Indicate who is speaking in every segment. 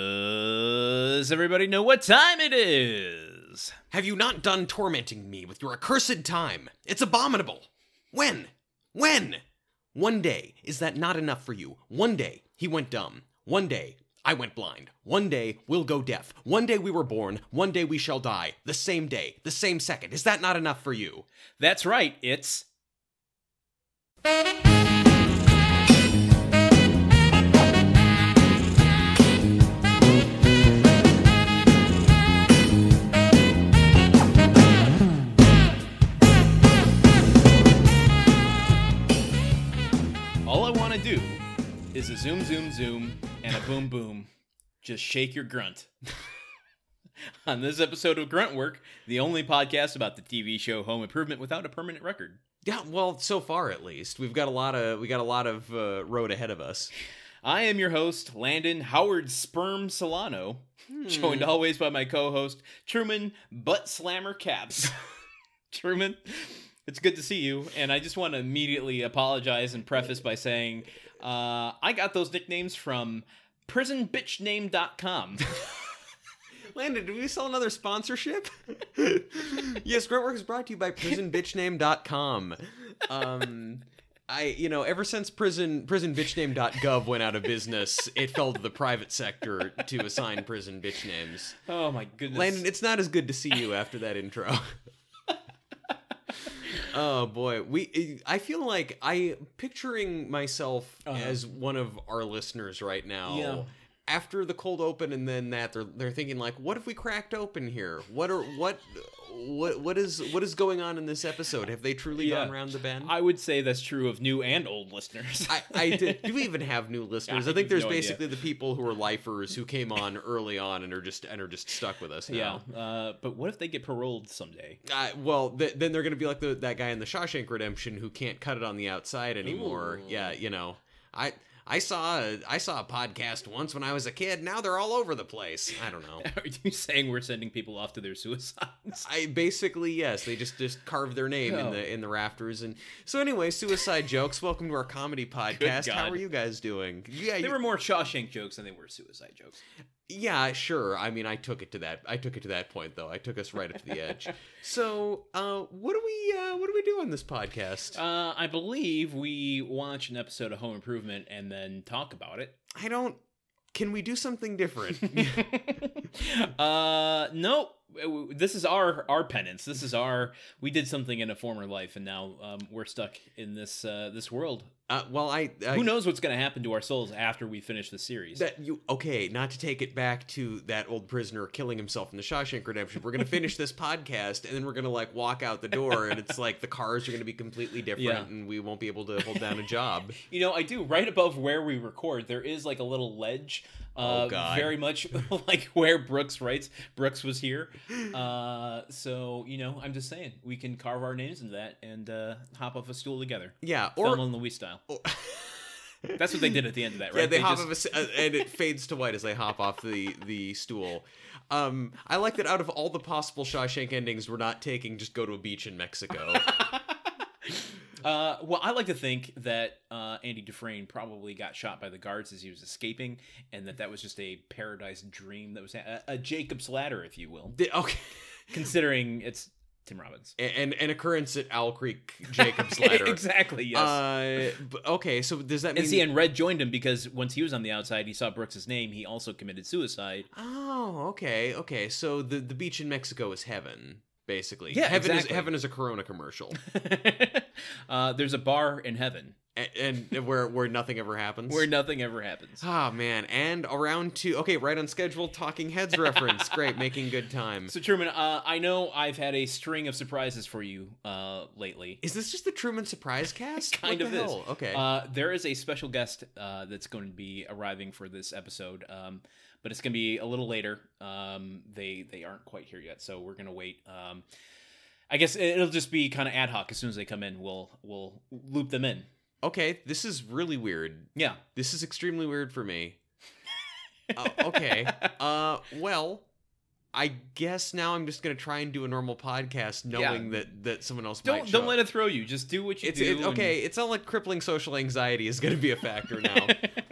Speaker 1: Does everybody know what time it is?
Speaker 2: Have you not done tormenting me with your accursed time? It's abominable. When? When? One day, is that not enough for you? One day, he went dumb. One day, I went blind. One day, we'll go deaf. One day, we were born. One day, we shall die. The same day, the same second. Is that not enough for you?
Speaker 1: That's right, it's All I want to do is a zoom, zoom, zoom, and a boom, boom. Just shake your grunt. On this episode of Grunt Work, the only podcast about the TV show Home Improvement without a permanent record.
Speaker 2: Yeah, well, so far at least, we've got a lot of we got a lot of uh, road ahead of us.
Speaker 1: I am your host, Landon Howard Sperm Solano, joined always by my co host, Truman Butt Slammer Caps. Truman, it's good to see you. And I just want to immediately apologize and preface by saying uh, I got those nicknames from prisonbitchname.com.
Speaker 2: Landon, did we sell another sponsorship? yes, Gruntwork is brought to you by prisonbitchname.com. Um I you know, ever since prison prisonbitchname.gov went out of business, it fell to the private sector to assign prison bitch names.
Speaker 1: Oh my goodness.
Speaker 2: Landon, it's not as good to see you after that intro. oh boy, we I feel like I picturing myself
Speaker 1: Uh-huh.
Speaker 2: as one of our listeners right now.
Speaker 1: Yeah.
Speaker 2: After the cold open and then that they're they're thinking like what have we cracked open here? What are what what what is what is going on in this episode? Have they truly
Speaker 1: Yeah.
Speaker 2: gone round the bend?
Speaker 1: I would say that's true of new and old listeners.
Speaker 2: I, I did, do we even have new listeners?
Speaker 1: I
Speaker 2: I think
Speaker 1: have
Speaker 2: there's
Speaker 1: no idea.
Speaker 2: basically the people who are lifers who came on early on and are just and are just stuck with us
Speaker 1: yeah.
Speaker 2: now.
Speaker 1: Uh, but what if they get paroled someday?
Speaker 2: Uh, well, th- then they're going to be like the, that guy in the Shawshank Redemption who can't cut it on the outside anymore.
Speaker 1: Ooh.
Speaker 2: Yeah, you know, I I saw a, I saw a podcast once when I was a kid. Now they're all over the place. I don't know.
Speaker 1: Are you saying we're sending people off to their suicides?
Speaker 2: I basically yes, they just just carve their name in
Speaker 1: Oh.
Speaker 2: the in the rafters and so anyway, suicide jokes. Welcome to our comedy podcast. How
Speaker 1: God.
Speaker 2: are you guys doing? Yeah,
Speaker 1: They
Speaker 2: you-
Speaker 1: were more Shawshank jokes than they were suicide jokes.
Speaker 2: Yeah, sure. I mean, I took it to that. I took it to that point, though. I took us right up to the edge. So, uh, what do we? Uh, what do we do on this podcast?
Speaker 1: Uh, I believe we watch an episode of Home Improvement and then talk about it.
Speaker 2: I don't. Can we do something different?
Speaker 1: uh, no, this is our our penance. This is our we did something in a former life, and now um, we're stuck in this uh, this world.
Speaker 2: uh, well, I. I
Speaker 1: Who knows what's going to happen to our souls after we finish the series?
Speaker 2: That you okay? Not to take it back to that old prisoner killing himself in the Shawshank Redemption. We're gonna finish this podcast, and then we're gonna like walk out the door, and it's like the cars are gonna be completely different,
Speaker 1: Yeah.
Speaker 2: and we won't be able to hold down a job.
Speaker 1: You know, I do. Right above where we record, there is like a little ledge. Uh,
Speaker 2: Oh, God.
Speaker 1: Very much like where Brooks writes. Brooks was here. Uh, so, you know, I'm just saying, we can carve our names into that and uh, hop off a stool together.
Speaker 2: Yeah,
Speaker 1: Or,
Speaker 2: or.
Speaker 1: and Louis style.
Speaker 2: or-
Speaker 1: That's what they did at the end of that, right?
Speaker 2: Yeah, they, hop
Speaker 1: just-
Speaker 2: off, of a, uh, and it fades to white as they hop off the the stool. Um, I like that. Out of all the possible Shawshank endings, we're not taking just go to a beach in Mexico.
Speaker 1: Uh, well, I like to think that uh, Andy Dufresne probably got shot by the guards as he was escaping, and that that was just a paradise dream that was uh, a, a Jacob's ladder, if you will,
Speaker 2: The- okay,
Speaker 1: considering it's Tim Robbins.
Speaker 2: and and an occurrence at Owl Creek Jacob's Ladder.
Speaker 1: exactly. Yes.
Speaker 2: Uh, b- okay, so does that mean?
Speaker 1: and see, and Red joined him because once he was on the outside, he saw Brooks' name. He also committed suicide.
Speaker 2: oh, okay, okay. So the the beach in Mexico is heaven, basically.
Speaker 1: Yeah,
Speaker 2: heaven
Speaker 1: exactly.
Speaker 2: is heaven is a Corona commercial,
Speaker 1: uh, there's a bar in heaven
Speaker 2: and, and where where nothing ever happens.
Speaker 1: where nothing ever happens.
Speaker 2: Ah man, and around two. Okay, right on schedule. Talking Heads reference. Great, making good time.
Speaker 1: So Truman, uh, I know I've had a string of surprises for you uh, lately.
Speaker 2: Is this just the Truman Surprise Cast?
Speaker 1: Kind
Speaker 2: What
Speaker 1: of
Speaker 2: the
Speaker 1: is.
Speaker 2: hell? Okay.
Speaker 1: Uh, there is a special guest uh, that's going to be arriving for this episode, um, but it's going to be a little later. Um, they they aren't quite here yet, so we're going to wait. Um, I guess it'll just be kind of ad hoc. As soon as they come in, we'll we'll loop them in.
Speaker 2: okay, this is really weird.
Speaker 1: Yeah.
Speaker 2: This is extremely weird for me. uh, okay. Uh, well, I guess now I'm just gonna try and do a normal podcast, knowing that that someone else might.
Speaker 1: Don't don't let it throw you. Just do what you
Speaker 2: It's
Speaker 1: do.
Speaker 2: it,
Speaker 1: and-
Speaker 2: okay. It's not like crippling social anxiety is gonna be a factor now.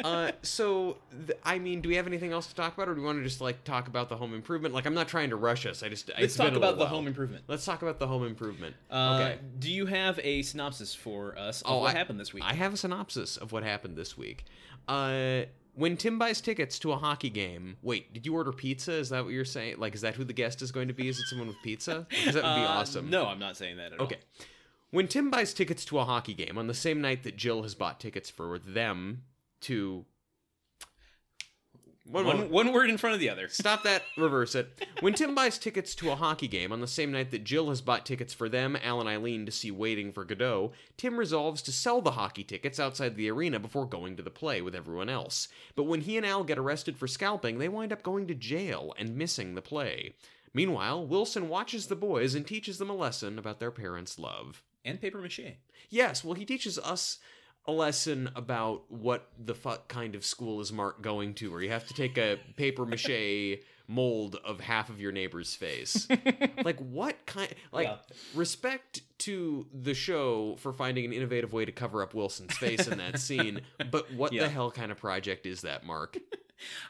Speaker 2: uh, so th- I mean, do we have anything else to talk about, or do we want to just like talk about the home improvement? Like, I'm not trying to rush us. I just
Speaker 1: Let's talk about the home improvement.
Speaker 2: Let's talk about the home improvement.
Speaker 1: Uh,
Speaker 2: okay.
Speaker 1: Do you have a synopsis for us of
Speaker 2: Oh,
Speaker 1: what
Speaker 2: I-
Speaker 1: happened this week?
Speaker 2: I have a synopsis of what happened this week. Uh, when Tim buys tickets to a hockey game, wait, did you order pizza? Is that what you're saying? Like, is that who the guest is going to be? Is it someone with pizza? Because that would be
Speaker 1: Uh,
Speaker 2: awesome.
Speaker 1: No, I'm not saying that at all.
Speaker 2: Okay. When Tim buys tickets to a hockey game on the same night that Jill has bought tickets for them to. One,
Speaker 1: One, one word in front of the other.
Speaker 2: Stop that, reverse it. When Tim buys tickets to a hockey game on the same night that Jill has bought tickets for them, Al and Eileen to see Waiting for Godot, Tim resolves to sell the hockey tickets outside the arena before going to the play with everyone else. But when he and Al get arrested for scalping, they wind up going to jail and missing the play. Meanwhile, Wilson watches the boys and teaches them a lesson about their parents' love.
Speaker 1: And paper mache.
Speaker 2: Yes, well, he teaches us a lesson about what the fuck kind of school is Mark going to, where you have to take a paper mache mold of half of your neighbor's face. like, what kind? Like,
Speaker 1: Yeah.
Speaker 2: respect to the show for finding an innovative way to cover up Wilson's face in that scene, but what
Speaker 1: Yeah.
Speaker 2: the hell kind of project is that, Mark?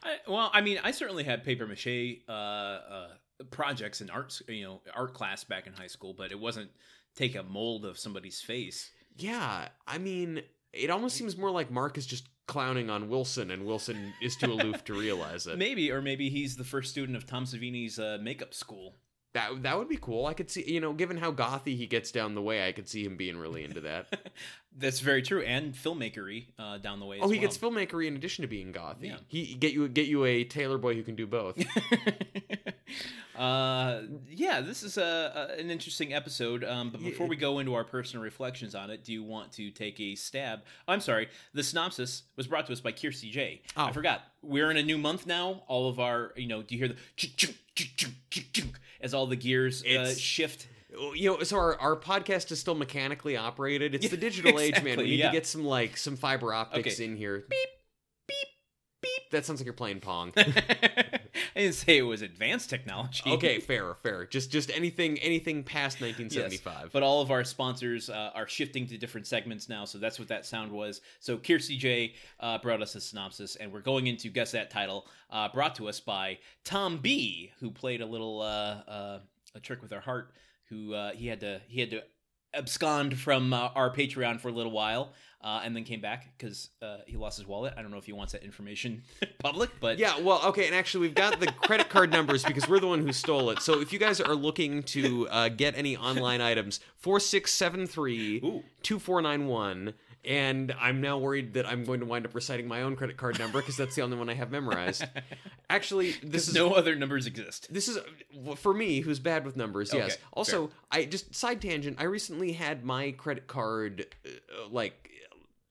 Speaker 1: I, well, I mean, I certainly had paper mache uh, uh, projects in arts, you know, art class back in high school, but it wasn't take a mold of somebody's face.
Speaker 2: Yeah, I mean, it almost seems more like Mark is just clowning on Wilson, and Wilson is too aloof to realize it.
Speaker 1: Maybe, or maybe he's the first student of Tom Savini's uh, makeup school.
Speaker 2: That that would be cool. I could see, you know, given how gothy he gets down the way, I could see him being really into that.
Speaker 1: That's very true, and filmmakery uh, down the way.
Speaker 2: oh,
Speaker 1: as
Speaker 2: he
Speaker 1: well.
Speaker 2: gets filmmakery in addition to being gothy.
Speaker 1: Yeah.
Speaker 2: He get you get you a tailor boy who can do both.
Speaker 1: uh, yeah, this is a, a an interesting episode. Um, but
Speaker 2: Yeah.
Speaker 1: before we go into our personal reflections on it, do you want to take a stab? I'm sorry. The synopsis was brought to us by Kiersey J. I
Speaker 2: Oh.
Speaker 1: forgot. We're in a new month now. All of our, you know, do you hear the chunk, chunk, chunk, chunk, chunk, chunk as all the gears uh,
Speaker 2: It's-
Speaker 1: shift?
Speaker 2: you know, so our, our podcast is still mechanically operated. It's the digital age, man.
Speaker 1: exactly,
Speaker 2: We need
Speaker 1: yeah.
Speaker 2: to get some like some fiber optics
Speaker 1: Okay.
Speaker 2: in here. Beep beep beep. That sounds like you're playing pong.
Speaker 1: I didn't say it was advanced technology.
Speaker 2: okay, fair, fair. Just just anything anything past 1975.
Speaker 1: But all of our sponsors uh, are shifting to different segments now, so that's what that sound was. So Kiersey J uh, brought us a synopsis, and we're going into guess that title, uh, brought to us by Tom B, who played a little uh, uh, a trick with our heart. Who uh, he had to he had to abscond from uh, our Patreon for a little while, uh, and then came back because uh, he lost his wallet. I don't know if he wants that information public, but
Speaker 2: Yeah, well, okay, and actually, we've got the credit card numbers because we're the one who stole it. So if you guys are looking to uh, get any online items, 4673
Speaker 1: Ooh.
Speaker 2: 2491. And I'm now worried that I'm going to wind up reciting my own credit card number because that's the only one I have memorized. Actually, this is
Speaker 1: no other numbers exist.
Speaker 2: this is well, for me who's bad with numbers yes
Speaker 1: Okay,
Speaker 2: also i just side tangent i recently had my credit card uh, like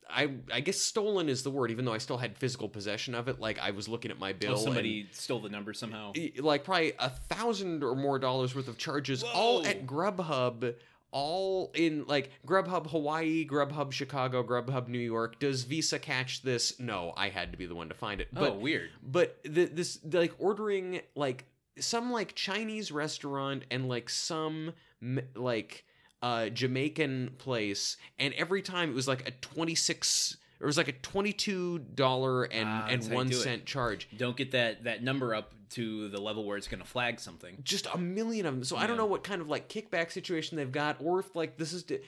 Speaker 2: I, I guess stolen is the word, even though I still had physical possession of it. Like I was looking at my bill,
Speaker 1: Well,
Speaker 2: and-
Speaker 1: Oh, somebody stole the number somehow.
Speaker 2: i- like probably a thousand or more dollars worth of charges, all
Speaker 1: Whoa.
Speaker 2: at Grubhub, all in like Grubhub Hawaii, Grubhub Chicago, Grubhub New York. Does Visa catch this? No, I had to be the one to find it.
Speaker 1: oh,
Speaker 2: But
Speaker 1: weird.
Speaker 2: but the, this the, like ordering like some like chinese restaurant and like some m- like uh jamaican place and every time it was like a 26 it was like a 22 dollar and
Speaker 1: Ah, that's
Speaker 2: and
Speaker 1: how you
Speaker 2: 1
Speaker 1: do it.
Speaker 2: cent charge
Speaker 1: don't get that that number up to the level where it's going to flag something.
Speaker 2: just a million of them so i don't
Speaker 1: Yeah.
Speaker 2: know what kind of like kickback situation they've got or if like this is di-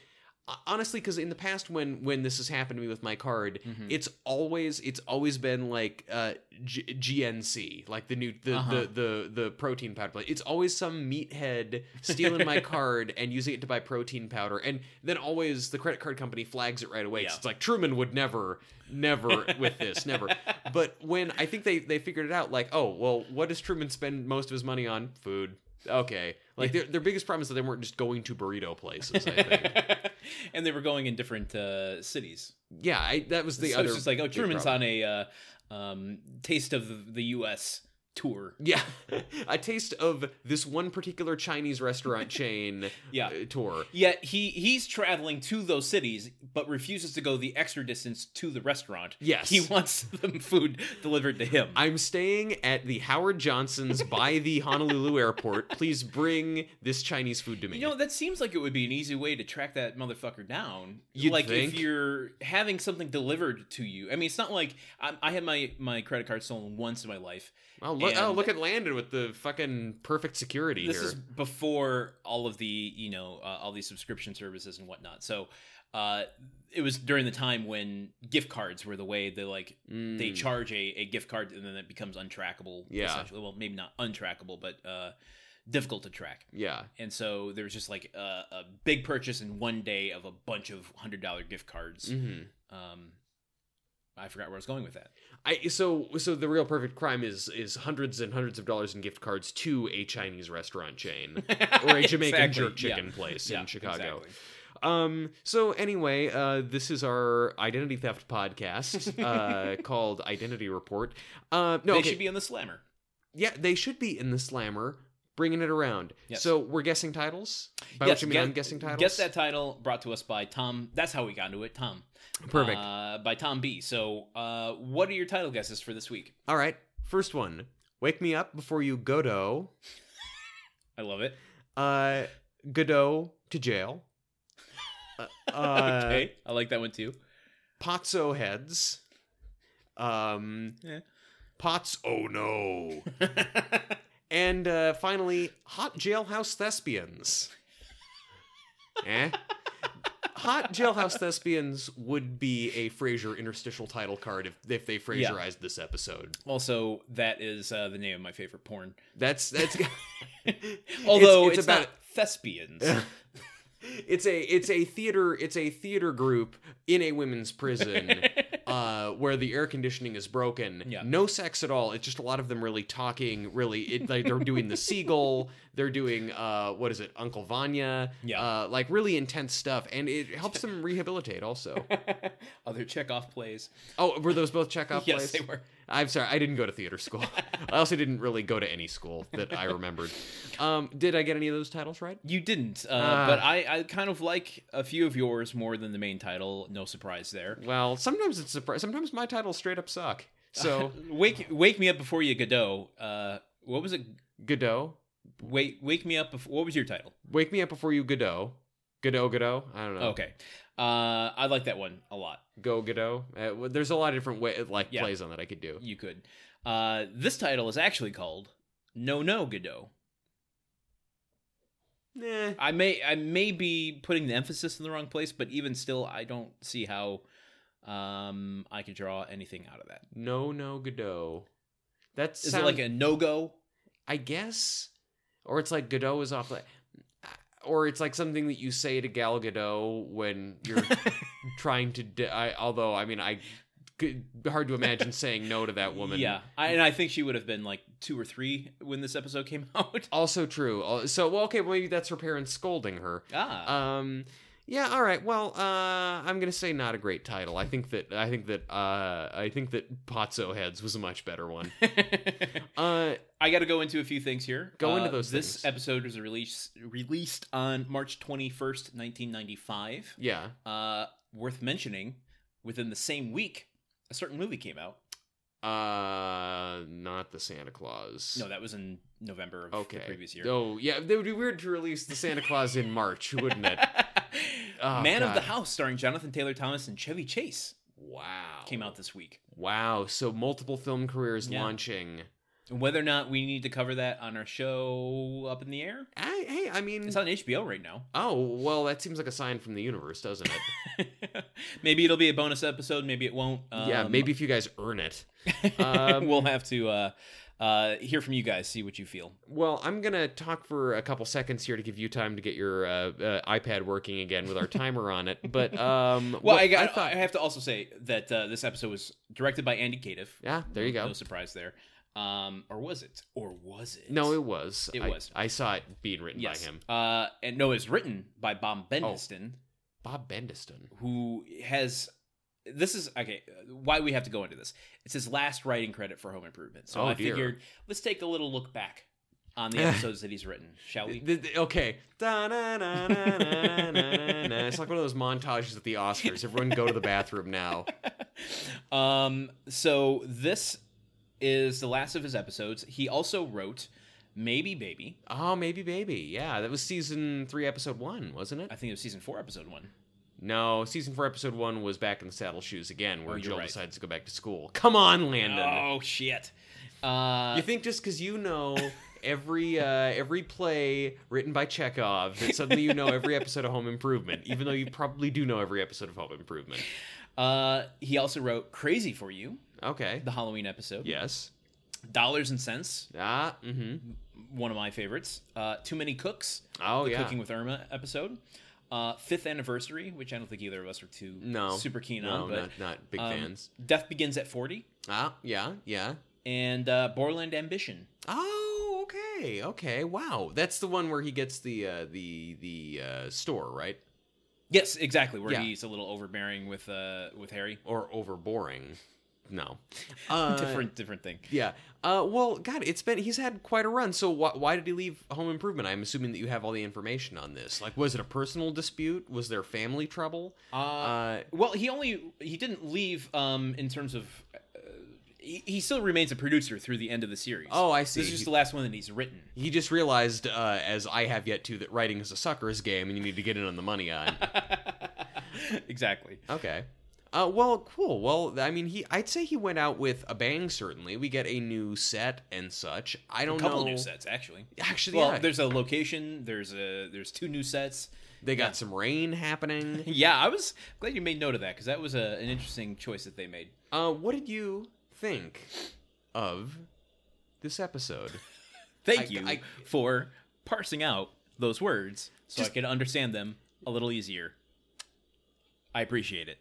Speaker 2: uh, honestly because in the past when when this has happened to me with my card
Speaker 1: Mhm.
Speaker 2: it's always it's always been like uh G- GNC like the new the,
Speaker 1: Uh-huh.
Speaker 2: the the the protein powder place. It's always some meathead stealing my card and using it to buy protein powder and then always the credit card company flags it right away. 'cause
Speaker 1: Yeah.
Speaker 2: It's like Truman would never never with this never. But when I think they they figured it out like oh well what does Truman spend most of his money on food? Okay. Like their their biggest problem is that they weren't just going to burrito places, I think.
Speaker 1: and they were going in different uh, cities.
Speaker 2: yeah, I, that was the
Speaker 1: so
Speaker 2: other
Speaker 1: it's just like, oh,
Speaker 2: big
Speaker 1: Truman's
Speaker 2: problem.
Speaker 1: on a uh, um, taste of the U.S. tour.
Speaker 2: Yeah, a taste of this one particular Chinese restaurant chain
Speaker 1: Yeah.
Speaker 2: uh, tour.
Speaker 1: Yet he he's traveling to those cities, but refuses to go the extra distance to the restaurant.
Speaker 2: Yes.
Speaker 1: He wants the food delivered to him.
Speaker 2: I'm staying at the Howard Johnson's by the Honolulu airport. Please bring this Chinese food to me.
Speaker 1: you know, that seems like it would be an easy way to track that motherfucker down.
Speaker 2: You'd
Speaker 1: like
Speaker 2: think.
Speaker 1: if you're having something delivered to you. I mean, it's not like I, I had my my credit card stolen once in my life.
Speaker 2: oh, look, oh,
Speaker 1: and-
Speaker 2: look at Landon with the fucking perfect security
Speaker 1: This
Speaker 2: here.
Speaker 1: is before all of the you know uh, all these subscription services and whatnot. So. Uh, it was during the time when gift cards were the way they like they
Speaker 2: Mm.
Speaker 1: charge a, a gift card and then it becomes untrackable
Speaker 2: Yeah.
Speaker 1: essentially. well maybe not untrackable but uh difficult to track
Speaker 2: yeah.
Speaker 1: and so there was just like a, a big purchase in one day of a bunch of hundred dollar gift cards
Speaker 2: hmm
Speaker 1: um i forgot where i was going with that
Speaker 2: I so so the real perfect crime is is hundreds and hundreds of dollars in gift cards to a Chinese restaurant chain or a Jamaican
Speaker 1: Exactly,
Speaker 2: jerk
Speaker 1: yeah.
Speaker 2: chicken place
Speaker 1: Yeah,
Speaker 2: in Chicago.
Speaker 1: exactly.
Speaker 2: Um. So anyway, uh, this is our identity theft podcast uh, called Identity Report. Uh, no,
Speaker 1: they
Speaker 2: okay.
Speaker 1: should be on the slammer
Speaker 2: yeah, they should be in the slammer, bringing it around.
Speaker 1: Yes.
Speaker 2: So we're guessing titles. By
Speaker 1: Yes,
Speaker 2: which I mean
Speaker 1: guess-
Speaker 2: I'm guessing titles.
Speaker 1: guess that title brought to us by tom that's how we got into it tom
Speaker 2: Perfect.
Speaker 1: uh, by tom b so uh what are your title guesses for this week
Speaker 2: All right. First one. Wake me up before you go to
Speaker 1: i love it
Speaker 2: uh, Godot to jail. Uh, uh,
Speaker 1: okay i like that one too
Speaker 2: Potso heads. Um,
Speaker 1: Yeah.
Speaker 2: Pots. Oh no. And uh, finally, hot jailhouse thespians. eh? Hot jailhouse thespians would be a Frasier interstitial title card if, if they Frasierized this episode.
Speaker 1: Also, that is uh, the name of my favorite porn.
Speaker 2: That's that's.
Speaker 1: Although it's,
Speaker 2: about
Speaker 1: not thespians.
Speaker 2: it's a it's a theater it's a theater group in a women's prison uh, where the air conditioning is broken.
Speaker 1: Yeah.
Speaker 2: No sex at all. It's just a lot of them really talking. Really, it, like they're doing the seagull. They're doing uh, what is it, Uncle Vanya?
Speaker 1: Yeah.
Speaker 2: Uh, like really intense stuff, and it helps them rehabilitate. Also,
Speaker 1: Other Chekhov plays.
Speaker 2: oh, were those both Chekhov
Speaker 1: Yes,
Speaker 2: plays?
Speaker 1: they were.
Speaker 2: I'm sorry, I didn't go to theater school. I also didn't really go to any school that I remembered. Um, did I get any of those titles right?
Speaker 1: You didn't, uh,
Speaker 2: Ah.
Speaker 1: but I, I kind of like a few of yours more than the main title. No surprise there.
Speaker 2: Well, sometimes it's surprise. Sometimes my titles straight up suck. So
Speaker 1: Wake wake me up before you Godot. Uh, what was it?
Speaker 2: Godot,
Speaker 1: Wake wake me up before. What was your title?
Speaker 2: wake me up before you Godot. Godot, Godot. I don't know.
Speaker 1: Okay, uh, I like that one a lot.
Speaker 2: Go Godot. Uh, w- there's a lot of different way, like
Speaker 1: Yeah.
Speaker 2: plays on that I could do.
Speaker 1: You could. Uh, this title is actually called No No Godot.
Speaker 2: Nah.
Speaker 1: I may I may be putting the emphasis in the wrong place, but even still, I don't see how um I could draw anything out of that.
Speaker 2: No, no Godot. That's
Speaker 1: Is it like a no go?
Speaker 2: I guess, or it's like Godot is off. Like, uh, or it's like something that you say to Gal Gadot when you're trying to. d I although I mean I. could- Hard to imagine saying no to that woman.
Speaker 1: Yeah, I, and I think she would have been like two or three when this episode came out.
Speaker 2: Also true. Uh, So well, okay, well, maybe that's her parents scolding her.
Speaker 1: Ah,
Speaker 2: Um, yeah. All right. Well, uh, I'm gonna say not a great title. I think that I think that uh, I think that Pozzo Heads was a much better one. Uh,
Speaker 1: I got to go into a few things here.
Speaker 2: Go
Speaker 1: Uh,
Speaker 2: into those
Speaker 1: This
Speaker 2: things.
Speaker 1: episode was released released on March twenty first, nineteen ninety five.
Speaker 2: yeah.
Speaker 1: Uh, worth mentioning, within the same week, a certain movie came out.
Speaker 2: Uh, not the Santa Claus.
Speaker 1: No, that was in November of
Speaker 2: Okay.
Speaker 1: the previous year.
Speaker 2: Oh, yeah. That would be weird to release the Santa Claus in March, wouldn't it? Oh,
Speaker 1: Man of the
Speaker 2: God.
Speaker 1: House, starring Jonathan Taylor Thomas and Chevy Chase,
Speaker 2: Wow.
Speaker 1: came out this week.
Speaker 2: Wow. So multiple film careers
Speaker 1: Yeah.
Speaker 2: launching.
Speaker 1: And whether or not we need to cover that on our show up in the air,
Speaker 2: I, hey, I mean.
Speaker 1: it's on HBO right now.
Speaker 2: Oh well, that seems like a sign from the universe, doesn't it?
Speaker 1: maybe it'll be a bonus episode, maybe it won't.
Speaker 2: yeah,
Speaker 1: Um,
Speaker 2: maybe if you guys earn it. um,
Speaker 1: we'll have to uh, uh, hear from you guys, see what you feel.
Speaker 2: Well, I'm gonna talk for a couple seconds here to give you time to get your uh, uh, iPad working again with our timer on it. But um,
Speaker 1: Well,
Speaker 2: what
Speaker 1: I, got, I,
Speaker 2: thought-
Speaker 1: have to also say that uh, this episode was directed by Andy Cadiff.
Speaker 2: yeah, there you go.
Speaker 1: No surprise there. Um, or was it? Or was it?
Speaker 2: No, it was.
Speaker 1: It
Speaker 2: I-
Speaker 1: was.
Speaker 2: I saw it being written
Speaker 1: yes.
Speaker 2: by him, Oh.
Speaker 1: Uh, and no, it's written by Bob Bendiston.
Speaker 2: Bob Bendiston.
Speaker 1: who has this is okay. uh, Why we have to go into this? It's his last writing credit for Home Improvement, so
Speaker 2: Oh,
Speaker 1: I
Speaker 2: dear.
Speaker 1: figured let's take a little look back on the episodes that he's written, shall we?
Speaker 2: Th- th- Okay. Da-na-na-na-na-na-na-na. It's like one of those montages at the Oscars. Everyone go to the bathroom now.
Speaker 1: um, so this is the last of his episodes. He also wrote Maybe Baby.
Speaker 2: Oh, maybe baby. Yeah, that was season three, episode one, wasn't
Speaker 1: I
Speaker 2: it?
Speaker 1: think it was season four, episode one.
Speaker 2: No, season four, episode one was back in the saddle shoes again, where
Speaker 1: Oh, you're
Speaker 2: Joel
Speaker 1: right.
Speaker 2: decides to go back to school. Come on, Landon.
Speaker 1: oh shit! Uh,
Speaker 2: You think just because you know every uh, every play written by Chekhov that suddenly you know every episode of Home Improvement, even though you probably do know every episode of Home Improvement.
Speaker 1: uh, he also wrote Crazy for You,
Speaker 2: Okay.
Speaker 1: the Halloween episode.
Speaker 2: Yes.
Speaker 1: Dollars and Cents,
Speaker 2: Ah. Mm-hmm.
Speaker 1: one of my favorites. Uh, Too Many Cooks,
Speaker 2: Oh
Speaker 1: the
Speaker 2: yeah.
Speaker 1: Cooking with Irma episode. Uh, fifth anniversary, which I don't think either of us are too
Speaker 2: No.
Speaker 1: super keen
Speaker 2: no,
Speaker 1: on, but
Speaker 2: not, not big
Speaker 1: um,
Speaker 2: fans.
Speaker 1: Death Begins at Forty
Speaker 2: Ah. Yeah. Yeah.
Speaker 1: and uh, Borland Ambition.
Speaker 2: Oh. Okay. Okay. Wow. That's the one where he gets the uh, the the uh, store right
Speaker 1: Yes, exactly. Where
Speaker 2: Yeah.
Speaker 1: he's a little overbearing with uh with Harry.
Speaker 2: or overboring. No. Uh,
Speaker 1: different different thing.
Speaker 2: Yeah. Uh, well, God, it's been he's had quite a run. So wh- why did he leave Home Improvement? I'm assuming that you have all the information on this. Like, was it a personal dispute? Was there family trouble?
Speaker 1: Uh,
Speaker 2: Uh,
Speaker 1: well, he only he didn't leave um in terms of. Uh, he, he still remains a producer through the end of the series.
Speaker 2: oh, I see.
Speaker 1: this is just the last one that he's written.
Speaker 2: he just realized, uh, as I have yet to, that writing is a sucker's game, and you need to get in on the money on.
Speaker 1: exactly.
Speaker 2: Okay. Uh, well, cool. Well, I mean, he. I'd say he went out with a bang. Certainly, we get a new set and such. I don't
Speaker 1: A couple
Speaker 2: know.
Speaker 1: new sets actually.
Speaker 2: Actually,
Speaker 1: Well,
Speaker 2: yeah,
Speaker 1: there's a location. There's a there's two new sets.
Speaker 2: they got
Speaker 1: yeah.
Speaker 2: some rain happening.
Speaker 1: Yeah, I was glad you made note of that because that was a, an interesting choice that they made.
Speaker 2: Uh, what did you think of this episode?
Speaker 1: Thank
Speaker 2: I-
Speaker 1: you
Speaker 2: I-
Speaker 1: for parsing out those words so
Speaker 2: Just-
Speaker 1: I could understand them a little easier. I appreciate it.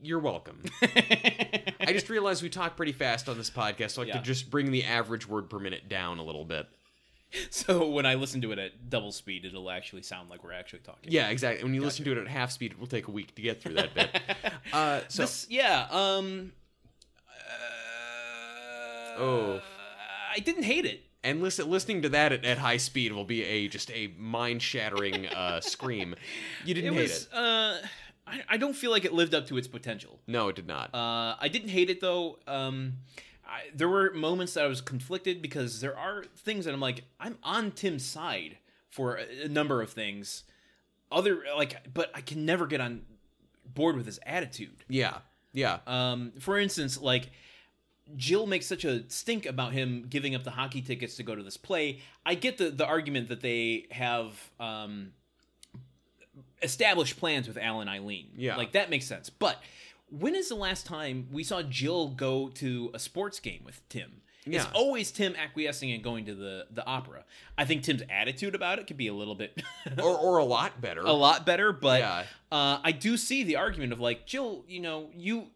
Speaker 2: You're welcome. I just realized we talk pretty fast on this podcast, so I
Speaker 1: Yeah.
Speaker 2: could just bring the average word per minute down a little bit.
Speaker 1: so when I listen to it at double speed, it'll actually sound like we're actually talking.
Speaker 2: Yeah, exactly. When you listen to it at half speed, it will take a week to get through that bit. Uh, so
Speaker 1: This, yeah. Um. uh,
Speaker 2: Oh.
Speaker 1: I didn't hate it.
Speaker 2: and listen, listening to that at, at high speed will be a just a mind shattering uh, scream. You
Speaker 1: It
Speaker 2: didn't hate
Speaker 1: was.
Speaker 2: it.
Speaker 1: Uh, I, I don't feel like it lived up to its potential.
Speaker 2: No, it did not.
Speaker 1: Uh, I didn't hate it though. Um, I, there were moments that I was conflicted because there are things that I'm like, I'm on Tim's side for a, a number of things. Other like, but I can never get on board with his attitude.
Speaker 2: yeah, yeah.
Speaker 1: Um, for instance, like Jill makes such a stink about him giving up the hockey tickets to go to this play. I get the the argument that they have um, established plans with Al and Eileen.
Speaker 2: Yeah.
Speaker 1: like that makes sense. But when is the last time we saw Jill go to a sports game with Tim? It's
Speaker 2: Yeah.
Speaker 1: always Tim acquiescing and going to the the opera. I think Tim's attitude about it could be a little bit
Speaker 2: Or or a lot better.
Speaker 1: uh, a lot better, but
Speaker 2: Yeah.
Speaker 1: uh, I do see the argument of like Jill. You know, you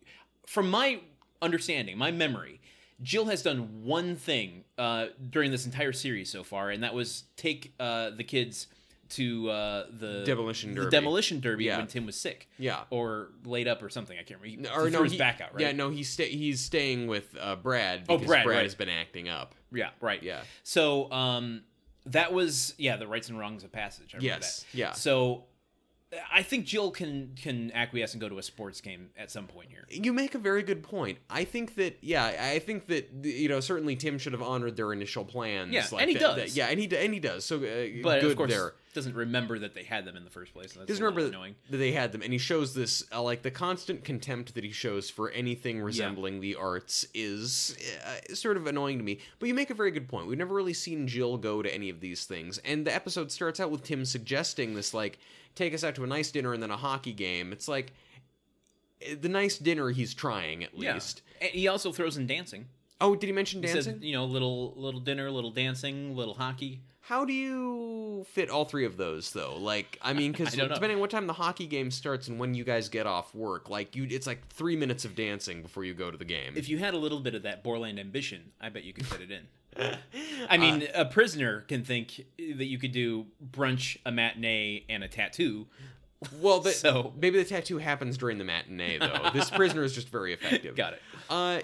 Speaker 1: from my understanding, my memory, Jill has done one thing uh, during this entire series so far, and that was take uh, the kids to uh, the
Speaker 2: Demolition
Speaker 1: the
Speaker 2: Derby.
Speaker 1: demolition derby
Speaker 2: Yeah.
Speaker 1: when Tim was sick
Speaker 2: Yeah.
Speaker 1: or laid up or something. I can't remember. He-
Speaker 2: or
Speaker 1: he
Speaker 2: no,
Speaker 1: threw his
Speaker 2: he-
Speaker 1: back out, right?
Speaker 2: Yeah, no, he's sta- he's staying with uh, Brad.
Speaker 1: Oh,
Speaker 2: Because
Speaker 1: Brad, right.
Speaker 2: has been acting up.
Speaker 1: yeah, right.
Speaker 2: Yeah.
Speaker 1: So um, that was yeah, the rights and wrongs of passage. I remember
Speaker 2: Yes.
Speaker 1: that.
Speaker 2: Yeah.
Speaker 1: So I think Jill can can acquiesce and go to a sports game at some point here.
Speaker 2: You make a very good point. I think that yeah, I think that th- you know certainly Tim should have honored their initial plans.
Speaker 1: Yeah, and he
Speaker 2: that- that-
Speaker 1: does.
Speaker 2: yeah, and he d- and he does. So uh,
Speaker 1: But
Speaker 2: good
Speaker 1: of course,
Speaker 2: there.
Speaker 1: doesn't remember that they had them in the first place. and That's
Speaker 2: Just
Speaker 1: a little
Speaker 2: remember that
Speaker 1: annoying.
Speaker 2: that they had them, and he shows this uh, like the constant contempt that he shows for anything resembling the arts is uh, sort of annoying to me. But you make a very good point. We've never really seen Jill go to any of these things, and the episode starts out with Tim suggesting this like take us out to a nice dinner and then a hockey game. It's like eh, the nice dinner he's trying at
Speaker 1: Yeah.
Speaker 2: least.
Speaker 1: And he also throws in dancing.
Speaker 2: Oh, did he mention
Speaker 1: He
Speaker 2: dancing?
Speaker 1: said, you know, little little dinner, little dancing, little hockey.
Speaker 2: How do you fit all three of those though? Like, I mean, because
Speaker 1: I don't know.
Speaker 2: depending on what time the hockey game starts and when you guys get off work, like you, it's like three minutes of dancing before you go to the game.
Speaker 1: If you had a little bit of that Borland ambition, I bet you could fit it in. I mean,
Speaker 2: Uh,
Speaker 1: a prisoner can think that you could do brunch, a matinee, and a tattoo.
Speaker 2: Well, the,
Speaker 1: So-
Speaker 2: maybe the tattoo happens during the matinee, though. this prisoner is just very effective.
Speaker 1: Got it.
Speaker 2: Uh,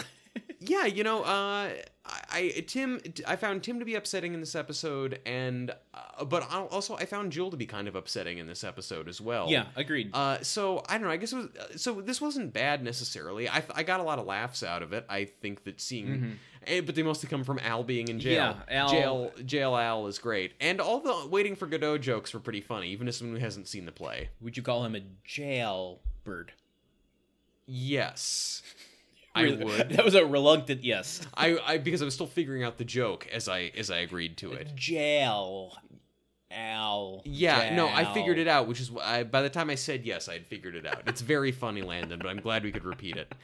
Speaker 2: yeah, you know, uh, I, I Tim, I found Tim to be upsetting in this episode, and uh, but I also I found Jewel to be kind of upsetting in this episode as well.
Speaker 1: Yeah, agreed.
Speaker 2: Uh, so I don't know. I guess it was uh, so. This wasn't bad necessarily. I I got a lot of laughs out of it. I think that seeing,
Speaker 1: Mhm.
Speaker 2: eh, but they mostly come from Al being in jail.
Speaker 1: Yeah, Al-
Speaker 2: Jail, jail. Al is great, and all the waiting for Godot jokes were pretty funny, even as someone who hasn't seen the play.
Speaker 1: Would you call him a jailbird?
Speaker 2: Yes, I
Speaker 1: Really-
Speaker 2: would.
Speaker 1: That was a reluctant yes.
Speaker 2: I, I because I was still figuring out the joke as I as I agreed to it.
Speaker 1: Jail. Ow.
Speaker 2: Yeah, no, I figured it out, which is wh- I, by the time I said yes, I had figured it out. It's very funny, Landon, but I'm glad we could repeat it.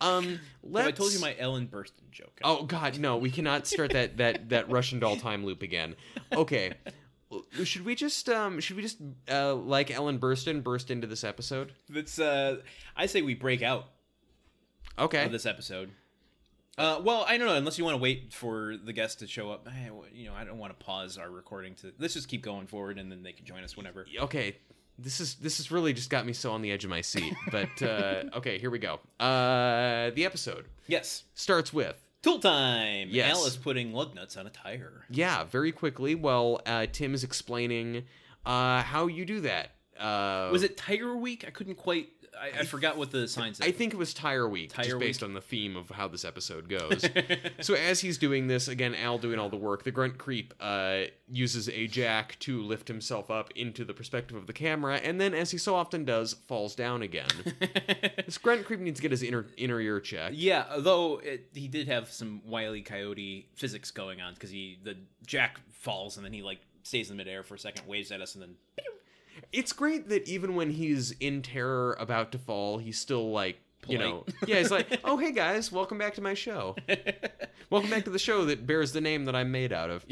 Speaker 2: Um,
Speaker 1: So
Speaker 2: let's...
Speaker 1: I told you my Ellen Burstyn joke.
Speaker 2: Oh God, no! We cannot start that that that Russian doll time loop again. Okay, should we just um should we just uh like Ellen Burstyn burst into this episode?
Speaker 1: That's uh I say we break out
Speaker 2: Okay,
Speaker 1: of this episode. Uh well, I don't know, unless you want to wait for the guest to show up. I, you know, I don't want to pause our recording to Let's just keep going forward and then they can join us whenever.
Speaker 2: okay. This is this has really just got me so on the edge of my seat. But uh, okay, here we go. Uh, the episode
Speaker 1: Yes.
Speaker 2: starts with
Speaker 1: Tool time.
Speaker 2: Yes.
Speaker 1: Al is putting lug nuts on a tire.
Speaker 2: yeah, very quickly. Well, uh, Tim is explaining uh how you do that. Uh,
Speaker 1: Was it Tiger Week? I couldn't quite I, I forgot what the sign said.
Speaker 2: I think it was Tire Week,
Speaker 1: Tire
Speaker 2: just based on the theme of how this episode goes. so as he's doing this, again, Al doing all the work, the grunt creep uh, uses a jack to lift himself up into the perspective of the camera, and then, as he so often does, falls down again. this grunt creep needs to get his inner inner ear checked.
Speaker 1: Yeah, although it, he did have some wily coyote physics going on because he the jack falls and then he like stays in midair for a second, waves at us, and then
Speaker 2: It's great that even when he's in terror about to fall, he's still like. You
Speaker 1: Polite.
Speaker 2: know, yeah, he's like, oh, hey guys, welcome back to my show. welcome back to the show that bears the name that I'm made out of.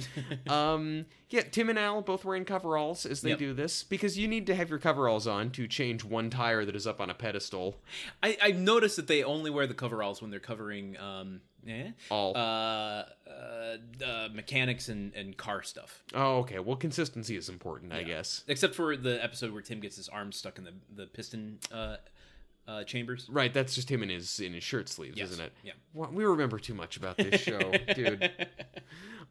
Speaker 2: um yeah tim and al both wearing coveralls as they
Speaker 1: Yep.
Speaker 2: do this because you need to have your coveralls on to change one tire that is up on a pedestal
Speaker 1: I I noticed that they only wear the coveralls when they're covering um eh?
Speaker 2: all
Speaker 1: uh, uh, uh mechanics and and car stuff.
Speaker 2: oh okay well consistency is important i
Speaker 1: Yeah.
Speaker 2: guess
Speaker 1: Except for the episode where Tim gets his arm stuck in the the piston uh, uh chambers.
Speaker 2: right that's just him in his in his shirt sleeves
Speaker 1: Yes.
Speaker 2: isn't it
Speaker 1: Yeah.
Speaker 2: Wha- we remember too much about this show dude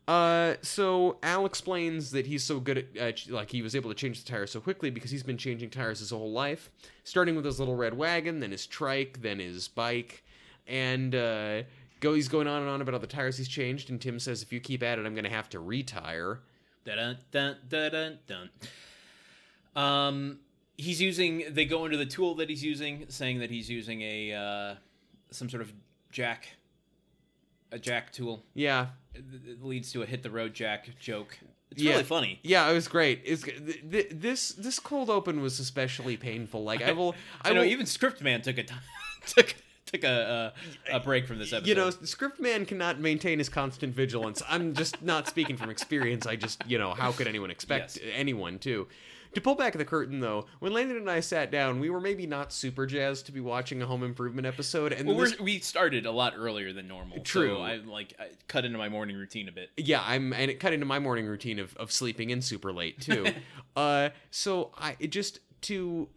Speaker 2: uh so al explains that he's so good at uh, ch- like he was able to change the tire so quickly because he's been changing tires his whole life starting with his little red wagon then his trike then his bike and uh go he's going on and on about all the tires he's changed and tim says if you keep at it i'm gonna have to retire
Speaker 1: Dun dun dun dun dun. Um, he's using. They go into the tool that he's using, saying that he's using a uh, some sort of jack, a jack tool.
Speaker 2: yeah
Speaker 1: It it leads to a hit the road jack joke. It's
Speaker 2: Yeah.
Speaker 1: really funny.
Speaker 2: yeah it was great it's g- th- th- this this cold open was especially painful like i will
Speaker 1: I,
Speaker 2: i,
Speaker 1: know
Speaker 2: will,
Speaker 1: even Script Man took a t- took took a uh, a break from this episode.
Speaker 2: you know, script man cannot maintain his constant vigilance. I'm just not speaking from experience. I just, you know, how could anyone expect
Speaker 1: Yes.
Speaker 2: anyone to? To pull back the curtain, though, when Landon and I sat down, we were maybe not super jazzed to be watching a Home Improvement episode, and
Speaker 1: Well,
Speaker 2: this,
Speaker 1: we're, we started a lot earlier than normal.
Speaker 2: True.
Speaker 1: So I like I cut into my morning routine a bit.
Speaker 2: yeah, I'm, and it cut into my morning routine of, of sleeping in super late too. uh, so I it just to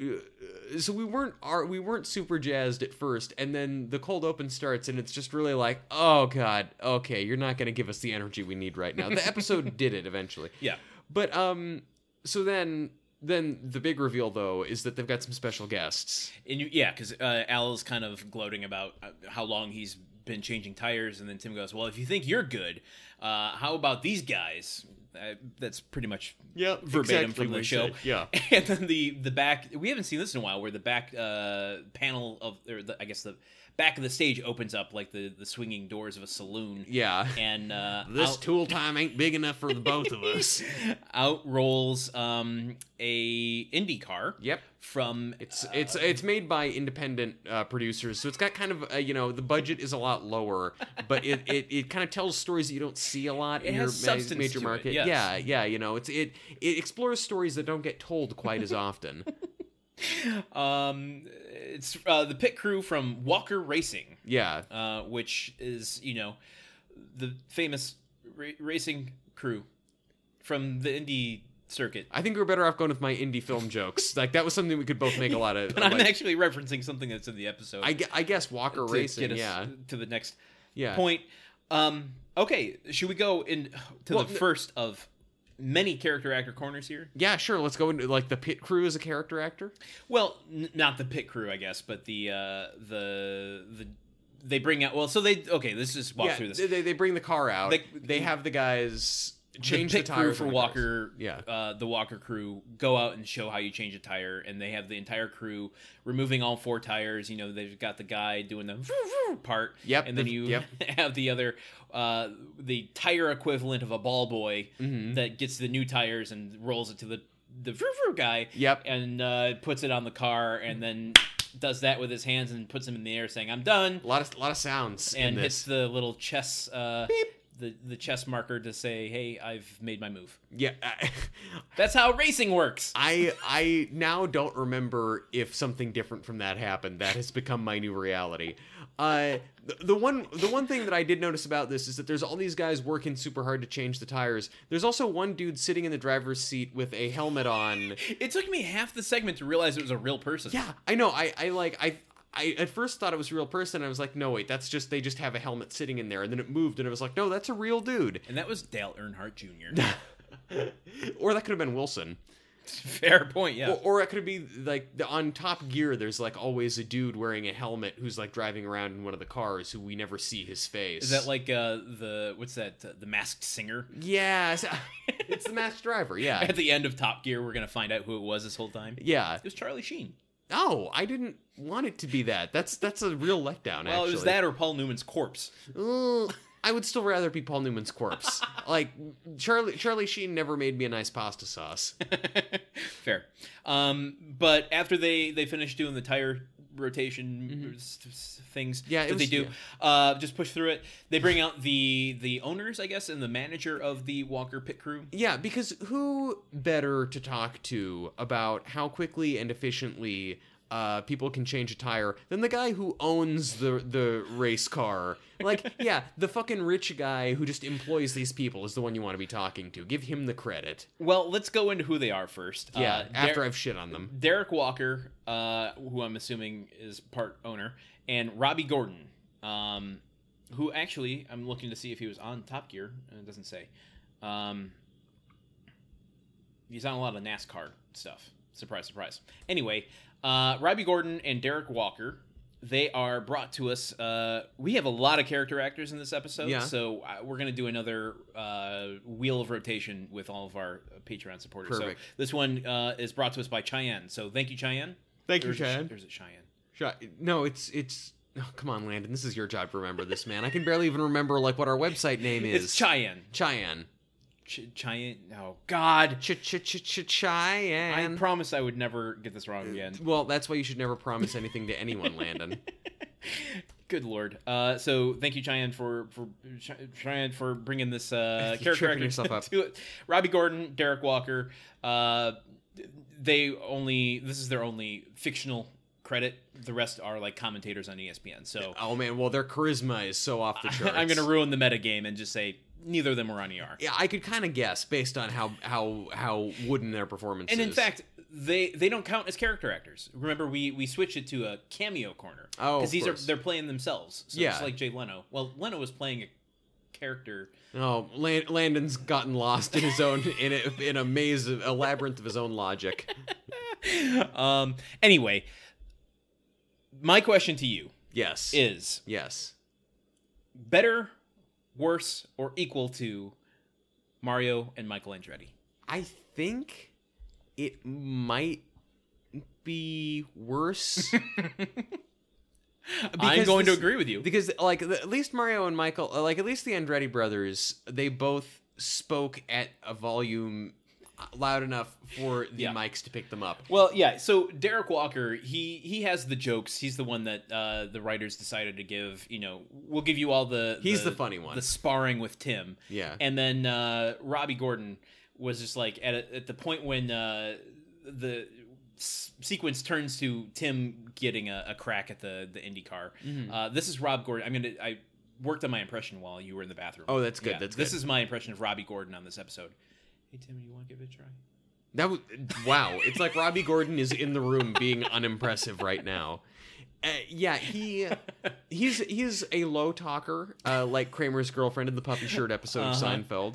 Speaker 2: uh, so we weren't are we weren't super jazzed at first, and then the cold open starts, and it's just really like, oh god, okay, you're not gonna give us the energy we need right now. The episode did it eventually.
Speaker 1: Yeah.
Speaker 2: But um, so then then the big reveal though is that they've got some special guests.
Speaker 1: And you, yeah, because uh, Al is kind of gloating about uh, how long he's been changing tires, and then Tim goes, "Well, if you think you're good, uh, how about these guys?" Uh, that's pretty much
Speaker 2: Yeah,
Speaker 1: verbatim from the show.
Speaker 2: Yeah.
Speaker 1: And then the the back we haven't seen this in a while, where the back uh, panel of or the, I guess the back of the stage opens up like the the swinging doors of a saloon,
Speaker 2: Yeah.
Speaker 1: and uh,
Speaker 2: This
Speaker 1: out,
Speaker 2: tool time ain't big enough for the both of us.
Speaker 1: out rolls um, a Indy car
Speaker 2: Yep.
Speaker 1: from
Speaker 2: It's it's it's made by independent uh, producers, so it's got kind of uh, you know the budget is a lot lower, but it, it, it kind of tells stories that you don't see a lot in
Speaker 1: It
Speaker 2: your
Speaker 1: has
Speaker 2: ma-
Speaker 1: substance
Speaker 2: major
Speaker 1: to it,
Speaker 2: market.
Speaker 1: yes.
Speaker 2: Yeah, yeah, you know it's it it explores stories that don't get told quite as often.
Speaker 1: Um, it's uh, the pit crew from Walker Racing,
Speaker 2: yeah,
Speaker 1: uh, which is you know the famous ra- racing crew from the Indy circuit.
Speaker 2: I think we're better off going with my indie film jokes. Like that was something we could both make a lot of.
Speaker 1: But I'm
Speaker 2: like,
Speaker 1: actually referencing something that's in the episode.
Speaker 2: I, gue- I guess Walker
Speaker 1: to
Speaker 2: Racing.
Speaker 1: get us
Speaker 2: Yeah,
Speaker 1: to the next
Speaker 2: yeah.
Speaker 1: point. Um, okay, should we go in to
Speaker 2: Well,
Speaker 1: the
Speaker 2: no-
Speaker 1: first of many character actor corners here?
Speaker 2: Yeah, sure. Let's go into like the pit crew as a character actor.
Speaker 1: Well, n- not the pit crew, I guess, but the uh, the the they bring out. Well, so they okay. Let's just walk
Speaker 2: yeah,
Speaker 1: through this.
Speaker 2: They- They, they bring the car out. They,
Speaker 1: They-
Speaker 2: have the guys change the,
Speaker 1: pit
Speaker 2: tires
Speaker 1: crew
Speaker 2: on
Speaker 1: for
Speaker 2: the cars.
Speaker 1: Walker.
Speaker 2: Yeah.
Speaker 1: uh, the Walker crew go out and show how you change a tire, and they have the entire crew removing all four tires. You know, they've got the guy doing the vroom, vroom part.
Speaker 2: Yep,
Speaker 1: and then
Speaker 2: the-
Speaker 1: you
Speaker 2: yep.
Speaker 1: have the other uh, the tire equivalent of a ball boy
Speaker 2: Mhm.
Speaker 1: that gets the new tires and rolls it to the the vroom, vroom guy.
Speaker 2: Yep.
Speaker 1: and uh, puts it on the car, and then does that with his hands and puts him in the air, saying, "I'm done."
Speaker 2: A lot of lot of sounds
Speaker 1: And
Speaker 2: in
Speaker 1: hits
Speaker 2: this.
Speaker 1: the little chess, uh,
Speaker 2: Beep.
Speaker 1: the the chess marker to say, "Hey, I've made my move."
Speaker 2: Yeah, I,
Speaker 1: That's how racing works.
Speaker 2: I I now don't remember if something different from that happened. That has become my new reality. Uh, the, the one the one thing that I did notice about this is that there's all these guys working super hard to change the tires. There's also one dude sitting in the driver's seat with a helmet on.
Speaker 1: It took me half the segment to realize it was a real person.
Speaker 2: Yeah, I know. I, I like I I at first thought it was a real person. I was like, no wait, that's just they just have a helmet sitting in there. And then it moved, and I was like, no, that's a real dude.
Speaker 1: And that was Dale Earnhardt Jr.
Speaker 2: or that could have been Wilson.
Speaker 1: Fair point, yeah.
Speaker 2: Or, or it could be like the, on Top Gear. There's like always a dude wearing a helmet who's like driving around in one of the cars who we never see his face.
Speaker 1: Is that like uh, the what's that? Uh, the masked singer.
Speaker 2: yeah? It's, it's the masked driver. Yeah,
Speaker 1: At the end of Top Gear, we're gonna find out who it was this whole time. It
Speaker 2: yeah.
Speaker 1: was Charlie Sheen.
Speaker 2: Oh, I didn't want it to be that. That's that's a real letdown.
Speaker 1: Well,
Speaker 2: actually.
Speaker 1: it was that or Paul Newman's corpse.
Speaker 2: Ooh, I would still rather be Paul Newman's corpse. like Charlie Charlie Sheen never made me a nice pasta sauce.
Speaker 1: Fair. Um, but after they they finish doing the tire rotation s- s- things
Speaker 2: Mm-hmm. Yeah, it
Speaker 1: that they
Speaker 2: was-
Speaker 1: do,
Speaker 2: yeah.
Speaker 1: uh, just push through it. They bring out the the owners, I guess, and the manager of the Walker Pit Crew.
Speaker 2: Yeah, because who better to talk to about how quickly and efficiently uh, people can change a tire than the guy who owns the the race car? Like, yeah, the fucking rich guy who just employs these people is the one you want to be talking to. Give him the credit.
Speaker 1: Well, let's go into who they are first.
Speaker 2: Yeah,
Speaker 1: uh,
Speaker 2: after
Speaker 1: Der-
Speaker 2: I've shit on them.
Speaker 1: Derek Walker, uh, who I'm assuming is part owner, and Robbie Gordon, um, who actually I'm looking to see if he was on Top Gear. and It doesn't say. Um, he's on a lot of NASCAR stuff. Surprise, surprise. Anyway, uh, Robbie Gordon and Derek Walker. They are brought to us. Uh, we have a lot of character actors in this episode,
Speaker 2: Yeah.
Speaker 1: so uh, we're going to do another uh, wheel of rotation with all of our Patreon supporters. So
Speaker 2: Perfect.
Speaker 1: this one uh, is brought to us by Cheyenne. So thank you, Cheyenne.
Speaker 2: Thank
Speaker 1: Or is it- or is it Cheyenne?
Speaker 2: Shot. No, it's it's. Oh, come on, Landon. This is your job to remember this, man. I can barely even remember like what our website name is.
Speaker 1: It's Cheyenne.
Speaker 2: Cheyenne.
Speaker 1: Ch- Cheyenne. Oh God.
Speaker 2: Ch ch ch ch
Speaker 1: I
Speaker 2: Cheyenne. Uh,
Speaker 1: promised I would never get this wrong again.
Speaker 2: well, that's why you should never promise anything to anyone, Landon.
Speaker 1: Good lord. Uh, so thank you, Cheyenne, for for Ch- Cheyenne for bringing this uh, character
Speaker 2: Tripping
Speaker 1: actor
Speaker 2: yourself up.
Speaker 1: to it. Robbie Gordon, Derek Walker. Uh, they only this is their only fictional credit. The rest are like commentators on E ESPN. So
Speaker 2: Oh man, well their charisma is so off the charts.
Speaker 1: I'm gonna ruin the metagame and just say neither of them were on ER.
Speaker 2: Yeah, I could kind of guess based on how how how wooden their performance
Speaker 1: And
Speaker 2: is.
Speaker 1: in fact, they they don't count as character actors. Remember, we we switched it to a cameo corner.
Speaker 2: Oh, of
Speaker 1: these
Speaker 2: course.
Speaker 1: are they're playing themselves. So
Speaker 2: Yeah.
Speaker 1: it's like Jay Leno. Well, Leno was playing a character.
Speaker 2: oh, Lan- Landon's gotten lost in his own in a, in a maze of, a labyrinth of his own logic.
Speaker 1: Um. Anyway, my question to you
Speaker 2: Yes.
Speaker 1: is:
Speaker 2: yes.
Speaker 1: better, worse, or equal to Mario and Michael Andretti?
Speaker 2: I think it might be worse
Speaker 1: I'm
Speaker 2: Because
Speaker 1: going
Speaker 2: this-
Speaker 1: to agree with you.
Speaker 2: because, like, the, at least Mario and Michael, uh, like, at least the Andretti brothers, they both spoke at a volume loud enough for the
Speaker 1: Yeah.
Speaker 2: mics to pick them up.
Speaker 1: Well, yeah. So Derek Walker, he he has the jokes. He's the one that uh, the writers decided to give. You know, we'll give you all the.
Speaker 2: He's the funny one.
Speaker 1: The sparring with Tim,
Speaker 2: Yeah.
Speaker 1: and then uh, Robbie Gordon was just like at a, at the point when uh, the s- sequence turns to Tim getting a, a crack at the the Indy car.
Speaker 2: Mm-hmm.
Speaker 1: Uh, this is Rob Gordon. I'm gonna I worked on my impression while you were in the bathroom.
Speaker 2: Oh, that's good, that's
Speaker 1: This
Speaker 2: good.
Speaker 1: is my impression of Robbie Gordon on this episode. Hey Tim, you want to give it a try?
Speaker 2: That was wow. It's like Robbie Gordon is in the room being unimpressive right now. Uh, yeah, he he's he's a low talker, uh, like Kramer's girlfriend in the puppy shirt episode of
Speaker 1: Uh-huh.
Speaker 2: Seinfeld.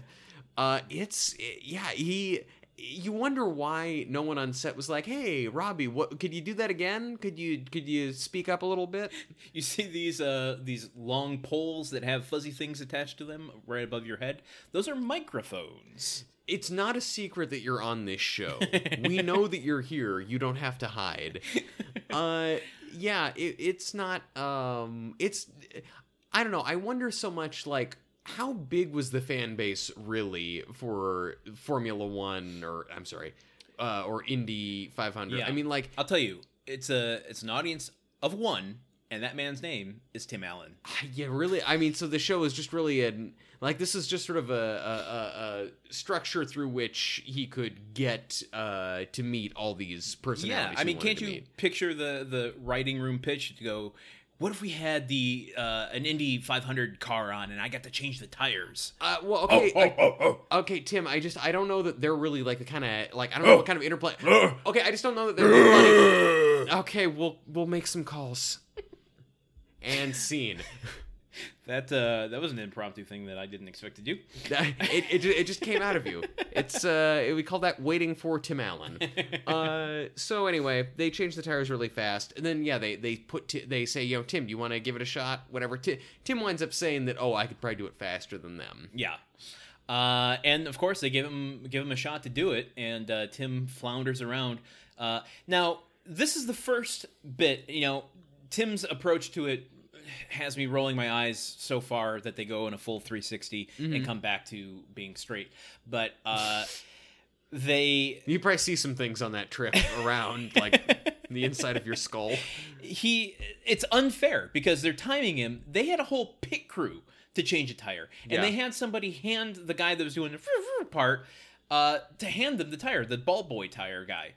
Speaker 2: Uh, it's yeah, he. You wonder why no one on set was like, "Hey, Robbie, what could you do that again? Could you could you speak up a little bit?"
Speaker 1: You see these uh these long poles that have fuzzy things attached to them right above your head? Those are microphones.
Speaker 2: It's not a secret that you're on this show. we know that you're here. You don't have to hide. Uh, yeah, it, it's not. Um, it's. I don't know. I wonder so much like how big was the fan base really for Formula One or I'm sorry, uh, or Indy 500.
Speaker 1: Yeah.
Speaker 2: I mean, like
Speaker 1: I'll tell you, it's a it's an audience of one, and that man's name is Tim Allen.
Speaker 2: yeah, really. I mean, so the show is just really an like this is just sort of a a, a, a structure through which he could get uh, to meet all these personalities.
Speaker 1: Yeah, I
Speaker 2: he
Speaker 1: mean,
Speaker 2: wanted
Speaker 1: can't
Speaker 2: to
Speaker 1: you
Speaker 2: meet.
Speaker 1: picture the the writing room pitch to go? What if we had the uh, an Indy 500 car on, and I got to change the tires?
Speaker 2: Uh, well, okay, I-
Speaker 1: oh, oh. Oh.
Speaker 2: okay, Tim. I just I don't know that they're really like the kind of like I don't know what kind of interplay. Okay, I just don't know that they're. really funny. okay, we'll we'll make some calls. And scene.
Speaker 1: That uh, that was an impromptu thing that I didn't expect to do.
Speaker 2: That- it, it, ju- it just came out of you. It's uh, we call that waiting for Tim Allen. Uh, so anyway, they change the tires really fast, and then yeah, they they put t- they say, you know, Tim, do you want to give it a shot? Whatever. Ti- Tim winds up saying that, oh, I could probably do it faster than them.
Speaker 1: Yeah. Uh, and of course, they give him give him a shot to do it, and uh, Tim flounders around. Uh, now, this is the first bit. You know, Tim's approach to it has me rolling my eyes so far that they go in a full 360 and come back to being straight. But uh, they
Speaker 2: You probably see some things on that trip around like the inside of your skull.
Speaker 1: he it's unfair because they're timing him. They had a whole pit crew to change a tire, and
Speaker 2: Yeah.
Speaker 1: they had somebody hand the guy that was doing the vroom, vroom part uh, to hand them the tire, the ball boy tire guy.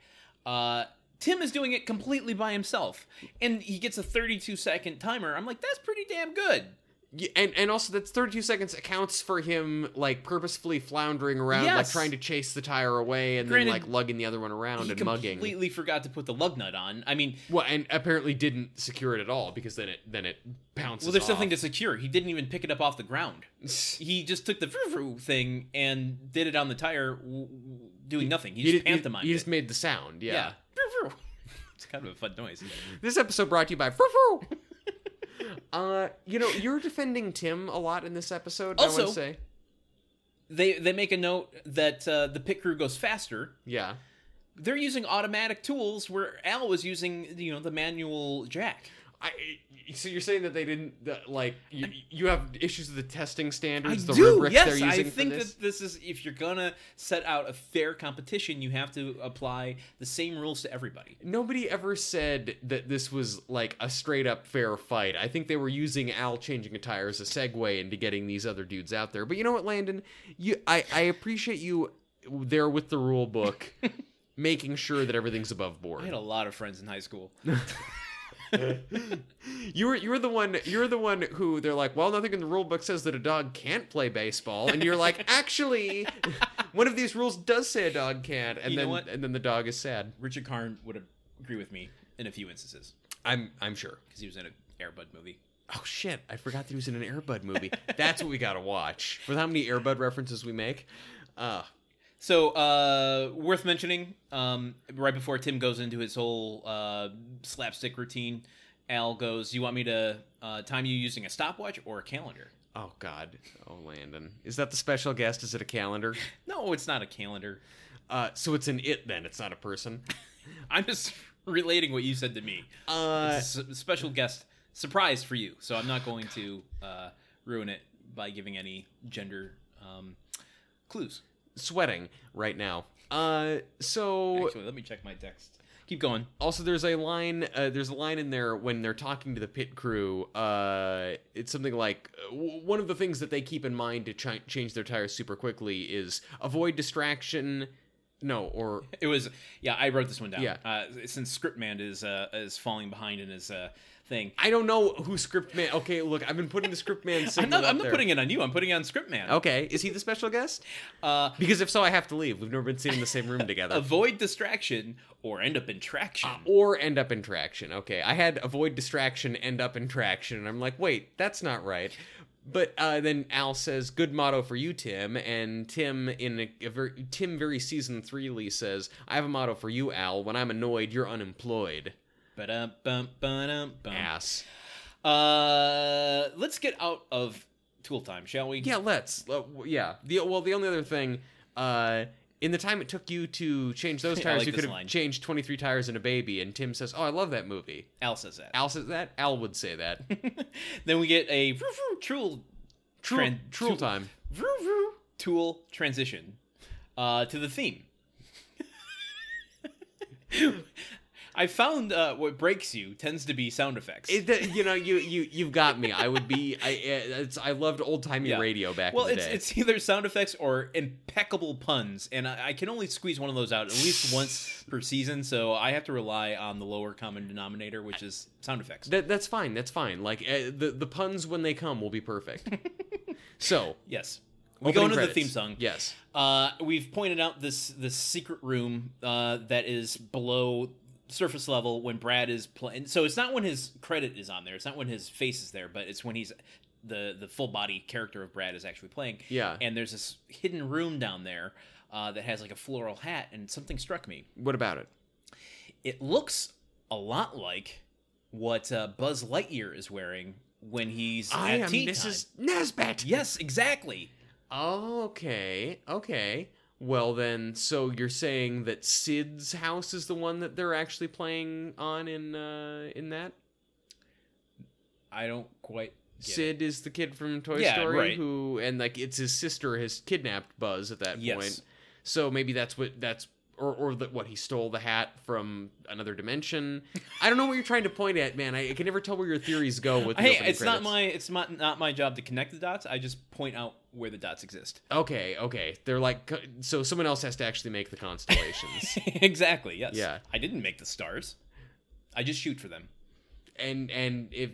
Speaker 1: Uh, Tim is doing it completely by himself, and he gets a 32 second timer. I'm like, that's pretty damn good.
Speaker 2: Y- And and also that's 32 seconds accounts for him like purposefully floundering around, like
Speaker 1: Yes.
Speaker 2: trying to chase the tire away and
Speaker 1: Granted,
Speaker 2: then like lugging the other one around
Speaker 1: He
Speaker 2: and mugging.
Speaker 1: completely forgot to put the lug nut on. I mean,
Speaker 2: Well, and apparently didn't secure it at all because then it then it bounces.
Speaker 1: well, there's
Speaker 2: off.
Speaker 1: something to secure. He didn't even pick it up off the ground. He just took the vroom, vroom thing and did it on the tire, w- w- doing nothing. He,
Speaker 2: You
Speaker 1: just
Speaker 2: di- you-
Speaker 1: pantomimed
Speaker 2: You
Speaker 1: it.
Speaker 2: just made the sound. Yeah.
Speaker 1: Yeah. it's kind of a fun noise.
Speaker 2: This episode brought to you by Frou Frou. Uh, you know, you're defending Tim a lot in this episode. I
Speaker 1: Also-
Speaker 2: want to say,
Speaker 1: They they make a note that uh, the pit crew goes faster.
Speaker 2: yeah,
Speaker 1: They're using automatic tools where Al was using you know the manual jack.
Speaker 2: I. So you're saying that they didn't that, like you, you have issues with the testing standards, the rubrics
Speaker 1: yes.
Speaker 2: they're using
Speaker 1: I
Speaker 2: for
Speaker 1: think
Speaker 2: this?
Speaker 1: that this is if you're gonna set out a fair competition, you have to apply the same rules to everybody.
Speaker 2: Nobody ever said that this was like a straight up fair fight. I think they were using Al changing a tire as a segue into getting these other dudes out there. But you know what, Landon? You, I, I appreciate you there with the rule book, making sure that everything's above
Speaker 1: I had
Speaker 2: board.
Speaker 1: a lot of friends in high school.
Speaker 2: You were you were the one you were the one who they're like, well, nothing in the rule book says that a dog can't play baseball, and you're like, actually, one of these rules does say a dog can't, and
Speaker 1: You know
Speaker 2: then
Speaker 1: what?
Speaker 2: and then the dog is sad.
Speaker 1: Richard Karn would agree with me in a few instances
Speaker 2: I'm I'm sure.
Speaker 1: because he was in an Airbud movie.
Speaker 2: Oh shit! I forgot that he was in an Airbud movie. That's what we gotta watch. With how many Airbud references we make, uh,
Speaker 1: So, uh, worth mentioning, um, right before Tim goes into his whole uh, slapstick routine, Al goes, You want me to uh, time you using a stopwatch or a calendar?
Speaker 2: oh god, oh Landon, is that the special guest? Is it a calendar?
Speaker 1: No, it's not a calendar.
Speaker 2: Uh, so it's an it then. It's not a person.
Speaker 1: I'm just relating what you said to me.
Speaker 2: Uh,
Speaker 1: It's a s- special guest surprise for you, so I'm not going to uh, ruin it by giving any gender um, clues.
Speaker 2: sweating right now. Uh, so
Speaker 1: Actually, let me check my text. Keep going.
Speaker 2: also there's a line uh, there's a line in there when they're talking to the pit crew uh, it's something like uh, w- one of the things that they keep in mind to ch- change their tires super quickly is avoid distraction no or
Speaker 1: It was yeah. I wrote this one down.
Speaker 2: Yeah.
Speaker 1: Uh, since Scriptman is uh, is falling behind in his uh, thing.
Speaker 2: I don't know who script man. Okay, look, I've been putting the script man
Speaker 1: I'm
Speaker 2: signal.
Speaker 1: not,
Speaker 2: up
Speaker 1: I'm not
Speaker 2: there. Oh.
Speaker 1: putting it on you. I'm putting it on Scriptman.
Speaker 2: Okay, is he the special guest?
Speaker 1: Uh,
Speaker 2: Because if so, I have to leave. We've never been seen in the same room together.
Speaker 1: avoid distraction or end up in traction.
Speaker 2: or end up in traction. Okay, I had avoid distraction, end up in traction, and I'm like, wait, that's not right. But uh, then Al says, "Good motto for you, Tim." And Tim in a, a ver- Tim very season threely says, "I have a motto for you, Al. When I'm annoyed, you're unemployed."
Speaker 1: Ba-dum, bum, ba-dum, bum.
Speaker 2: Ass. Ah.
Speaker 1: Uh, let's get out of tool time, shall we?
Speaker 2: Yeah, let's. Uh, w- yeah. The well, the only other thing, uh, in the time it took you to change those
Speaker 1: I
Speaker 2: tires,
Speaker 1: like
Speaker 2: you
Speaker 1: this
Speaker 2: could have
Speaker 1: line.
Speaker 2: changed 23 tires and a baby. And Tim says, "Oh, I love that movie."
Speaker 1: Al says that.
Speaker 2: Al says that. Al would say that.
Speaker 1: then we get a vroom, vroom, tool,
Speaker 2: True.
Speaker 1: Tran-
Speaker 2: true
Speaker 1: tool-
Speaker 2: time.
Speaker 1: vroom, vroom, tool transition uh, to the theme. I found uh, what breaks you tends to be sound effects.
Speaker 2: It, that- you know, you you you've got me. I would be. I eh, it's. I loved old timey
Speaker 1: Yeah.
Speaker 2: radio back
Speaker 1: well,
Speaker 2: in the
Speaker 1: it's
Speaker 2: day.
Speaker 1: it's either sound effects or impeccable puns, and I, I can only squeeze one of those out at least once per season. So I have to rely on the lower common denominator, which is sound effects.
Speaker 2: that, that's fine. That's fine. Like uh, the the puns when they come will be perfect. so
Speaker 1: yes, we
Speaker 2: opening
Speaker 1: go into
Speaker 2: credits.
Speaker 1: the theme song.
Speaker 2: Yes.
Speaker 1: Uh, we've pointed out this this secret room uh, that is below surface level when Brad is playing. So it's not when his credit is on there. It's not when his face is there, but it's when he's the the full body character of Brad is actually playing.
Speaker 2: Yeah.
Speaker 1: And there's this hidden room down there uh, that has like a floral hat, and something struck me.
Speaker 2: What about it?
Speaker 1: It looks a lot like what uh, Buzz Lightyear is wearing when he's
Speaker 2: I
Speaker 1: at
Speaker 2: am
Speaker 1: tea
Speaker 2: Mrs.
Speaker 1: time.
Speaker 2: Nesbit.
Speaker 1: Yes, exactly.
Speaker 2: Okay, okay. Well then, so you're saying that Sid's house is the one that they're actually playing on in uh in that?
Speaker 1: I don't quite. get it.
Speaker 2: Sid is the kid from Toy
Speaker 1: Yeah,
Speaker 2: Story
Speaker 1: right.
Speaker 2: who and like it's his sister has kidnapped Buzz at that
Speaker 1: Yes.
Speaker 2: point. So maybe that's what that's or or that what he stole the hat from another dimension. I don't know what you're trying to point at, man. I, I can never tell where your theories go with the
Speaker 1: hey,
Speaker 2: opening
Speaker 1: it's not
Speaker 2: credits.
Speaker 1: my it's not not my job to connect the dots. I just point out where the dots exist.
Speaker 2: Okay, okay. They're like co- so someone else has to actually make the constellations.
Speaker 1: exactly. Yes.
Speaker 2: Yeah.
Speaker 1: I didn't make the stars. I just shoot for them.
Speaker 2: and and if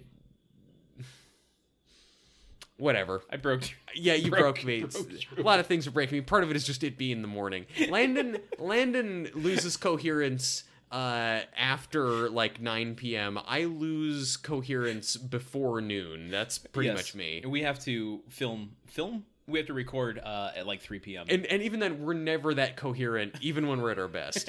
Speaker 2: whatever
Speaker 1: I broke.
Speaker 2: yeah you broke,
Speaker 1: Broke-
Speaker 2: me
Speaker 1: broke
Speaker 2: It's-
Speaker 1: through.
Speaker 2: a lot of things are breaking me part of it is just it being the morning landon landon loses coherence uh after like 9 p.m i lose coherence before noon that's pretty
Speaker 1: Yes.
Speaker 2: much me
Speaker 1: And we have to film film. We have to record uh, at like 3 p.m.
Speaker 2: and and even then we're never that coherent even when we're at our best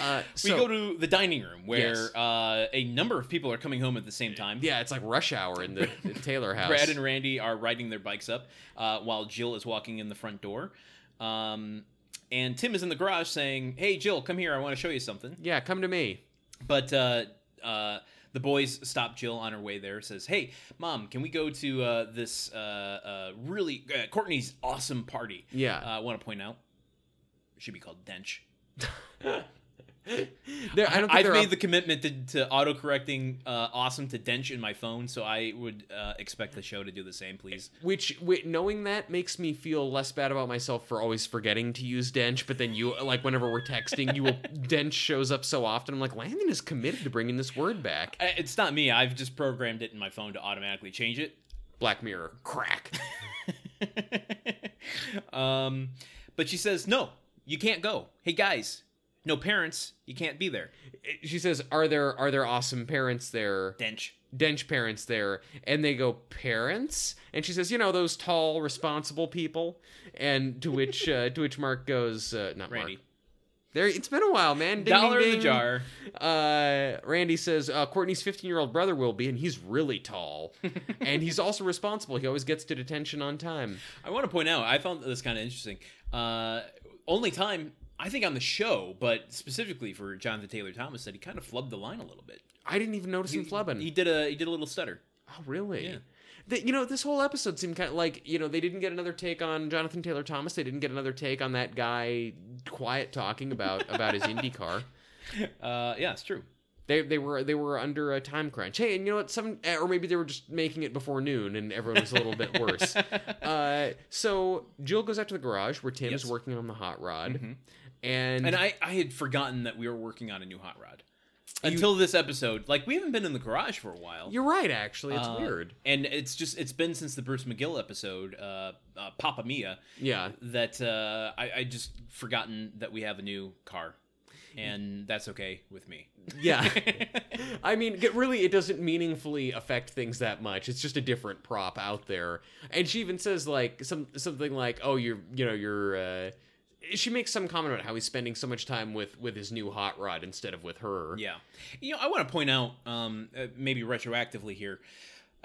Speaker 2: uh
Speaker 1: we
Speaker 2: so
Speaker 1: go to the dining room where
Speaker 2: Yes.
Speaker 1: uh, a number of people are coming home at the same time.
Speaker 2: yeah it's like rush hour in the, the taylor house
Speaker 1: Brad and Randy are riding their bikes up uh, while Jill is walking in the front door. Um, and Tim is in the garage saying, Hey, Jill, come here. I want to show you something.
Speaker 2: yeah come to me
Speaker 1: But uh, uh, the boys stop Jill on her way there. Says, "Hey, mom, can we go to uh, this uh, uh, really uh, Courtney's awesome party?"
Speaker 2: yeah
Speaker 1: Uh, I want to point out, it should be called Dench.
Speaker 2: There- i don't think
Speaker 1: I've
Speaker 2: they're
Speaker 1: made
Speaker 2: up-
Speaker 1: the commitment to, to auto correcting uh, awesome to Dench in my phone, so I would uh, expect the show to do the same, please.
Speaker 2: Which, wi- knowing that makes me feel less bad about myself for always forgetting to use Dench. But then you, like, whenever we're texting, you will Dench shows up so often. I'm like, Landon is committed to bringing this word back.
Speaker 1: Uh, It's not me. I've just programmed it in my phone to automatically change it.
Speaker 2: Black Mirror, crack.
Speaker 1: um, but she says, "No, you can't go. Hey guys, no parents. You can't be there."
Speaker 2: She says, "Are there are there awesome parents there?
Speaker 1: Dench.
Speaker 2: Dench parents there?" And they go, "Parents?" And she says, "You know those tall, responsible people." And to which uh, to which Mark goes, uh, "Not
Speaker 1: Randy.
Speaker 2: Mark." There, it's been a while, man. Ding, ding,
Speaker 1: Dollar in
Speaker 2: ding.
Speaker 1: the jar.
Speaker 2: Uh, Randy says uh, Courtney's 15 year old brother will be, and he's really tall. and he's also responsible. He always gets to detention on time.
Speaker 1: I want to point out, I found this kind of interesting. Uh, only time, I think on the show, but specifically for Jonathan Taylor Thomas, that he kind of flubbed the line a little bit.
Speaker 2: I didn't even notice him
Speaker 1: He-
Speaker 2: flubbing.
Speaker 1: He did a he did a little stutter.
Speaker 2: oh, really?
Speaker 1: Yeah.
Speaker 2: The- you know, this whole episode seemed kind of like, you know, they didn't get another take on Jonathan Taylor Thomas. They didn't get another take on that guy quiet talking about, about his IndyCar.
Speaker 1: Uh, yeah, it's true.
Speaker 2: They, they were they were under a time crunch. Hey, and you know what? Some eh, or maybe they were just making it before noon, and everyone was a little bit worse. Uh, so Jill goes out to the garage where Tim's
Speaker 1: Yes.
Speaker 2: working on the hot rod,
Speaker 1: Mhm.
Speaker 2: and,
Speaker 1: And I I had forgotten that we were working on a new hot rod.
Speaker 2: You-
Speaker 1: until this episode. Like we haven't been in the garage for a while.
Speaker 2: You're right, actually. It's
Speaker 1: Uh,
Speaker 2: weird.
Speaker 1: and it's just it's been since the Bruce McGill episode, uh, uh, Papa Mia,
Speaker 2: Yeah.
Speaker 1: that uh, I, I just forgotten that we have a new car, and that's okay with me.
Speaker 2: Yeah. I mean, it really, it doesn't meaningfully affect things that much. It's just a different prop out there. And she even says like some something like, "Oh, you're you know you're." Uh, she makes some comment about how he's spending so much time with with his new hot rod instead of with her.
Speaker 1: Yeah. You know, I want to point out, um, uh, maybe retroactively here,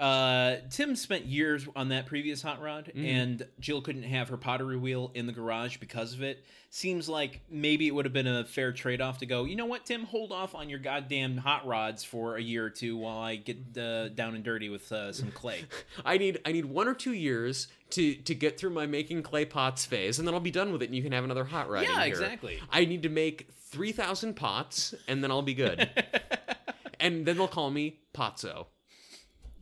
Speaker 1: uh, Tim spent years on that previous hot rod,
Speaker 2: Mhm.
Speaker 1: and Jill couldn't have her pottery wheel in the garage because of it. Seems like maybe it would have been a fair trade off to go, you know what, Tim, hold off on your goddamn hot rods for a year or two while I get uh, down and dirty with uh, some clay.
Speaker 2: I need I need one or two years to to get through my making clay pots phase, and then I'll be done with it, and you can have another hot rod. in
Speaker 1: yeah,
Speaker 2: here.
Speaker 1: exactly.
Speaker 2: I need to make three thousand pots, and then I'll be good. and then they'll call me Potso.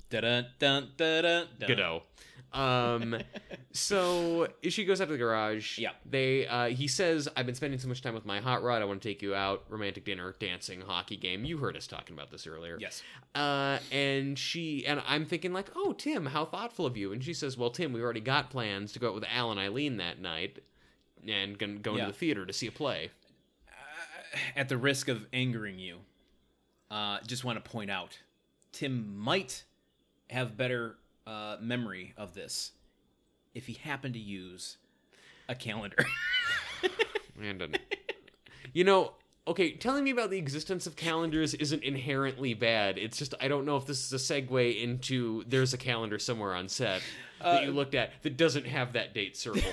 Speaker 1: Dun dun dun dun dun.
Speaker 2: Godot. Um, so she goes out to the garage.
Speaker 1: Yeah.
Speaker 2: They. Uh, he says, "I've been spending so much time with my hot rod. I want to take you out. Romantic dinner, dancing, hockey game. You heard us talking about this earlier."
Speaker 1: Yes.
Speaker 2: Uh, and she and I'm thinking like, "Oh, Tim, how thoughtful of you." And she says, "Well, Tim, we've already got plans to go out with Al and Eileen that night, and gonna go
Speaker 1: Yeah.
Speaker 2: into the theater to see a play."
Speaker 1: at the risk of angering you, uh, just want to point out Tim might have better uh, memory of this if he happened to use a calendar.
Speaker 2: And uh, you know, okay, telling me about the existence of calendars isn't inherently bad. It's just I don't know if this is a segue into there's a calendar somewhere on set that you
Speaker 1: Uh,
Speaker 2: looked at that doesn't have that date circled.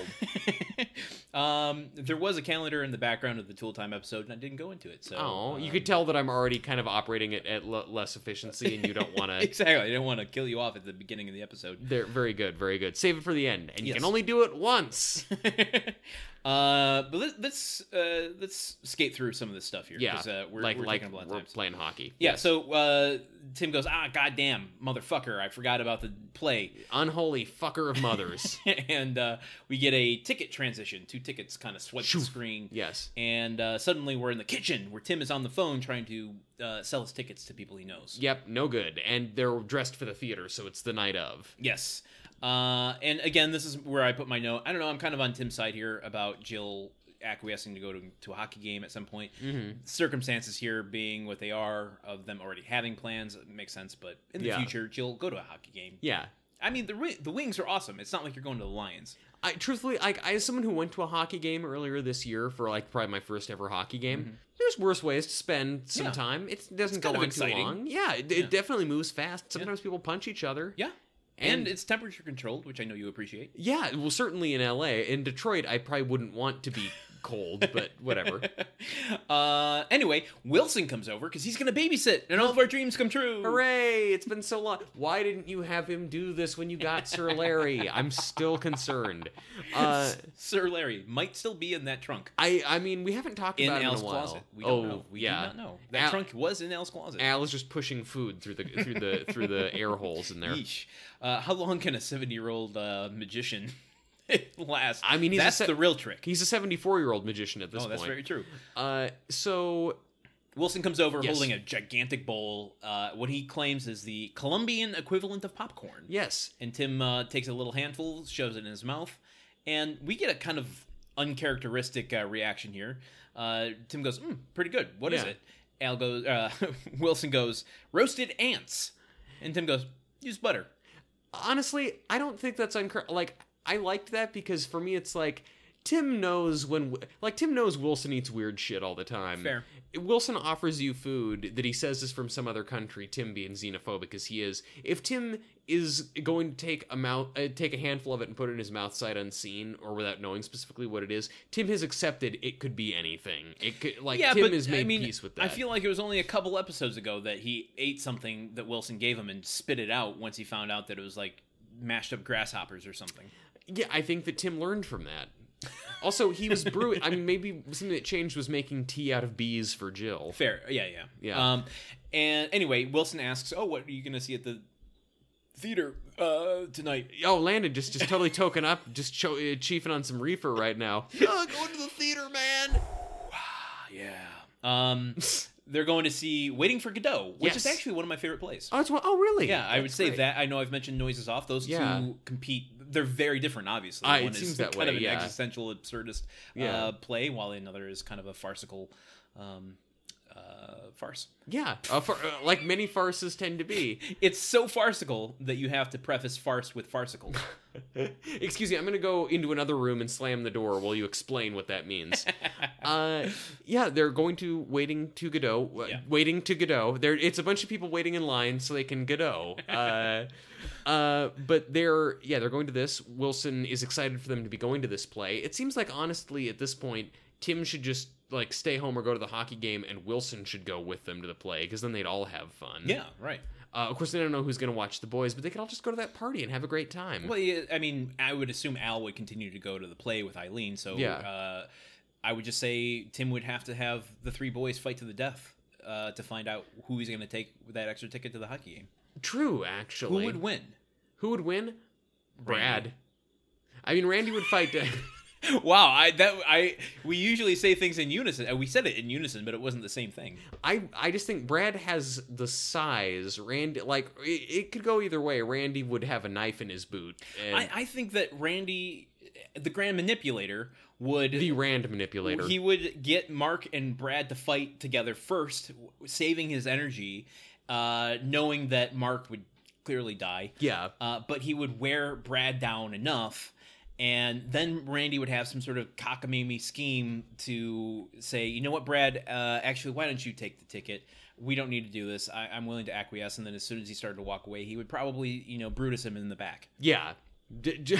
Speaker 1: um, there was a calendar in the background of the Tool Time episode, and I didn't go into it. So,
Speaker 2: oh, you
Speaker 1: um,
Speaker 2: could tell that I'm already kind of operating at, at l- less efficiency, and you don't want to.
Speaker 1: exactly. I didn't want to kill you off at the beginning of the episode.
Speaker 2: They're very good, very good. Save it for the end, and you can
Speaker 1: Yes.
Speaker 2: only do it once.
Speaker 1: uh, but let, let's uh, let's skate through some of this stuff here.
Speaker 2: Yeah,
Speaker 1: 'cause, uh, we're,
Speaker 2: like
Speaker 1: we're
Speaker 2: like
Speaker 1: taking up a lot of
Speaker 2: we're
Speaker 1: time, so-
Speaker 2: playing hockey.
Speaker 1: Yeah, so uh, Tim goes, ah, goddamn, motherfucker, I forgot about the play.
Speaker 2: Unholy fucker of mothers.
Speaker 1: and uh, we get a ticket transition. Two tickets kind of swipe the
Speaker 2: Shoo.
Speaker 1: screen.
Speaker 2: yes.
Speaker 1: And uh, suddenly we're in the kitchen where Tim is on the phone trying to uh, sell his tickets to people he knows.
Speaker 2: Yep. No good. And they're dressed for the theater, so it's the night of.
Speaker 1: Yes. Uh, and again, this is where I put my note. I don't know, I'm kind of on Tim's side here about Jill acquiescing to go to, to a hockey game at some point.
Speaker 2: Mm-hmm.
Speaker 1: Circumstances here being what they are, of them already having plans, it makes sense. But in the
Speaker 2: Yeah.
Speaker 1: future, Jill, go to a hockey game.
Speaker 2: Yeah.
Speaker 1: I mean, the wi- the wings are awesome. It's not like you're going to the Lions.
Speaker 2: I truthfully, like, I as someone who went to a hockey game earlier this year for like probably my first ever hockey game. There's worse ways to spend some
Speaker 1: Mm-hmm. Yeah.
Speaker 2: time. It
Speaker 1: It's
Speaker 2: doesn't go
Speaker 1: kind
Speaker 2: on
Speaker 1: of
Speaker 2: too
Speaker 1: exciting.
Speaker 2: long. Yeah, it,
Speaker 1: Yeah.
Speaker 2: it definitely moves fast. Sometimes people punch each other.
Speaker 1: Yeah, and,
Speaker 2: And,
Speaker 1: it's temperature controlled, which I know you appreciate.
Speaker 2: yeah, well, certainly in L.A. In Detroit, I probably wouldn't want to be cold, but whatever.
Speaker 1: uh, anyway, Wilson comes over because he's going to babysit, and all of our dreams come true.
Speaker 2: Hooray! It's been so long. Why didn't you have him do this when you got Sir Larry? I'm still concerned. Uh,
Speaker 1: Sir Larry might still be in that trunk
Speaker 2: I I mean, we haven't talked
Speaker 1: in
Speaker 2: about
Speaker 1: Al's
Speaker 2: it in a while.
Speaker 1: closet. We don't
Speaker 2: oh,
Speaker 1: know. We
Speaker 2: yeah.
Speaker 1: do not know that
Speaker 2: Al-
Speaker 1: trunk was in Al's closet.
Speaker 2: Al is just pushing food through the through the through the air holes in there.
Speaker 1: Yeesh. Uh, how long can a seventy-year-old uh, magician last?
Speaker 2: I mean, he's a
Speaker 1: that's
Speaker 2: se-
Speaker 1: the real trick.
Speaker 2: He's a 74 year old magician at this
Speaker 1: Oh, that's
Speaker 2: point.
Speaker 1: very true.
Speaker 2: Uh, so
Speaker 1: Wilson comes over
Speaker 2: Yes.
Speaker 1: holding a gigantic bowl, uh, what he claims is the Colombian equivalent of popcorn.
Speaker 2: yes,
Speaker 1: And Tim uh, takes a little handful, shoves it in his mouth, and we get a kind of uncharacteristic uh, reaction here. Uh, Tim goes, mm, "Pretty good. What is
Speaker 2: Yeah.
Speaker 1: it?" Al goes, uh, Wilson goes, "Roasted ants," and Tim goes, "Use butter."
Speaker 2: honestly, I don't think that's uncor. Like I liked that because for me, it's like Tim knows when like Tim knows Wilson eats weird shit all the time.
Speaker 1: Fair.
Speaker 2: Wilson offers you food that he says is from some other country. Tim being xenophobic as he is, if Tim is going to take a mouth, uh, take a handful of it and put it in his mouth sight unseen or without knowing specifically what it is, Tim has accepted it could be anything. It could like Tim has made peace with that.
Speaker 1: I feel like it was only a couple episodes ago that he ate something that Wilson gave him and spit it out once he found out that it was like mashed up grasshoppers or something.
Speaker 2: Yeah, I think that Tim learned from that. Also, he was brewing. I mean, maybe something that changed was making tea out of bees for Jill.
Speaker 1: Fair. Yeah, yeah.
Speaker 2: Yeah.
Speaker 1: Um, and anyway, Wilson asks, "Oh, what are you going to see at the theater uh, tonight?"
Speaker 2: Oh, Landon just just totally token up, just cho- uh, chiefing on some reefer right now.
Speaker 1: Ah, yeah. Um, they're going to see Waiting for Godot, which is
Speaker 2: Yes.
Speaker 1: actually one of my favorite plays.
Speaker 2: Oh, it's one, oh really?
Speaker 1: yeah, I would
Speaker 2: That's
Speaker 1: say
Speaker 2: great.
Speaker 1: that. I know I've mentioned Noises Off. Those
Speaker 2: Yeah.
Speaker 1: two compete. They're very different, obviously.
Speaker 2: Ah, it
Speaker 1: one is
Speaker 2: seems that
Speaker 1: kind of
Speaker 2: way,
Speaker 1: an
Speaker 2: yeah.
Speaker 1: existential absurdist
Speaker 2: Yeah.
Speaker 1: uh, play, while another is kind of a farcical um, uh, farce.
Speaker 2: Yeah, uh, for, uh, like many farces tend to be.
Speaker 1: It's so farcical that you have to preface farce with farcical.
Speaker 2: Excuse me, I'm gonna go into another room and slam the door while you explain what that means. uh, yeah, they're going to waiting to Godot, uh,
Speaker 1: Yeah.
Speaker 2: waiting to Godot. There, it's a bunch of people waiting in line so they can Godot. Uh, uh, but they're yeah, they're going to this. Wilson is excited for them to be going to this play. It seems like honestly at this point, Tim should just like stay home or go to the hockey game, and Wilson should go with them to the play because then they'd all have fun.
Speaker 1: yeah, right.
Speaker 2: Uh, of course, they don't know who's going to watch the boys, but they could all just go to that party and have a great time.
Speaker 1: Well, yeah, I mean, I would assume Al would continue to go to the play with Eileen. So
Speaker 2: Yeah.
Speaker 1: uh, I would just say Tim would have to have the three boys fight to the death uh, to find out who he's going to take with that extra ticket to the hockey game.
Speaker 2: True, actually.
Speaker 1: Who would win?
Speaker 2: Who would win? Brad. I mean, Randy would fight. To...
Speaker 1: Wow, I that I we usually say things in unison. Uh, We said it in unison, but it wasn't the same thing.
Speaker 2: I I just think Brad has the size. Randy, like it, it could go either way. Randy would have a knife in his boot. And
Speaker 1: I, I think that Randy, the Grand Manipulator, would
Speaker 2: the Rand manipulator.
Speaker 1: He would get Mark and Brad to fight together first, w- saving his energy, uh, knowing that Mark would clearly die.
Speaker 2: Yeah.
Speaker 1: Uh, but he would wear Brad down enough, and then Randy would have some sort of cockamamie scheme to say, you know what, Brad, uh, actually, why don't you take the ticket? We don't need to do this. I- I'm willing to acquiesce. And then as soon as he started to walk away, he would probably, you know, Brutus him in the back.
Speaker 2: Yeah. D- j-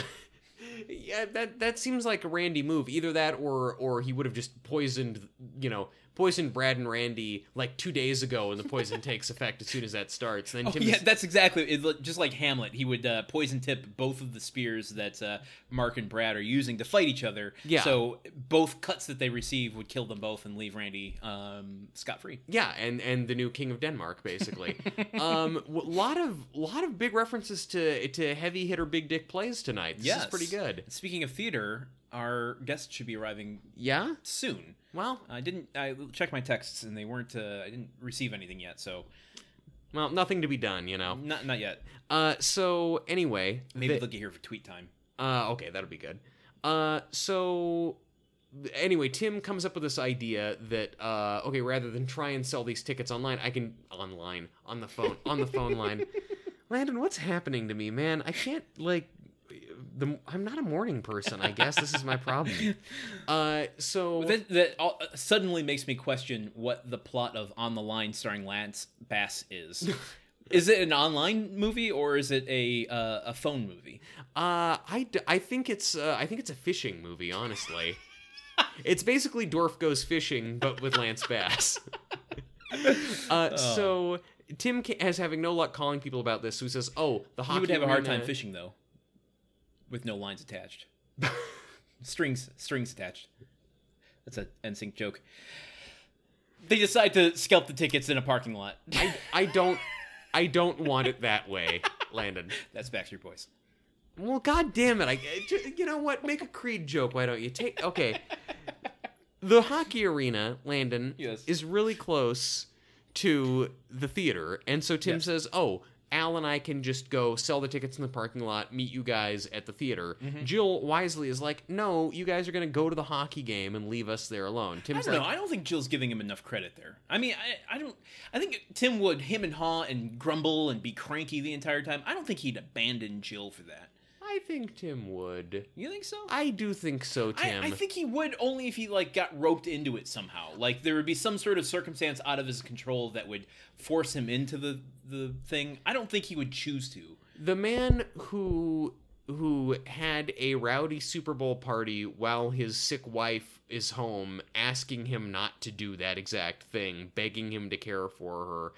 Speaker 2: yeah, that that seems like a Randy move. Either that or or he would have just poisoned, you know, poisoned Brad and Randy like 2 days ago and the poison takes effect as soon as that starts. Then Tim
Speaker 1: Oh, yeah,
Speaker 2: is-
Speaker 1: that's exactly it, look- just like Hamlet. He would uh, poison tip both of the spears that uh, Mark and Brad are using to fight each other.
Speaker 2: Yeah.
Speaker 1: So both cuts that they receive would kill them both and leave Randy um, scot free.
Speaker 2: Yeah, and and the new king of Denmark, basically. um, w- lot of lot of big references to to heavy hitter big dick plays tonight. This
Speaker 1: Yes.
Speaker 2: is pretty good.
Speaker 1: Speaking of theater, our guests should be arriving
Speaker 2: Yeah.
Speaker 1: soon.
Speaker 2: Well,
Speaker 1: I didn't. I checked my texts and they weren't. Uh, I didn't receive anything yet. So
Speaker 2: well, nothing to be done, you know.
Speaker 1: not not yet.
Speaker 2: Uh, so anyway,
Speaker 1: Maybe
Speaker 2: the-
Speaker 1: they'll get here for tweet time.
Speaker 2: Uh, okay, that'll be good. Uh, so anyway, Tim comes up with this idea that uh, okay, rather than try and sell these tickets online, I can online on the phone on the phone line. Landon, what's happening to me, man? I can't like the I'm not a morning person. I guess this is my problem. Uh, so
Speaker 1: That, that all, uh, suddenly makes me question what the plot of On the Line starring Lance Bass is. is it an online movie or is it a uh, a phone movie?
Speaker 2: Uh, I, d- I think it's uh, I think it's a fishing movie. Honestly, it's basically Dorf goes fishing, but with Lance Bass. uh,
Speaker 1: Oh.
Speaker 2: so Tim ca- has having no luck calling people about this. Who says, "Oh, the hockey
Speaker 1: he would have a hard
Speaker 2: arena-
Speaker 1: time fishing though, with no lines attached, strings strings attached. That's a NSYNC joke. They decide to scalp the tickets in a parking lot.
Speaker 2: I, I don't I don't want it that way, Landon.
Speaker 1: That's Backstreet Boys.
Speaker 2: Well, god damn it! I I ju- you know what? Make a Creed joke. Why don't you take? Okay, the hockey arena, Landon,
Speaker 1: Yes.
Speaker 2: is really close to the theater, and so Tim
Speaker 1: Yes.
Speaker 2: says, "Oh." Al and I can just go sell the tickets in the parking lot, meet you guys at the theater.
Speaker 1: Mm-hmm.
Speaker 2: Jill wisely is like, No, you guys are going to go to the hockey game and leave us there alone.
Speaker 1: I
Speaker 2: Tim's
Speaker 1: don't
Speaker 2: like,
Speaker 1: know. I don't think Jill's giving him enough credit there. I mean, I, I don't. I think Tim would him and haw and grumble and be cranky the entire time. I don't think he'd abandon Jill for that.
Speaker 2: I think Tim would.
Speaker 1: You think so?
Speaker 2: I do think so,
Speaker 1: I,
Speaker 2: Tim.
Speaker 1: I think he would only if he like got roped into it somehow. Like there would be some sort of circumstance out of his control that would force him into the the thing. I don't think he would choose to.
Speaker 2: the man who who had a rowdy Super Bowl party while his sick wife is home, asking him not to do that exact thing, begging him to care for her.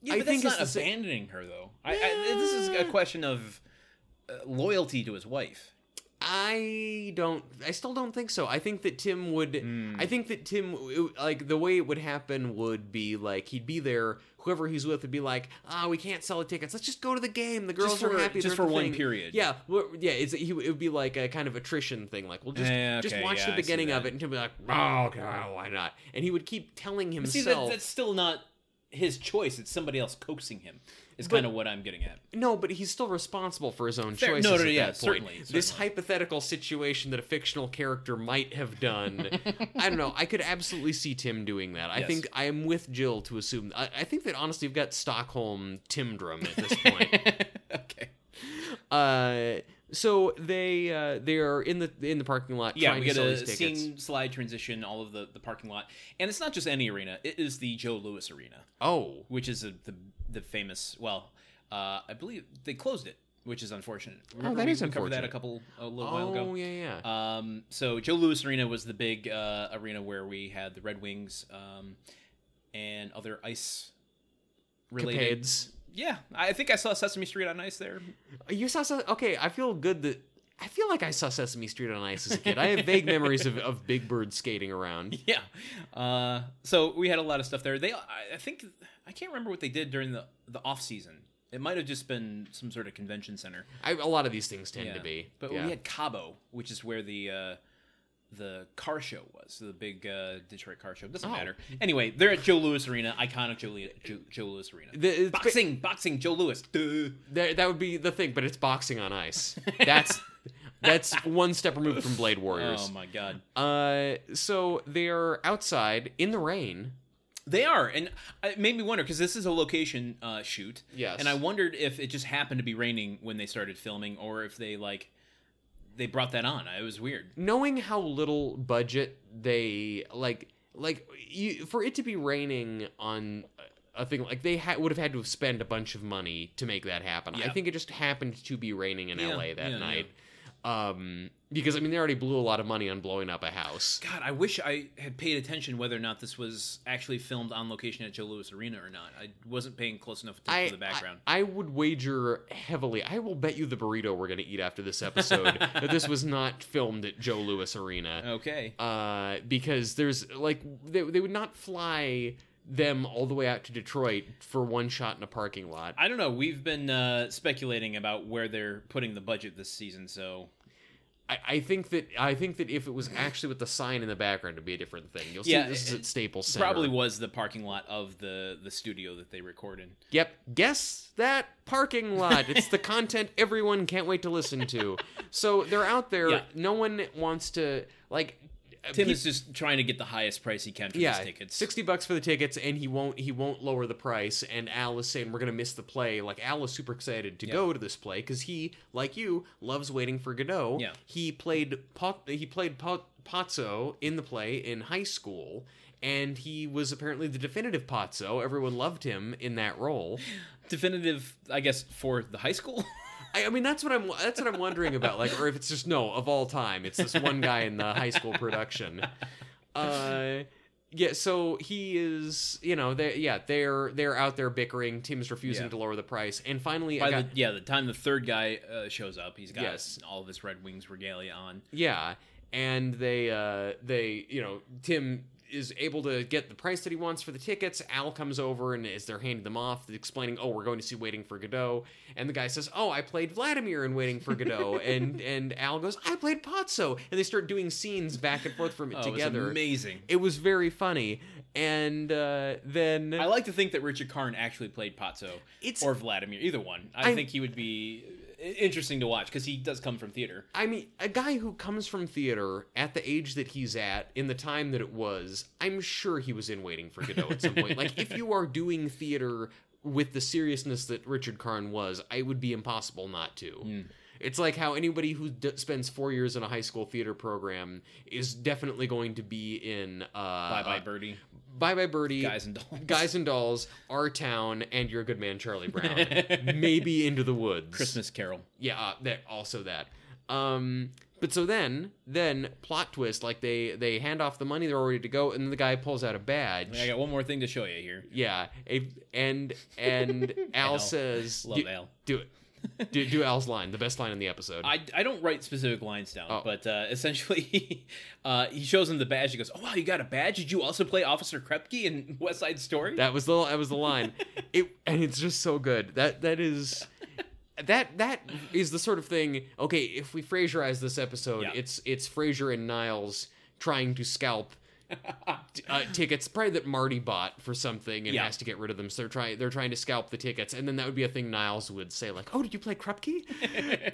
Speaker 1: Yeah,
Speaker 2: I
Speaker 1: but that's
Speaker 2: think it's
Speaker 1: not
Speaker 2: the sa-
Speaker 1: abandoning her though. I, I, this is a
Speaker 2: Yeah.
Speaker 1: question of uh, loyalty to his wife.
Speaker 2: I don't. I still don't think so. I think that Tim would.
Speaker 1: Mm.
Speaker 2: I think that Tim, it- like the way it would happen, would be like he'd be there. Whoever he's with would be like, "Ah, we can't sell the tickets. Let's just go to the game. The girls
Speaker 1: just for,
Speaker 2: are happy.
Speaker 1: just
Speaker 2: they're
Speaker 1: for
Speaker 2: at the
Speaker 1: one
Speaker 2: thing."
Speaker 1: period.
Speaker 2: Yeah, well, yeah. It's, he, it would be like a kind of attrition thing. Like, we'll just
Speaker 1: Eh,
Speaker 2: just
Speaker 1: okay,
Speaker 2: watch
Speaker 1: yeah, I see
Speaker 2: the beginning of
Speaker 1: that.
Speaker 2: it, and Tim would be like, "Oh, God, why not?" And he would keep telling
Speaker 1: But see, that,
Speaker 2: himself,
Speaker 1: that's still not his choice. It's somebody else coaxing him. Is
Speaker 2: But-
Speaker 1: kind of what I'm getting at.
Speaker 2: "No, but he's still responsible for his own
Speaker 1: Fair-
Speaker 2: choices."
Speaker 1: no, no,
Speaker 2: at
Speaker 1: yeah,
Speaker 2: that point.
Speaker 1: certainly,
Speaker 2: This
Speaker 1: certainly.
Speaker 2: hypothetical situation that a fictional character might have done, I don't know. I could absolutely see Tim doing that. I
Speaker 1: Yes.
Speaker 2: think I am with Jill to assume. I, I think that honestly, you've got Stockholm Timdrum at this point.
Speaker 1: okay.
Speaker 2: uh, so they uh, they are in the in the parking lot
Speaker 1: Yeah,
Speaker 2: trying
Speaker 1: we
Speaker 2: to
Speaker 1: get
Speaker 2: sell
Speaker 1: a
Speaker 2: these tickets.
Speaker 1: scene slide transition, all of the, the parking lot. And it's not just any arena, it is the Joe Louis Arena,
Speaker 2: Oh,
Speaker 1: which is a, the the famous, well, uh, I believe they closed it, which is unfortunate. Remember
Speaker 2: Oh, that
Speaker 1: we,
Speaker 2: is
Speaker 1: we covered that a
Speaker 2: unfortunate.
Speaker 1: couple, a little while ago.
Speaker 2: oh yeah, yeah.
Speaker 1: Um, so Joe Louis Arena was the big uh, arena where we had the Red Wings um, and other ice related.
Speaker 2: Capades.
Speaker 1: Yeah, I think I saw Sesame Street on ice there.
Speaker 2: You saw Ses- okay. I feel good that I feel like I saw Sesame Street on ice as a kid. I have vague memories of, of Big Bird skating around.
Speaker 1: Yeah, uh, so we had a lot of stuff there. They, I I think, I can't remember what they did during the the off season. It might have just been some sort of convention center.
Speaker 2: I, a lot of these things tend
Speaker 1: Yeah.
Speaker 2: to be,
Speaker 1: But
Speaker 2: yeah.
Speaker 1: we had Cabo, which is where the uh, the car show was, the big uh, Detroit car show. Doesn't
Speaker 2: Oh.
Speaker 1: matter. Anyway, they're at Joe Louis Arena, iconic Joe, Lea- Joe, Joe Louis Arena.
Speaker 2: The- it's ba-
Speaker 1: boxing, boxing, Joe Louis. Duh.
Speaker 2: that, that would be the thing, but it's boxing on ice. That's that's one step removed from Blade
Speaker 1: Oh
Speaker 2: Warriors.
Speaker 1: my god,
Speaker 2: Uh, so they're outside in the rain.
Speaker 1: they are, and it made me wonder because this is a location uh, shoot.
Speaker 2: Yes.
Speaker 1: and I wondered if it just happened to be raining when they started filming, or if they like they brought that on. It was weird.
Speaker 2: knowing how little budget they like like you, for it to be raining on a thing like they ha- would have had to have spent a bunch of money to make that happen. I
Speaker 1: Yeah.
Speaker 2: think it just happened to be raining in
Speaker 1: Yeah,
Speaker 2: LA that
Speaker 1: yeah, yeah.
Speaker 2: night. Um because I mean they already blew a lot of money on blowing up a house.
Speaker 1: God, I wish I had paid attention whether or not this was actually filmed on location at Joe Louis Arena or not. I wasn't paying close enough attention
Speaker 2: I,
Speaker 1: to the background.
Speaker 2: I I would wager heavily. I will bet you the burrito we're going to eat after this episode that this was not filmed at Joe Louis Arena.
Speaker 1: okay.
Speaker 2: uh, because there's like they, they would not fly them all the way out to Detroit for one shot in a parking lot.
Speaker 1: I don't know. We've been uh, speculating about where they're putting the budget this season, so
Speaker 2: I, I think that I think that if it was actually with the sign in the background, it'd be a different thing. You'll see
Speaker 1: Yeah,
Speaker 2: this is
Speaker 1: it-
Speaker 2: at Staples Center.
Speaker 1: probably was the parking lot of the the studio that they recorded.
Speaker 2: Yep. Guess that parking lot. It's the content everyone can't wait to listen to. So they're out there.
Speaker 1: Yeah.
Speaker 2: No one wants to like. uh,
Speaker 1: Tim
Speaker 2: peop-
Speaker 1: is just trying to get the highest price he can for
Speaker 2: yeah,
Speaker 1: these tickets.
Speaker 2: sixty bucks for the tickets, and he won't he won't lower the price. And Al is saying we're gonna miss the play. Like Al is super excited to
Speaker 1: Yeah.
Speaker 2: go to this play because he, like you, loves waiting for Godot.
Speaker 1: Yeah.
Speaker 2: he played Po- he played po- Pozzo in the play in high school. And he was apparently the definitive Pozzo. Everyone loved him in that role.
Speaker 1: Definitive, I guess, for the high school.
Speaker 2: I, I mean, that's what I'm that's what I'm wondering about. Like, or if it's just no of all time, it's this one guy in the high school production. Uh, yeah. So he is, you know, they yeah they're they're out there bickering. Tim's refusing
Speaker 1: Yeah.
Speaker 2: to lower the price, and finally,
Speaker 1: By
Speaker 2: I got,
Speaker 1: the yeah, the time the third guy uh, shows up, he's got
Speaker 2: Yes.
Speaker 1: all of his Red Wings regalia on.
Speaker 2: yeah, and they uh they you know Tim is able to get the price that he wants for the tickets. Al comes over and as they're handing them off, explaining, "Oh, we're going to see Waiting for Godot," and the guy says, "Oh, I played Vladimir in Waiting for Godot," and and Al goes, "I played Pozzo," and they start doing scenes back and forth from it
Speaker 1: Oh, it was
Speaker 2: together.
Speaker 1: amazing.
Speaker 2: It was very funny, and uh, then
Speaker 1: I like to think that Richard Karn actually played Pozzo
Speaker 2: it's.
Speaker 1: or Vladimir, either one. I
Speaker 2: I-
Speaker 1: think he would be uh, interesting to watch because he does come from theater.
Speaker 2: I mean, a guy who comes from theater at the age that he's at, in the time that it was, I'm sure he was in Waiting for Godot at some point. Like, if you are doing theater with the seriousness that Richard Karn was, I would be impossible not to.
Speaker 1: Mm.
Speaker 2: It's like how anybody who d- spends four years in a high school theater program is definitely going to be in uh,
Speaker 1: Bye bye Birdie,
Speaker 2: Bye Bye Birdie,
Speaker 1: guys and dolls.
Speaker 2: Guys and Dolls, Our Town, and Your Good Man Charlie Brown. Maybe Into the Woods.
Speaker 1: Christmas Carol.
Speaker 2: Yeah, uh, that also that. Um, but so then, then plot twist. Like they they hand off the money, they're all ready to go, and then the guy pulls out a badge.
Speaker 1: I got one more thing to show you here.
Speaker 2: yeah, a, and and Al
Speaker 1: Al.
Speaker 2: says,
Speaker 1: Love
Speaker 2: do,
Speaker 1: Al.
Speaker 2: do it, do, do Al's line, the best line in the episode.
Speaker 1: I, I don't write specific lines down,
Speaker 2: Oh.
Speaker 1: but uh, essentially, he, uh, he shows him the badge. He goes, "Oh wow, you got a badge? Did you also play Officer Krepke in West Side Story?"
Speaker 2: That was the that was the line. It and it's just so good. That that is that that is the sort of thing. Okay, if we Fraserize this episode,
Speaker 1: Yeah.
Speaker 2: it's it's Frasier and Niles trying to scalp uh, tickets, probably that Marty bought for something and
Speaker 1: Yeah.
Speaker 2: has to get rid of them. So they're trying they're trying to scalp the tickets, and then that would be a thing Niles would say like, "Oh, did you play Krupke?"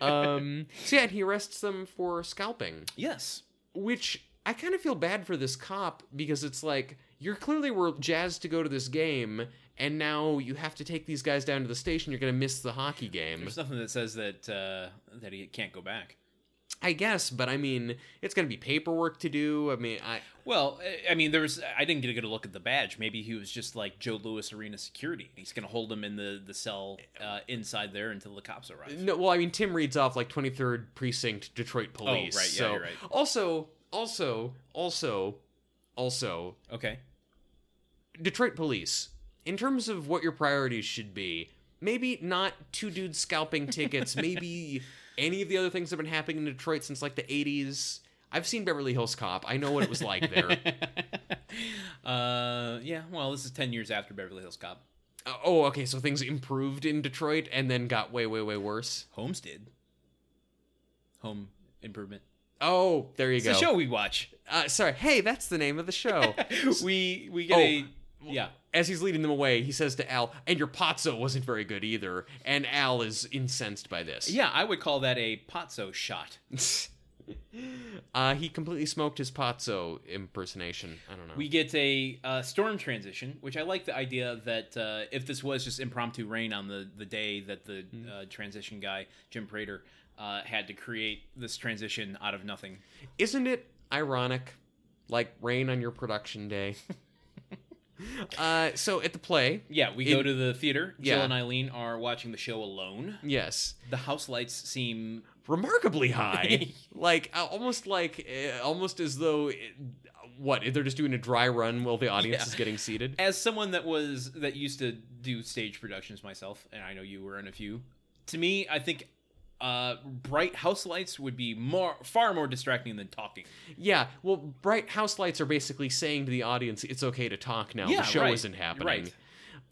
Speaker 2: um, so yeah, and he arrests them for scalping
Speaker 1: yes,
Speaker 2: which I kind of feel bad for this cop because it's like you're clearly were jazzed to go to this game and now you have to take these guys down to the station you're going to miss the hockey game.
Speaker 1: there's nothing that says that uh, that he can't go back.
Speaker 2: I guess, but I mean, it's going to be paperwork to do. I mean, I
Speaker 1: Well, I- I mean, there was. I didn't get a good look at the badge. Maybe he was just like Joe Louis Arena security. He's gonna hold him in the the cell uh, inside there until the cops arrive.
Speaker 2: no, well, I mean Tim reads off like 23rd precinct Detroit police.
Speaker 1: Oh, right, yeah,
Speaker 2: so-
Speaker 1: you're right.
Speaker 2: Also, also, also, also
Speaker 1: Okay.
Speaker 2: Detroit police, in terms of what your priorities should be, maybe not two dudes scalping tickets, maybe any of the other things that have been happening in Detroit since like the 80s. I've seen Beverly Hills Cop. I know what it was like there.
Speaker 1: uh, yeah. Well, this is ten years after Beverly Hills Cop.
Speaker 2: Uh, oh, okay. So things improved in Detroit and then got way, way, way worse.
Speaker 1: Holmes did. Home Improvement.
Speaker 2: Oh, there you
Speaker 1: It's
Speaker 2: go.
Speaker 1: a show we watch.
Speaker 2: Uh, sorry. Hey, that's the name of the show.
Speaker 1: we we get
Speaker 2: Oh.
Speaker 1: a yeah.
Speaker 2: As he's leading them away, he says to Al, and your pozzo wasn't very good either. And Al is incensed by this.
Speaker 1: Yeah, I would call that a pozzo shot.
Speaker 2: uh, he completely smoked his pozzo impersonation. I don't know.
Speaker 1: We get a uh, storm transition, which I like the idea that uh, if this was just impromptu rain on the, the day that the
Speaker 2: Hmm.
Speaker 1: uh, transition guy, Jim Prater, uh, had to create this transition out of nothing.
Speaker 2: Isn't it ironic? Like rain on your production day. uh, so at the play,
Speaker 1: Yeah, we
Speaker 2: It-
Speaker 1: go to the theater. Jill
Speaker 2: Yeah.
Speaker 1: and Eileen are watching the show alone.
Speaker 2: yes,
Speaker 1: The house lights seem.
Speaker 2: remarkably high. like uh, almost like uh, almost as though it, what they're just doing a dry run while the audience
Speaker 1: Yeah.
Speaker 2: is getting seated.
Speaker 1: As someone that was that used to do stage productions myself, and I know you were in a few. To me, I think uh, bright house lights would be more far more distracting than talking.
Speaker 2: Yeah, well, bright house lights are basically saying to the audience, "It's okay to talk now.
Speaker 1: Yeah,
Speaker 2: the show
Speaker 1: right.
Speaker 2: isn't happening."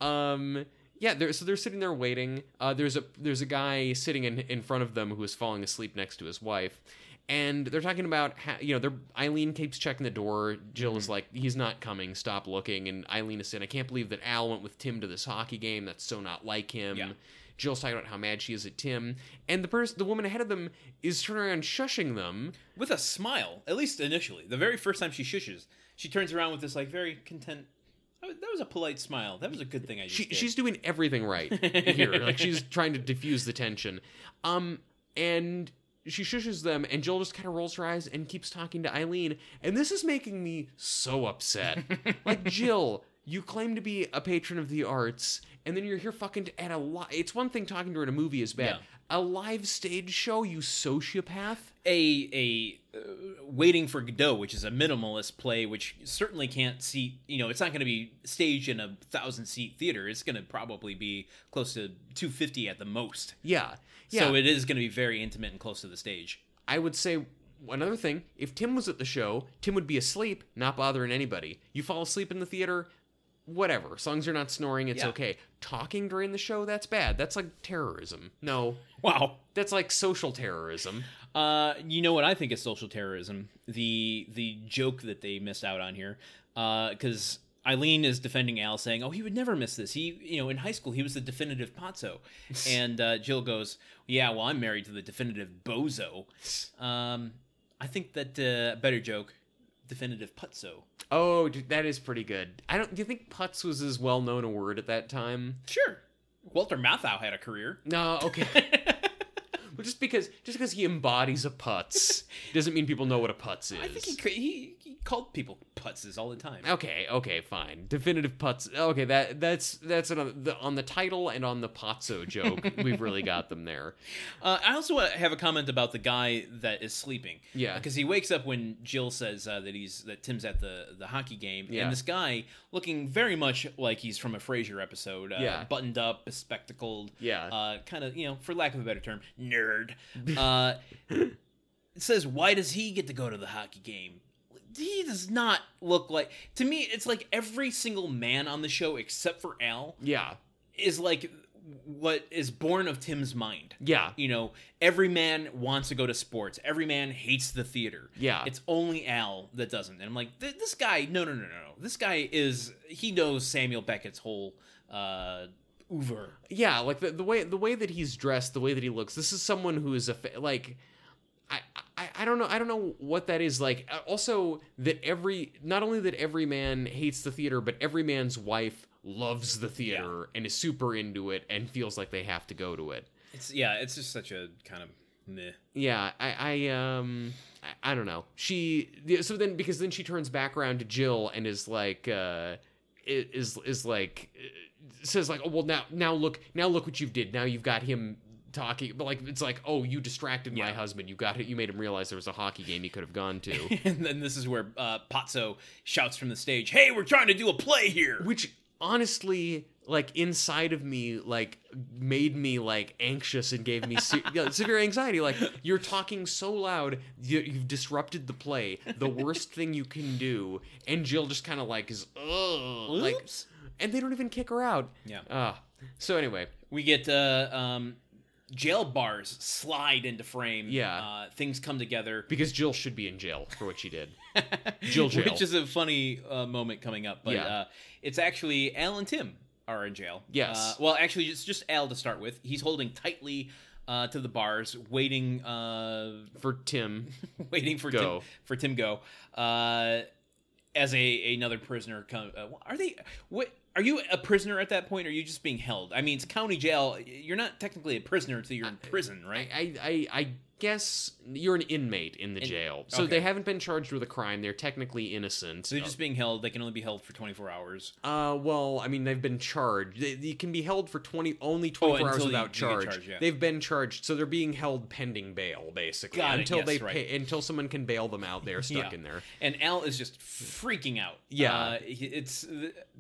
Speaker 1: Right.
Speaker 2: Um, yeah, they're, so they're sitting there waiting. Uh, there's a there's a guy sitting in in front of them who is falling asleep next to his wife, and they're talking about how, you know they're Eileen keeps checking the door. Jill
Speaker 1: Mm-hmm.
Speaker 2: is like, "He's not coming. Stop looking." And Eileen is saying, "I can't believe that Al went with Tim to this hockey game. That's so not like him."
Speaker 1: Yeah.
Speaker 2: Jill's talking about how mad she is at Tim, and the person, the woman ahead of them, is turning around shushing them.
Speaker 1: with a smile, at least initially. The very first time she shushes, she turns around with this like very content. "Oh, That was a polite smile. That was a good thing I just
Speaker 2: she,
Speaker 1: did."
Speaker 2: she's doing everything right here. like she's trying to diffuse the tension. Um, and she shushes them, and Joel just kind of rolls her eyes and keeps talking to Eileen. And this is making me so upset. like Jill, you claim to be a patron of the arts, and then you're here fucking t- at a li- It's one thing talking to her in a movie is bad.
Speaker 1: Yeah.
Speaker 2: A live stage show, you sociopath.
Speaker 1: a a uh, waiting for Godot, which is a minimalist play, which certainly can't seat. You know, it's not going to be staged in a thousand seat theater. It's going to probably be close to two fifty at the most.
Speaker 2: Yeah, yeah.
Speaker 1: So it is going to be very intimate and close to the stage.
Speaker 2: I would say another thing. If Tim was at the show, Tim would be asleep, not bothering anybody. You fall asleep in the theater, whatever. As long as you're not snoring, it's
Speaker 1: Yeah.
Speaker 2: okay. Talking during the show, that's bad. That's like terrorism. No,
Speaker 1: Wow.
Speaker 2: that's like social terrorism.
Speaker 1: Uh, you know what I think is social terrorism? The the joke that they missed out on here, because Eileen is defending Al, saying, "Oh, he would never miss this. He, you know, in high school, he was the definitive pozzo," and uh, Jill goes, "Yeah, well, I'm married to the definitive bozo." Um, I think that uh, better joke, definitive putzo.
Speaker 2: Oh, dude, that is pretty good. I don't. Do you think putz was as well known a word at that time?
Speaker 1: Sure, Walter Matthau had a career.
Speaker 2: No, okay. Well, just because just because he embodies a putz doesn't mean people know what a putz is.
Speaker 1: I think he, cr- he he called people putzes all the time.
Speaker 2: Okay, okay, fine. Definitive putz. Okay, that that's that's another the, on the title and on the pozzo joke. we've really got them there.
Speaker 1: Uh, I also wanna have a comment about the guy that is sleeping
Speaker 2: Yeah,
Speaker 1: because he wakes up when Jill says uh, that he's that Tim's at the the hockey game,
Speaker 2: Yeah.
Speaker 1: and this guy looking very much like he's from a Frasier episode, uh,
Speaker 2: Yeah.
Speaker 1: buttoned up, bespectacled,
Speaker 2: yeah.
Speaker 1: uh, kind of you know, for lack of a better term, nerd. Uh, it says, why does he get to go to the hockey game? He does not look like to me. It's like every single man on the show except for Al
Speaker 2: yeah,
Speaker 1: is like what is born of Tim's mind.
Speaker 2: yeah,
Speaker 1: You know, every man wants to go to sports. Every man hates the theater.
Speaker 2: yeah.
Speaker 1: It's only Al that doesn't. And I'm like, "Th- this guy, no, no, no, no, no. This guy is, he knows Samuel Beckett's whole uh, oeuvre.
Speaker 2: yeah like the, the way the way that he's dressed the way that he looks this is someone who is a fa- like I, I i don't know i don't know what that is like Uh, also that every not only that every man hates the theater but every man's wife loves the theater and is super into it and feels like they have to go to it
Speaker 1: It's, yeah, it's just such a kind of meh.
Speaker 2: yeah i i um I- I don't know. She yeah, so then because then she turns back around to Jill and is like uh i- is is like uh, says like oh well now now look now look what you've did now you've got him talking but like it's like oh you distracted my
Speaker 1: Yeah.
Speaker 2: husband you got you made him realize there was a hockey game he could have gone to
Speaker 1: and then this is where uh, Pozzo shouts from the stage, hey, we're trying to do a play here.
Speaker 2: which honestly like inside of me like made me like anxious and gave me se- yeah, severe anxiety like you're talking so loud you, you've disrupted the play the worst thing you can do and jill just kind of like is ugh like
Speaker 1: Oops.
Speaker 2: and they don't even kick her out
Speaker 1: Yeah.
Speaker 2: uh, so anyway
Speaker 1: We get uh, um, jail bars slide into frame.
Speaker 2: Yeah.
Speaker 1: Uh, things come together.
Speaker 2: because jill should be in jail for what she did Jill jail.
Speaker 1: Which is a funny uh, moment coming up, but
Speaker 2: Yeah.
Speaker 1: uh, it's actually Al and Tim are in jail.
Speaker 2: Yes.
Speaker 1: Uh, well, actually, it's just Al to start with. He's holding tightly uh, to the bars, waiting, uh,
Speaker 2: for tim
Speaker 1: waiting for
Speaker 2: Go.
Speaker 1: Tim, for Tim Go. Uh, as a another prisoner come, uh, are they what? Are you a prisoner at that point? Or are you just being held? I mean, it's county jail. You're not technically a prisoner until you're in prison, right?
Speaker 2: I, I, I guess you're an inmate in the
Speaker 1: In-
Speaker 2: jail so
Speaker 1: okay.
Speaker 2: they haven't been charged with a crime they're technically innocent
Speaker 1: so they're just being held. They can only be held for 24 hours.
Speaker 2: Uh, well, I mean, they've been charged. They, they can be held for twenty only twenty four hours
Speaker 1: Oh, until you-
Speaker 2: without
Speaker 1: you get
Speaker 2: charge.
Speaker 1: charged, yeah.
Speaker 2: They've been charged, so they're being held pending bail, basically,
Speaker 1: Got it,
Speaker 2: until
Speaker 1: yes,
Speaker 2: they
Speaker 1: right.
Speaker 2: pay, until someone can bail them out. They're stuck
Speaker 1: Yeah.
Speaker 2: in there.
Speaker 1: and Al is just freaking out.
Speaker 2: Yeah.
Speaker 1: uh, he- it's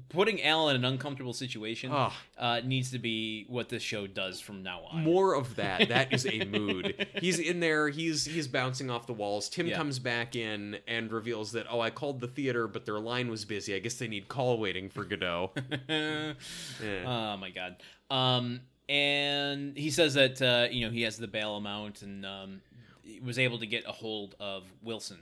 Speaker 1: putting Al in an uncomfortable situation
Speaker 2: Ugh.
Speaker 1: uh, needs to be what this show does from now on.
Speaker 2: More of that. That is a mood. He's in there. He's he's bouncing off the walls. Tim
Speaker 1: Yeah.
Speaker 2: comes back in and reveals that oh, I called the theater, but their line was busy. I guess they need call waiting for Godot. Eh.
Speaker 1: oh my god. Um, and he says that uh, you know he has the bail amount and um, he was able to get a hold of Wilson.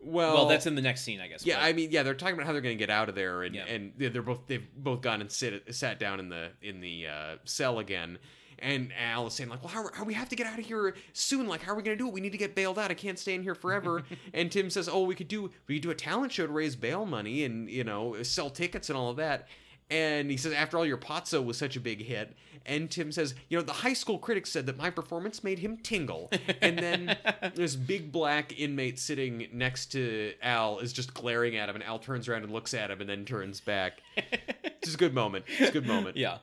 Speaker 2: well,
Speaker 1: Well, that's in the next scene, I guess.
Speaker 2: Yeah,
Speaker 1: but-
Speaker 2: I mean, yeah, they're talking about how they're going to get out of there, and
Speaker 1: Yeah.
Speaker 2: and they're they're both they've both gone and sit sat down in the in the uh, cell again. And Al is saying like, "Well, how, how we have to get out of here soon? Like, how are we going to do it? We need to get bailed out. I can't stay in here forever." and Tim says, "Oh, we could do we could do a talent show to raise bail money, and you know, sell tickets and all of that." And he says, "After all, your Pozzo was such a big hit." And Tim says, "You know, the high school critics said that my performance made him tingle." And then this big black inmate sitting next to Al is just glaring at him, and Al turns around and looks at him, and then turns back. It's just a good moment. It's a good moment.
Speaker 1: yeah.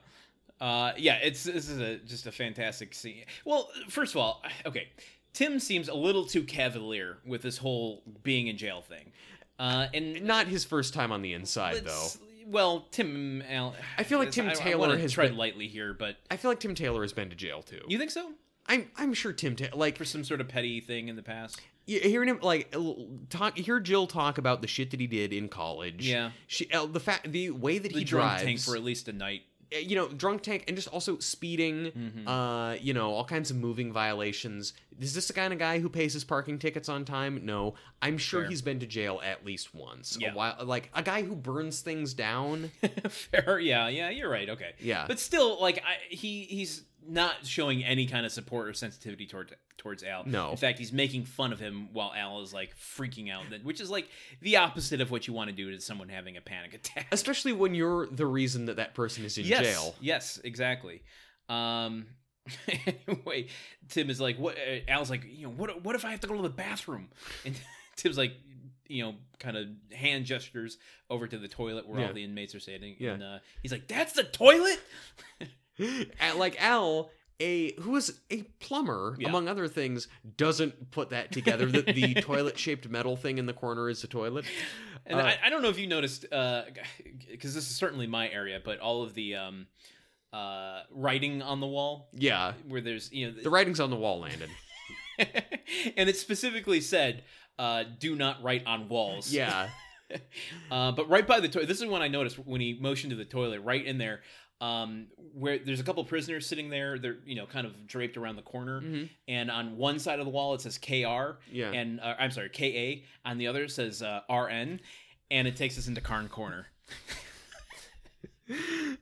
Speaker 1: Uh, yeah, it's this is a just a fantastic scene. Well, first of all, okay, Tim seems a little too cavalier with this whole being in jail thing, uh, and
Speaker 2: Not his first time on the inside, though.
Speaker 1: let's- Well, Tim, Al,
Speaker 2: I feel like Tim
Speaker 1: I- I
Speaker 2: Taylor
Speaker 1: wanna
Speaker 2: has
Speaker 1: tread
Speaker 2: been-
Speaker 1: lightly here, but
Speaker 2: I feel like Tim Taylor has been to jail too.
Speaker 1: you think so?
Speaker 2: I'm I'm sure Tim Ta- like
Speaker 1: For some sort of petty thing in the past?
Speaker 2: you- hearing him like l- talk hear Jill talk about the shit that he did in college.
Speaker 1: Yeah.
Speaker 2: she uh, the fact the way that
Speaker 1: The
Speaker 2: he
Speaker 1: drunk
Speaker 2: drives
Speaker 1: tank for at least a night.
Speaker 2: uh, you know, drunk tank and just also speeding,
Speaker 1: Mm-hmm.
Speaker 2: uh, you know, all kinds of moving violations. Is this the kind of guy who pays his parking tickets on time? No. I'm sure
Speaker 1: Fair.
Speaker 2: he's been to jail at least once.
Speaker 1: Yeah.
Speaker 2: A while like a guy who burns things down.
Speaker 1: Fair, yeah, yeah, you're right. Okay,
Speaker 2: Yeah.
Speaker 1: but still, like, I, he he's not showing any kind of support or sensitivity toward towards Al.
Speaker 2: No.
Speaker 1: in fact, he's making fun of him while Al is like freaking out, that- which is like the opposite of what you want to do to someone having a panic attack.
Speaker 2: Especially when you're the reason that that person is in
Speaker 1: yes,
Speaker 2: jail.
Speaker 1: yes, exactly. Um, anyway, Tim is like, "What?" uh, Al's like, "You know, what? What if I have to go to the bathroom?" And Tim's like, you know, kind of hand gestures over to the toilet where
Speaker 2: Yeah.
Speaker 1: all the inmates are sitting.
Speaker 2: Yeah.
Speaker 1: And uh, he's like, "That's the toilet."
Speaker 2: At- like Al, a who is a plumber
Speaker 1: Yeah.
Speaker 2: among other things, doesn't put that together that the toilet-shaped metal thing in the corner is a toilet.
Speaker 1: And
Speaker 2: Uh,
Speaker 1: I, I don't know if you noticed, because this is certainly my area, but all of the um, uh, writing on the wall
Speaker 2: Yeah,
Speaker 1: where there's you know
Speaker 2: the writing's on the wall, Landon.
Speaker 1: and it specifically said, uh, "Do not write on walls."
Speaker 2: Yeah,
Speaker 1: Uh, but right by the toilet, this is when I noticed when he motioned to the toilet, right in there, um, where there's a couple prisoners sitting there. They're you know kind of draped around the corner,
Speaker 2: Mhm.
Speaker 1: and on one side of the wall it says KR,
Speaker 2: yeah.
Speaker 1: and uh, I'm sorry KA. On the other it says uh, RN, and it takes us into Carn Corner.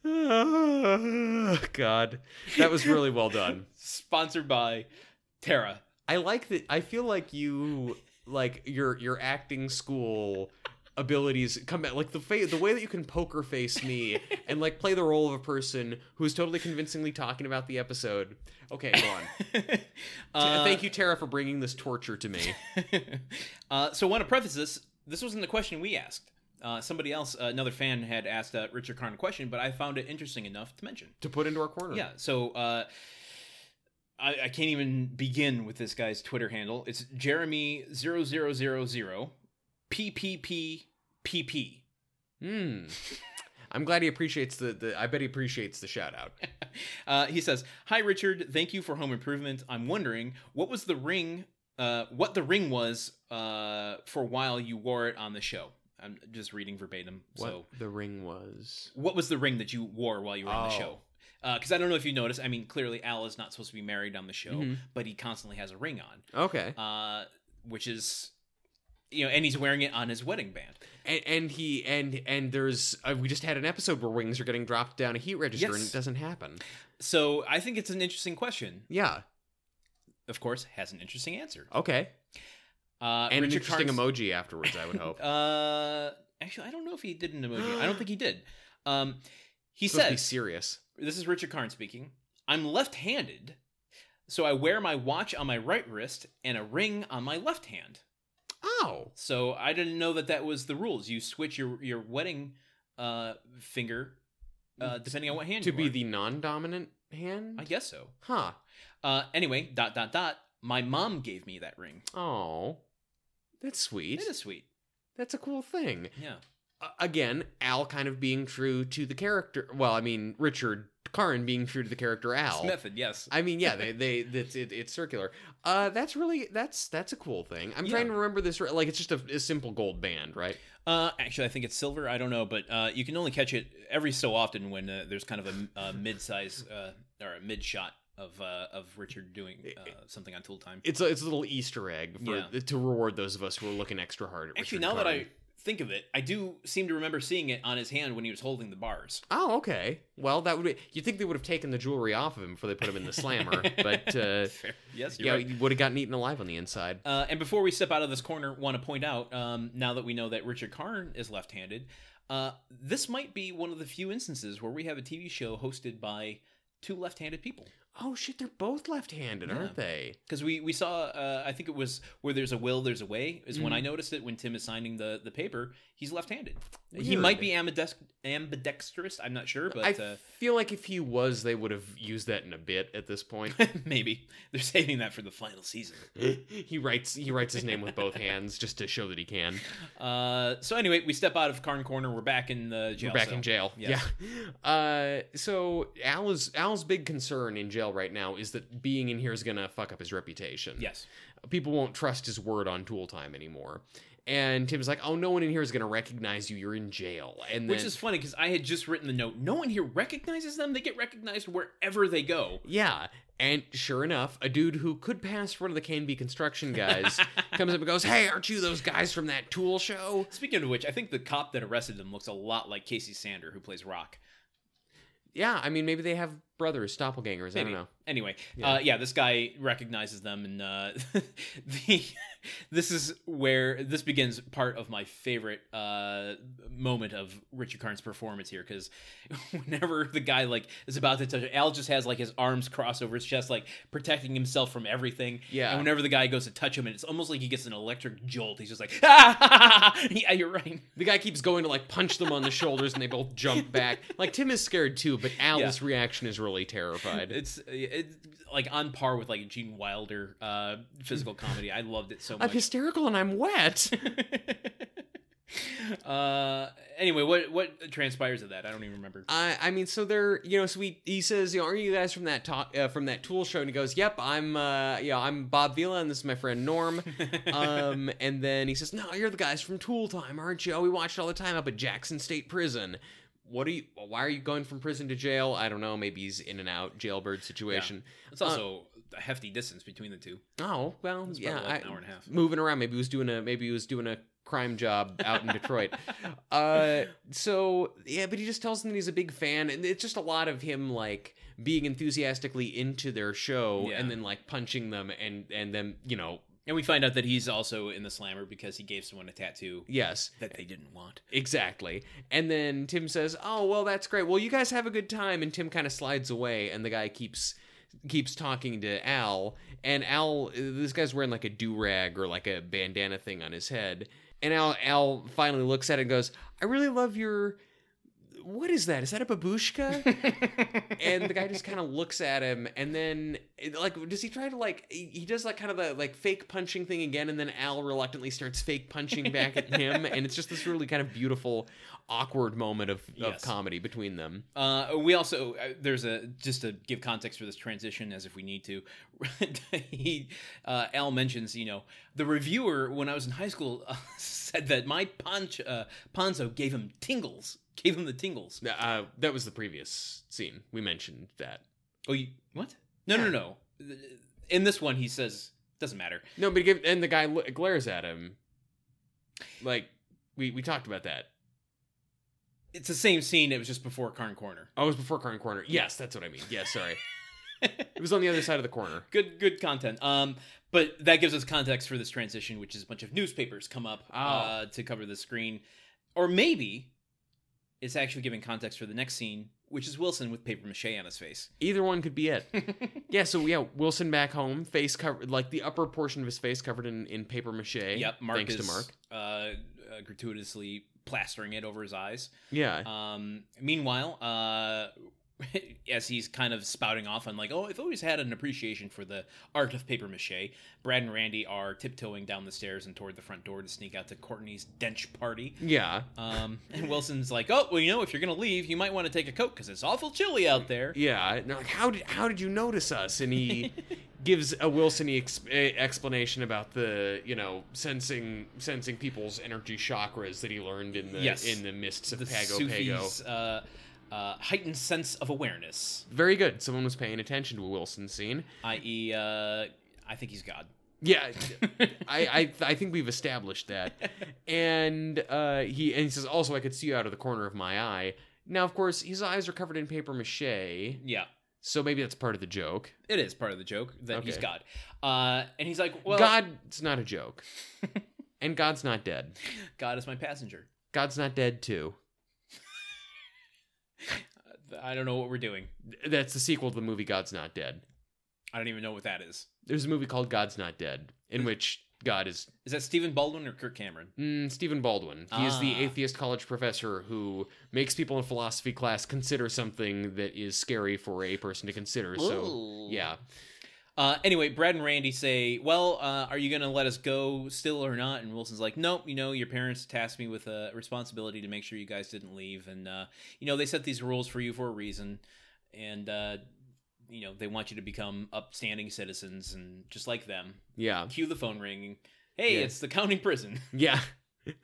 Speaker 2: Ah, God, that was really well done.
Speaker 1: Sponsored by Terra.
Speaker 2: I like that. I feel like you like your your acting school abilities come at like the fa- the way that you can poker face me and like play the role of a person who's totally convincingly talking about the episode. Okay, go on.
Speaker 1: Uh,
Speaker 2: Thank you, Tara, for bringing this torture to me.
Speaker 1: uh, so, want to preface this. This wasn't the question we asked. Uh, somebody else, another fan, had asked uh, Richard Karn a question, but I found it interesting enough to mention.
Speaker 2: to put into our corner.
Speaker 1: Yeah. So, uh, I, I can't even begin with this guy's Twitter handle. It's Jeremy 0000 PPPPP.
Speaker 2: Hmm. I'm glad he appreciates the, the I bet he appreciates the shout out.
Speaker 1: Uh, he says, "Hi Richard, thank you for Home Improvement. I'm wondering what was the ring, uh, what the ring was uh, for while you wore it on the show. I'm just reading verbatim.
Speaker 2: What
Speaker 1: So,
Speaker 2: the ring was.
Speaker 1: what was the ring that you wore while you were on the
Speaker 2: Oh.
Speaker 1: show? Because I don't know if you noticed. I mean, clearly Al is not supposed to be married on the show,
Speaker 2: Mhm.
Speaker 1: but he constantly has a ring on,
Speaker 2: Okay.
Speaker 1: uh, which is." You know, and he's wearing it on his wedding band.
Speaker 2: And, and he and and there's uh, we just had an episode where rings are getting dropped down a heat register and
Speaker 1: Yes.
Speaker 2: it doesn't happen.
Speaker 1: So I think it's an interesting question.
Speaker 2: Yeah.
Speaker 1: Of course, has an interesting answer.
Speaker 2: Okay.
Speaker 1: Uh,
Speaker 2: and an
Speaker 1: Richard
Speaker 2: interesting
Speaker 1: Karn's-
Speaker 2: emoji afterwards, I would hope.
Speaker 1: Uh, actually, I don't know if he did an emoji. I don't think he did. Um, he
Speaker 2: It's supposed to be
Speaker 1: says,
Speaker 2: serious.
Speaker 1: "This is Richard Karn speaking. I'm left-handed, so I wear my watch on my right wrist and a ring on my left hand.
Speaker 2: Oh.
Speaker 1: So I didn't know that that was the rules. You switch your your wedding uh finger uh, depending on what hand
Speaker 2: To
Speaker 1: you
Speaker 2: be
Speaker 1: are.
Speaker 2: the non dominant hand?
Speaker 1: I guess so.
Speaker 2: Huh.
Speaker 1: Uh, anyway, dot dot dot. My mom gave me that ring.
Speaker 2: Oh. That's sweet.
Speaker 1: It is sweet.
Speaker 2: That's a cool thing.
Speaker 1: Yeah.
Speaker 2: Uh, again, Al kind of being true to the character. Well, I mean, Richard Karn being true to the character Al.
Speaker 1: It's method. Yes.
Speaker 2: I mean, yeah, they they it's it, it's circular. Uh, that's really that's that's a cool thing. I'm
Speaker 1: Yeah.
Speaker 2: trying to remember this. re- Like, it's just a, a simple gold band, right?
Speaker 1: Uh, actually, I think it's silver. I don't know, but uh, you can only catch it every so often when uh, there's kind of a, a mid-size uh, or a mid-shot of uh, of Richard doing uh, something on Tool Time.
Speaker 2: It's a, it's a little Easter egg for
Speaker 1: Yeah.
Speaker 2: to reward those of us who are looking extra hard. At
Speaker 1: Actually,
Speaker 2: Richard
Speaker 1: now that
Speaker 2: Karn.
Speaker 1: I think of it, I do seem to remember seeing it on his hand when he was holding the bars.
Speaker 2: oh okay, well that would be, you think they would have taken the jewelry off of him before they put him in the slammer, but uh,
Speaker 1: Fair. Yes, you're
Speaker 2: yeah,
Speaker 1: right.
Speaker 2: you would have gotten eaten alive on the inside.
Speaker 1: Uh, and before we step out of this corner, want to point out um, now that we know that Richard Karn is left-handed, uh, this might be one of the few instances where we have a TV show hosted by two left-handed people.
Speaker 2: Oh shit, they're both left-handed, aren't they?
Speaker 1: because we we saw uh, I think it was where there's a will there's a way is
Speaker 2: Mm-hmm.
Speaker 1: when I noticed it when Tim is signing the the paper he's left-handed he
Speaker 2: Weird.
Speaker 1: might be ambidex- ambidextrous I'm not sure
Speaker 2: I
Speaker 1: but uh,
Speaker 2: feel like if he was, they would have used that in a bit at this point.
Speaker 1: uh, maybe they're saving that for the final season
Speaker 2: he writes he writes his name with both hands just to show that he can.
Speaker 1: uh, so anyway we step out of Carn Corner we're back in the jail
Speaker 2: We're back
Speaker 1: cell.
Speaker 2: in jail.
Speaker 1: Yes.
Speaker 2: Yeah. Uh, so Al's Al's big concern in jail right now is that being in here is gonna fuck up his reputation.
Speaker 1: yes
Speaker 2: People won't trust his word on tool time anymore. And Tim's like, oh, no one in here is gonna recognize you. You're in jail. And
Speaker 1: which
Speaker 2: then-
Speaker 1: is funny because I had just written the note no one here recognizes them they get recognized wherever they go
Speaker 2: yeah. And sure enough, a dude who could pass for one of the Canby construction guys comes up and goes, "Hey, aren't you those guys from that tool show?"
Speaker 1: speaking of which I think the cop that arrested them looks a lot like Casey Sander who plays Rock
Speaker 2: Yeah, I mean, maybe they have brother is doppelgangers. I
Speaker 1: Maybe.
Speaker 2: don't know.
Speaker 1: Anyway,
Speaker 2: Yeah.
Speaker 1: Uh, yeah, this guy recognizes them, and uh, the this is where this begins part of my favorite uh, moment of Richard Karn's performance here, because whenever the guy like is about to touch, it, Al just has like his arms crossed over his chest, like protecting himself from everything.
Speaker 2: Yeah.
Speaker 1: And whenever the guy goes to touch him, and it's almost like he gets an electric jolt. He's just like, ah, yeah, you're right.
Speaker 2: The guy keeps going to like punch them on the shoulders and they both jump back. Like Tim is scared too, but Al's reaction is really terrified.
Speaker 1: It's, it's like on par with like Gene Wilder uh, physical comedy. I loved it so much.
Speaker 2: I'm hysterical and I'm wet.
Speaker 1: uh anyway what what transpires of that i don't even remember
Speaker 2: I, I mean, so they're you know, so we he says, you know, are you guys from that talk uh, from that tool show? And he goes, yep, I'm uh, you know, I'm Bob Vila and this is my friend Norm. um, and then he says, no, you're the guys from Tool Time, aren't you? Oh, we watched all the time up at Jackson State Prison. What are you? Why are you going from prison to jail? I don't know. Maybe he's in and out jailbird situation.
Speaker 1: it's also a hefty distance between the two
Speaker 2: Oh well,
Speaker 1: it's
Speaker 2: yeah,
Speaker 1: about like
Speaker 2: I-
Speaker 1: an hour and a half
Speaker 2: moving around. Maybe he was doing a maybe he was doing a crime job out in Detroit. Uh, so yeah, but he just tells them that he's a big fan, and it's just a lot of him like being enthusiastically into their show,
Speaker 1: Yeah.
Speaker 2: and then like punching them, and and then you know
Speaker 1: and we find out that he's also in the slammer because he gave someone a tattoo
Speaker 2: yes.
Speaker 1: that they didn't want
Speaker 2: Exactly. And then Tim says, "Oh, well that's great. Well, you guys have a good time." And Tim kind of slides away and the guy keeps keeps talking to Al, and Al this guy's wearing like a do-rag or like a bandana thing on his head. And Al Al finally looks at it and goes, "I really love your what is that? Is that a babushka?" and the guy just kind of looks at him and then it- like does he try to like he he does like kind of the like fake punching thing again and then al reluctantly starts fake punching back at him and it's just this really kind of beautiful awkward moment of, of
Speaker 1: Yes.
Speaker 2: comedy between them
Speaker 1: uh we also uh, there's a just to give context for this transition as if we need to he uh al mentions you know the reviewer when i was in high school uh, said that my ponch uh ponzo gave him tingles gave him the tingles
Speaker 2: uh, that was the previous scene we mentioned that
Speaker 1: Oh, you, what? No, no, no. In this one, he says doesn't matter.
Speaker 2: no but he give, and the guy lo- glares at him like we we talked about that
Speaker 1: It's the same scene. It was just before Carn Corner.
Speaker 2: oh it was before current corner yes that's what i mean yes sorry it was on the other side of the corner
Speaker 1: Good, good content. Um, but that gives us context for this transition, which is a bunch of newspapers come up
Speaker 2: Oh.
Speaker 1: uh, to cover the screen, or maybe it's actually giving context for the next scene, which is Wilson with paper mache on his face.
Speaker 2: Either one could be it. yeah, so yeah, Wilson back home, face covered, like the upper portion of his face covered in, in paper mache.
Speaker 1: Yep, Mark
Speaker 2: thanks
Speaker 1: is
Speaker 2: to Mark.
Speaker 1: Uh, uh, gratuitously plastering it over his eyes.
Speaker 2: Yeah,
Speaker 1: Um, meanwhile, uh, as he's kind of spouting off on like, oh, I've always had an appreciation for the art of paper mache. Brad and Randy are tiptoeing down the stairs and toward the front door to sneak out to Courtney's dench party.
Speaker 2: yeah,
Speaker 1: Um, and Wilson's like, oh, well, you know, if you're gonna leave, you might want to take a coat because it's awful chilly out there.
Speaker 2: yeah. And they're like, how did how did you notice us? And he gives a Wilsony ex- eh, explanation about the you know sensing sensing people's energy chakras that he learned in the
Speaker 1: Yes.
Speaker 2: in the mists of
Speaker 1: The
Speaker 2: Pago Pago.
Speaker 1: Sufis, uh, uh, heightened sense of awareness,
Speaker 2: Very good. Someone was paying attention to a Wilson scene.
Speaker 1: i.e., uh, I think he's God.
Speaker 2: Yeah, I, I I think we've established that. And uh, he and he says also I could see you out of the corner of my eye. Now of course his eyes are covered in paper mache,
Speaker 1: yeah,
Speaker 2: so maybe that's part of the joke.
Speaker 1: it is part of the joke that he's
Speaker 2: Okay.
Speaker 1: God. Uh, and he's like, well,
Speaker 2: God's not a joke, and God's not dead.
Speaker 1: God is my passenger.
Speaker 2: God's not dead too.
Speaker 1: I don't know what we're doing.
Speaker 2: That's the sequel to the movie God's Not Dead.
Speaker 1: I don't even know what that is.
Speaker 2: There's a movie called God's Not Dead in which God is
Speaker 1: Is that Stephen Baldwin or Kirk Cameron?
Speaker 2: Mm, Stephen Baldwin. He is the
Speaker 1: Ah.
Speaker 2: atheist college professor who makes people in philosophy class consider something that is scary for a person to consider. So,
Speaker 1: Ooh.
Speaker 2: yeah.
Speaker 1: Uh, anyway, Brad and Randy say, "Well, uh, are you going to let us go still or not?" And Wilson's like, "Nope. You know, your parents tasked me with a responsibility to make sure you guys didn't leave, and uh, you know they set these rules for you for a reason, and uh, you know they want you to become upstanding citizens and just like them."
Speaker 2: Yeah.
Speaker 1: Cue the phone ringing. Hey,
Speaker 2: Yeah.
Speaker 1: it's the county prison.
Speaker 2: Yeah.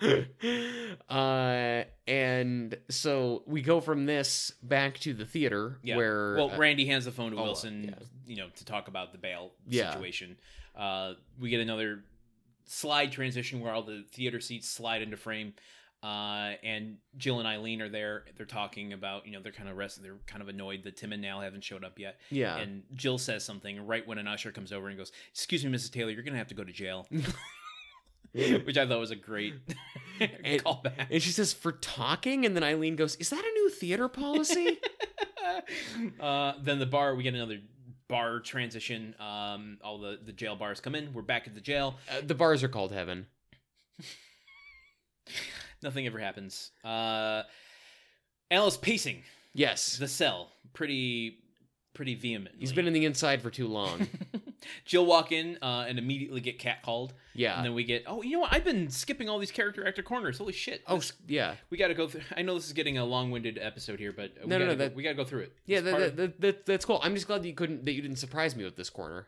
Speaker 2: uh, and so we go from this back to the theater
Speaker 1: Yeah.
Speaker 2: where.
Speaker 1: Well, Randy hands the phone to
Speaker 2: oh, uh,
Speaker 1: Wilson,
Speaker 2: yeah.
Speaker 1: you know, to talk about the bail
Speaker 2: Yeah.
Speaker 1: situation. Uh, we get another slide transition where all the theater seats slide into frame. Uh, and Jill and Eileen are there. They're talking about, you know, they're kind of rest. They're kind of annoyed that Tim and Nal haven't showed up yet.
Speaker 2: Yeah.
Speaker 1: And Jill says something and right when an usher comes over and goes, "Excuse me, Mrs. Taylor, you're gonna have to go to jail," which I thought was a great
Speaker 2: And-
Speaker 1: callback.
Speaker 2: and she says, for talking? And then Eileen goes, is that a new theater policy?
Speaker 1: uh, then the bar, we get another bar transition. Um, all the the jail bars come in. We're back at the jail.
Speaker 2: uh, the bars are called heaven.
Speaker 1: Nothing ever happens. Uh, Alice pacing
Speaker 2: Yes.
Speaker 1: the cell pretty pretty vehemently.
Speaker 2: He's been in the inside for too long.
Speaker 1: Jill walk in uh, and immediately get catcalled, and
Speaker 2: Yeah.
Speaker 1: then we get oh you know what I've been skipping all these character actor corners. Holy shit!
Speaker 2: Oh,
Speaker 1: This-
Speaker 2: s- yeah.
Speaker 1: we got to go. through I know this is getting a long winded episode here, but we
Speaker 2: No, no,
Speaker 1: gotta
Speaker 2: no,
Speaker 1: go,
Speaker 2: that-
Speaker 1: we got to go through it.
Speaker 2: Yeah,
Speaker 1: It's
Speaker 2: that,
Speaker 1: part of-
Speaker 2: that, that, that, that's cool. I'm just glad that you couldn't, that you didn't surprise me with this corner.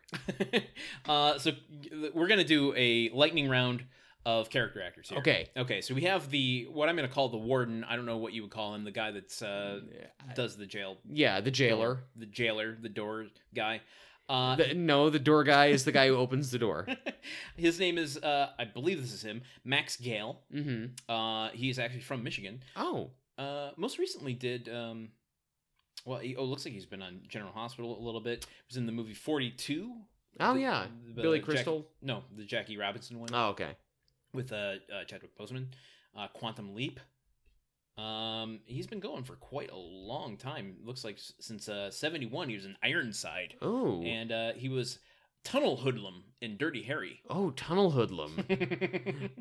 Speaker 1: uh, so uh, we're gonna do a lightning round of character actors here.
Speaker 2: Okay.
Speaker 1: Okay. So we have the what I'm gonna call the warden. I don't know what you would call him. The guy that's uh, does the jail
Speaker 2: Yeah, the jailer.
Speaker 1: the jailer, the door guy. Uh,
Speaker 2: The- no, the door guy is the guy who opens the door.
Speaker 1: his name is uh, I believe this is him, Max Gale.
Speaker 2: Mm-hmm.
Speaker 1: Uh, he's actually from Michigan.
Speaker 2: Oh,
Speaker 1: Uh, most recently did um, well. He, oh, looks like he's been on General Hospital a little bit. Was in the movie Forty Two.
Speaker 2: oh yeah, Billy Crystal.
Speaker 1: No, the Jackie Robinson one.
Speaker 2: Oh okay.
Speaker 1: with uh, uh Chadwick Boseman, uh, Quantum Leap. Um, he's been going for quite a long time. Looks like s- since uh '71, he was in Ironside,
Speaker 2: Oh,
Speaker 1: and uh, he was Tunnel Hoodlum in Dirty Harry.
Speaker 2: oh, tunnel hoodlum.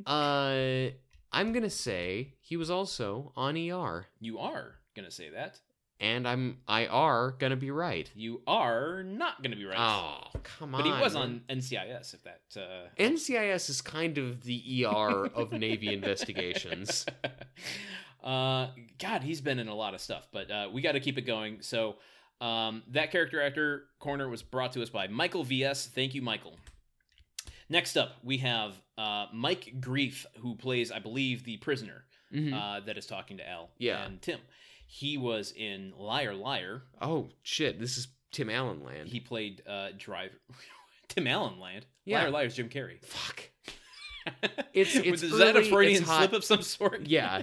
Speaker 2: uh, I'm gonna say he was also on ER,
Speaker 1: you are gonna say that.
Speaker 2: and I'm I are gonna be right.
Speaker 1: You are not gonna be right.
Speaker 2: Oh, come on.
Speaker 1: but he was on NCIS. If that. Uh...
Speaker 2: NCIS is kind of the ER of Navy investigations.
Speaker 1: uh, God, he's been in a lot of stuff, but uh, we got to keep it going. So, um, that character actor corner was brought to us by Michael VS. Thank you, Michael. Next up, we have uh, Mike Grief, who plays, I believe, the prisoner
Speaker 2: Mhm.
Speaker 1: uh, that is talking to Al
Speaker 2: Yeah.
Speaker 1: and Tim. He was in Liar Liar.
Speaker 2: oh shit, this is Tim Allen land.
Speaker 1: He played uh, Driver. Tim Allen Land.
Speaker 2: Yeah.
Speaker 1: Liar Liar's Jim Carrey.
Speaker 2: Fuck. It's- it's
Speaker 1: is that a
Speaker 2: early,
Speaker 1: Freudian
Speaker 2: it's hot.
Speaker 1: slip of some sort?
Speaker 2: Yeah.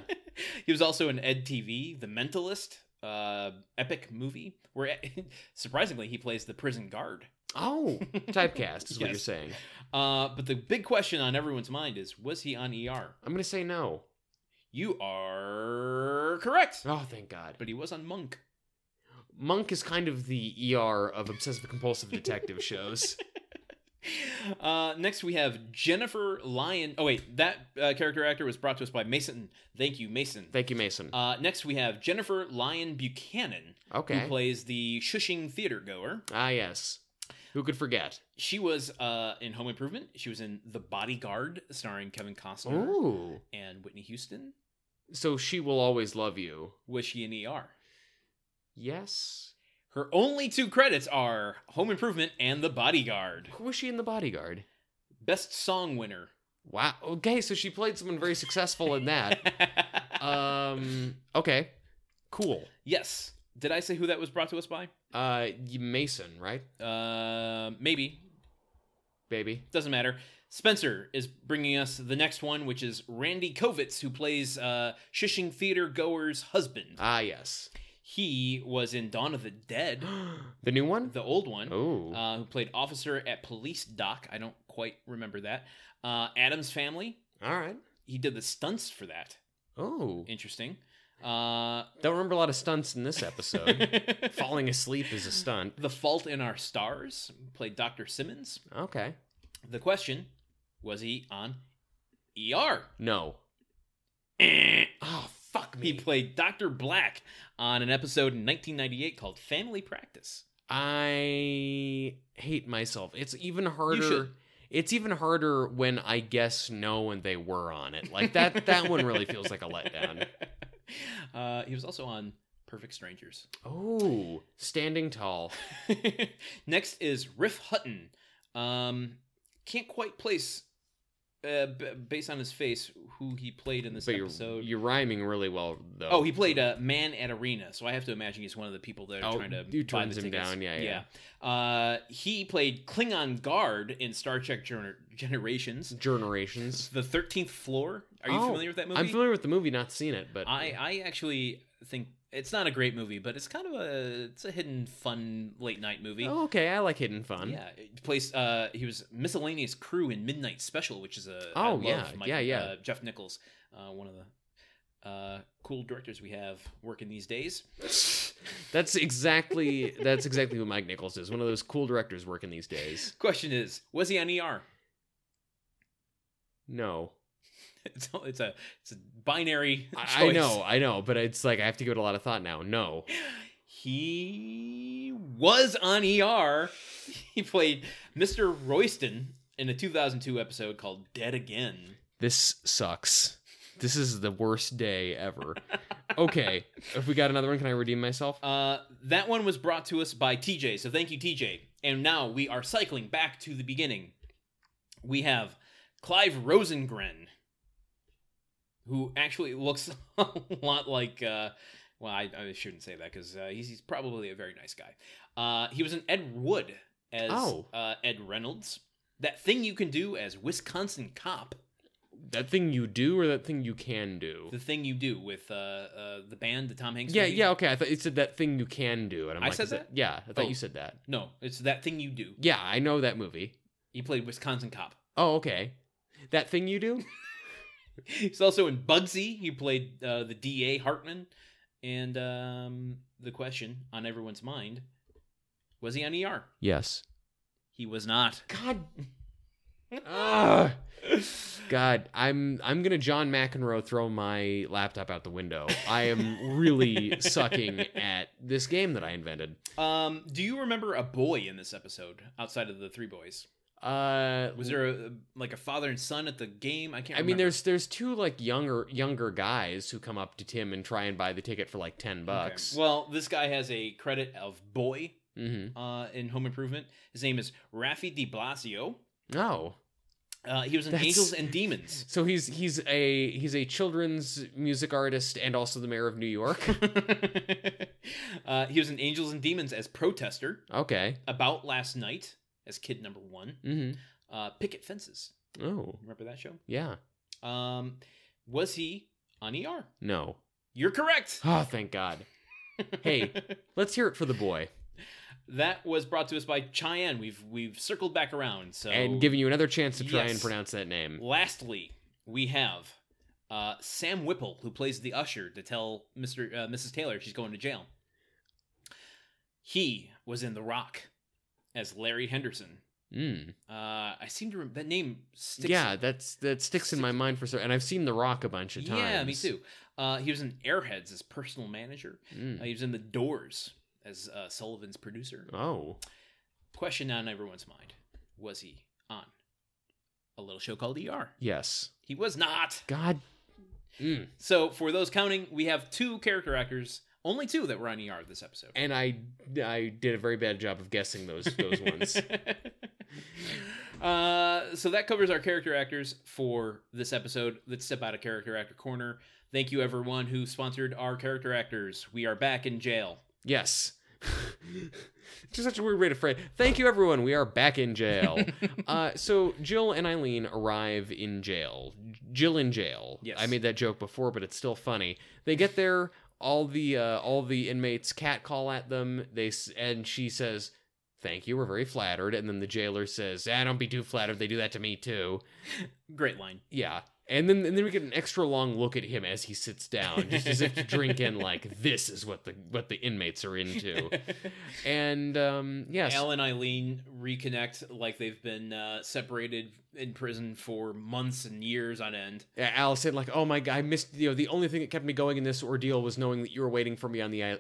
Speaker 1: he was also in Ed TV, The Mentalist, uh, epic movie where surprisingly he plays the prison guard.
Speaker 2: Oh, typecast is what you're
Speaker 1: Yes.
Speaker 2: saying.
Speaker 1: Uh, but the big question on everyone's mind is, was he on ER?
Speaker 2: I'm gonna say no.
Speaker 1: You are correct,
Speaker 2: Oh, thank God.
Speaker 1: but he was on Monk.
Speaker 2: Monk is kind of the ER of obsessive compulsive detective shows.
Speaker 1: Uh, next we have Jennifer Lyon. Oh wait, that uh, character actor was brought to us by Mason. Thank you, Mason.
Speaker 2: Thank you, Mason.
Speaker 1: Uh, next we have Jennifer Lyon Buchanan, who
Speaker 2: okay.
Speaker 1: plays the shushing theater goer.
Speaker 2: ah, yes. Who could forget?
Speaker 1: She was uh, in Home Improvement. She was in The Bodyguard, starring Kevin Costner
Speaker 2: Ooh.
Speaker 1: and Whitney Houston.
Speaker 2: So she will always love you.
Speaker 1: Was she in ER?
Speaker 2: Yes.
Speaker 1: Her only two credits are Home Improvement and The Bodyguard.
Speaker 2: Who was she in The Bodyguard?
Speaker 1: Best song winner.
Speaker 2: Wow. Okay, so she played someone very successful in that.
Speaker 1: Uh,
Speaker 2: um. Okay. Cool.
Speaker 1: yes. Did I say who that was brought to us by?
Speaker 2: Uh, y- Mason, right,
Speaker 1: Uh, maybe.
Speaker 2: baby?
Speaker 1: Doesn't matter. Spencer is bringing us the next one, which is Randy Kovitz, who plays uh, Shishing Theater Goer's husband.
Speaker 2: Ah, yes.
Speaker 1: He was in Dawn of the Dead,
Speaker 2: the new one.
Speaker 1: the old one.
Speaker 2: Oh.
Speaker 1: uh, who played officer at police doc. I don't quite remember that. Uh, Adam's family.
Speaker 2: All right.
Speaker 1: He did the stunts for that.
Speaker 2: Oh.
Speaker 1: Interesting. Uh,
Speaker 2: Don't remember a lot of stunts in this episode. Falling asleep is a stunt.
Speaker 1: the Fault in Our Stars played Doctor Simmons.
Speaker 2: Okay.
Speaker 1: The question was he on ER?
Speaker 2: No.
Speaker 1: Eh.
Speaker 2: Oh, fuck
Speaker 1: He played Doctor Black on an episode in 1998 called Family Practice.
Speaker 2: I hate myself. It's even harder.
Speaker 1: should.
Speaker 2: It's even harder when I guess no when they were on it. Like that that one really feels like a letdown.
Speaker 1: Uh, he was also on Perfect Strangers.
Speaker 2: Oh, standing tall.
Speaker 1: Next is Riff Hutton. Um, can't quite place uh, b- based on his face, who he played in this
Speaker 2: but you're,
Speaker 1: episode.
Speaker 2: you're rhyming really well though.
Speaker 1: Oh, he played uh, Man at Arena, so I have to imagine he's one of the people that are
Speaker 2: Oh,
Speaker 1: trying to
Speaker 2: who
Speaker 1: buy
Speaker 2: turns
Speaker 1: the
Speaker 2: him
Speaker 1: tickets.
Speaker 2: down, yeah, yeah.
Speaker 1: Uh, he played Klingon guard in Star Trek Gener- Generations,
Speaker 2: Generations.
Speaker 1: The Thirteenth Floor. Are you
Speaker 2: Oh,
Speaker 1: familiar with that movie?
Speaker 2: I'm familiar with the movie, not seen it, but
Speaker 1: I I actually think it's not a great movie, but it's kind of a it's a hidden fun late night movie.
Speaker 2: oh, okay, I like Hidden Fun.
Speaker 1: Yeah, it plays. Uh, he was miscellaneous crew in Midnight Special, which is a I
Speaker 2: Oh,
Speaker 1: love
Speaker 2: yeah, yeah, yeah.
Speaker 1: Uh, Jeff Nichols, uh, one of the uh, cool directors we have working these days.
Speaker 2: That's exactly that's exactly who Mike Nichols is. One of those cool directors working these days.
Speaker 1: Question is, was he on ER?
Speaker 2: No,
Speaker 1: It's it's a it's a binary.
Speaker 2: I, I
Speaker 1: choice.
Speaker 2: know, I know, but it's like I have to give it a lot of thought now. No,
Speaker 1: He was on ER. He played Mr. Royston in a 2002 episode called Dead Again.
Speaker 2: this sucks. This is the worst day ever. Okay, if we got another one, can I redeem myself?
Speaker 1: Uh, that one was brought to us by TJ, so thank you, TJ. And now we are cycling back to the beginning. We have Clive Rosengren, who actually looks a lot like. Uh, well, I, I shouldn't say that because uh, he's, he's probably a very nice guy. Uh, he was in Ed Wood as
Speaker 2: Oh.
Speaker 1: uh, Ed Reynolds. That thing you can do as Wisconsin cop.
Speaker 2: That thing you do or that thing you can do?
Speaker 1: The thing you do with uh, uh, the band, the Tom Hanks.
Speaker 2: Yeah,
Speaker 1: movie.
Speaker 2: yeah, okay. I thought you said that thing you can do, and I'm
Speaker 1: I
Speaker 2: like,
Speaker 1: said
Speaker 2: is it-
Speaker 1: that?
Speaker 2: Yeah, I thought
Speaker 1: Oh.
Speaker 2: you said that.
Speaker 1: No, it's that thing you do.
Speaker 2: Yeah, I know that movie.
Speaker 1: He played Wisconsin cop.
Speaker 2: Oh, okay. That thing you do?
Speaker 1: He's also in Bugsy. He played uh, the DA Hartman. And um, the question on everyone's mind was he on ER?
Speaker 2: yes.
Speaker 1: He was not.
Speaker 2: God. Ugh. God, I'm I'm gonna John McEnroe throw my laptop out the window. I am really sucking at this game that I invented.
Speaker 1: Um, do you remember a boy in this episode outside of the three boys?
Speaker 2: Uh,
Speaker 1: Was there a, like a father and son at the game? I can't.
Speaker 2: I mean,
Speaker 1: remember.
Speaker 2: there's there's two like younger younger guys who come up to Tim and try and buy the ticket for like ten
Speaker 1: Okay.
Speaker 2: bucks.
Speaker 1: Well, this guy has a credit of boy
Speaker 2: hmm
Speaker 1: uh, in Home Improvement. His name is Raffi Di Blasio.
Speaker 2: No,
Speaker 1: Uh, he was in
Speaker 2: That's-
Speaker 1: Angels and Demons.
Speaker 2: so he's he's a he's a children's music artist and also the mayor of New York.
Speaker 1: uh, he was in Angels and Demons as protester.
Speaker 2: okay.
Speaker 1: About Last Night as kid number one.
Speaker 2: hmm
Speaker 1: Uh, Picket Fences.
Speaker 2: Oh,
Speaker 1: Remember that show?
Speaker 2: yeah.
Speaker 1: Um, was he on ER?
Speaker 2: No.
Speaker 1: You're correct.
Speaker 2: Oh, thank God. Hey, let's hear it for the boy.
Speaker 1: that was brought to us by Cheyenne. We've we've circled back around. So
Speaker 2: and giving you another chance to try and
Speaker 1: Yes.
Speaker 2: pronounce that name.
Speaker 1: lastly, we have uh, Sam Whipple, who plays the usher, to tell Mister uh, Mrs. Taylor she's going to jail. He was in The Rock as Larry Henderson.
Speaker 2: Mm.
Speaker 1: Uh, I seem to remember that name. Sticks
Speaker 2: Yeah, that's that sticks in my mind for sure. And I've seen The Rock a bunch of times.
Speaker 1: Yeah, me too. Uh, he was in Airheads as personal manager.
Speaker 2: Mm.
Speaker 1: Uh, he was in The Doors as uh, Sullivan's producer.
Speaker 2: Oh,
Speaker 1: Question on everyone's mind: Was he on a little show called ER?
Speaker 2: yes.
Speaker 1: He was not.
Speaker 2: God. Mm.
Speaker 1: So for those counting, we have two character actors, only two that were on ER this episode.
Speaker 2: And I I did a very bad job of guessing those those ones.
Speaker 1: Uh, so that covers our character actors for this episode. Let's step out of character actor corner. Thank you, everyone who sponsored our character actors. We are back in jail.
Speaker 2: Yes. Just such a weird way to phrase. Thank you, everyone. We are back in jail. uh, so Jill and Eileen arrive in jail. Jill in jail.
Speaker 1: Yes.
Speaker 2: I made that joke before, but it's still funny. They get there. All the uh, all the inmates cat call at them. They s- and she says, "Thank you. We're very flattered." And then the jailer says, "Ah, don't be too flattered. They do that to me too."
Speaker 1: Great line.
Speaker 2: Yeah. And then and then we get an extra long look at him as he sits down, just as if to drink in like this is what the what the inmates are into. And um yes.
Speaker 1: Al and Eileen reconnect like they've been uh, separated in prison for months and years on end.
Speaker 2: Al said like, "Oh my god, I missed you know the only thing that kept me going in this ordeal was knowing that you were waiting for me on the i-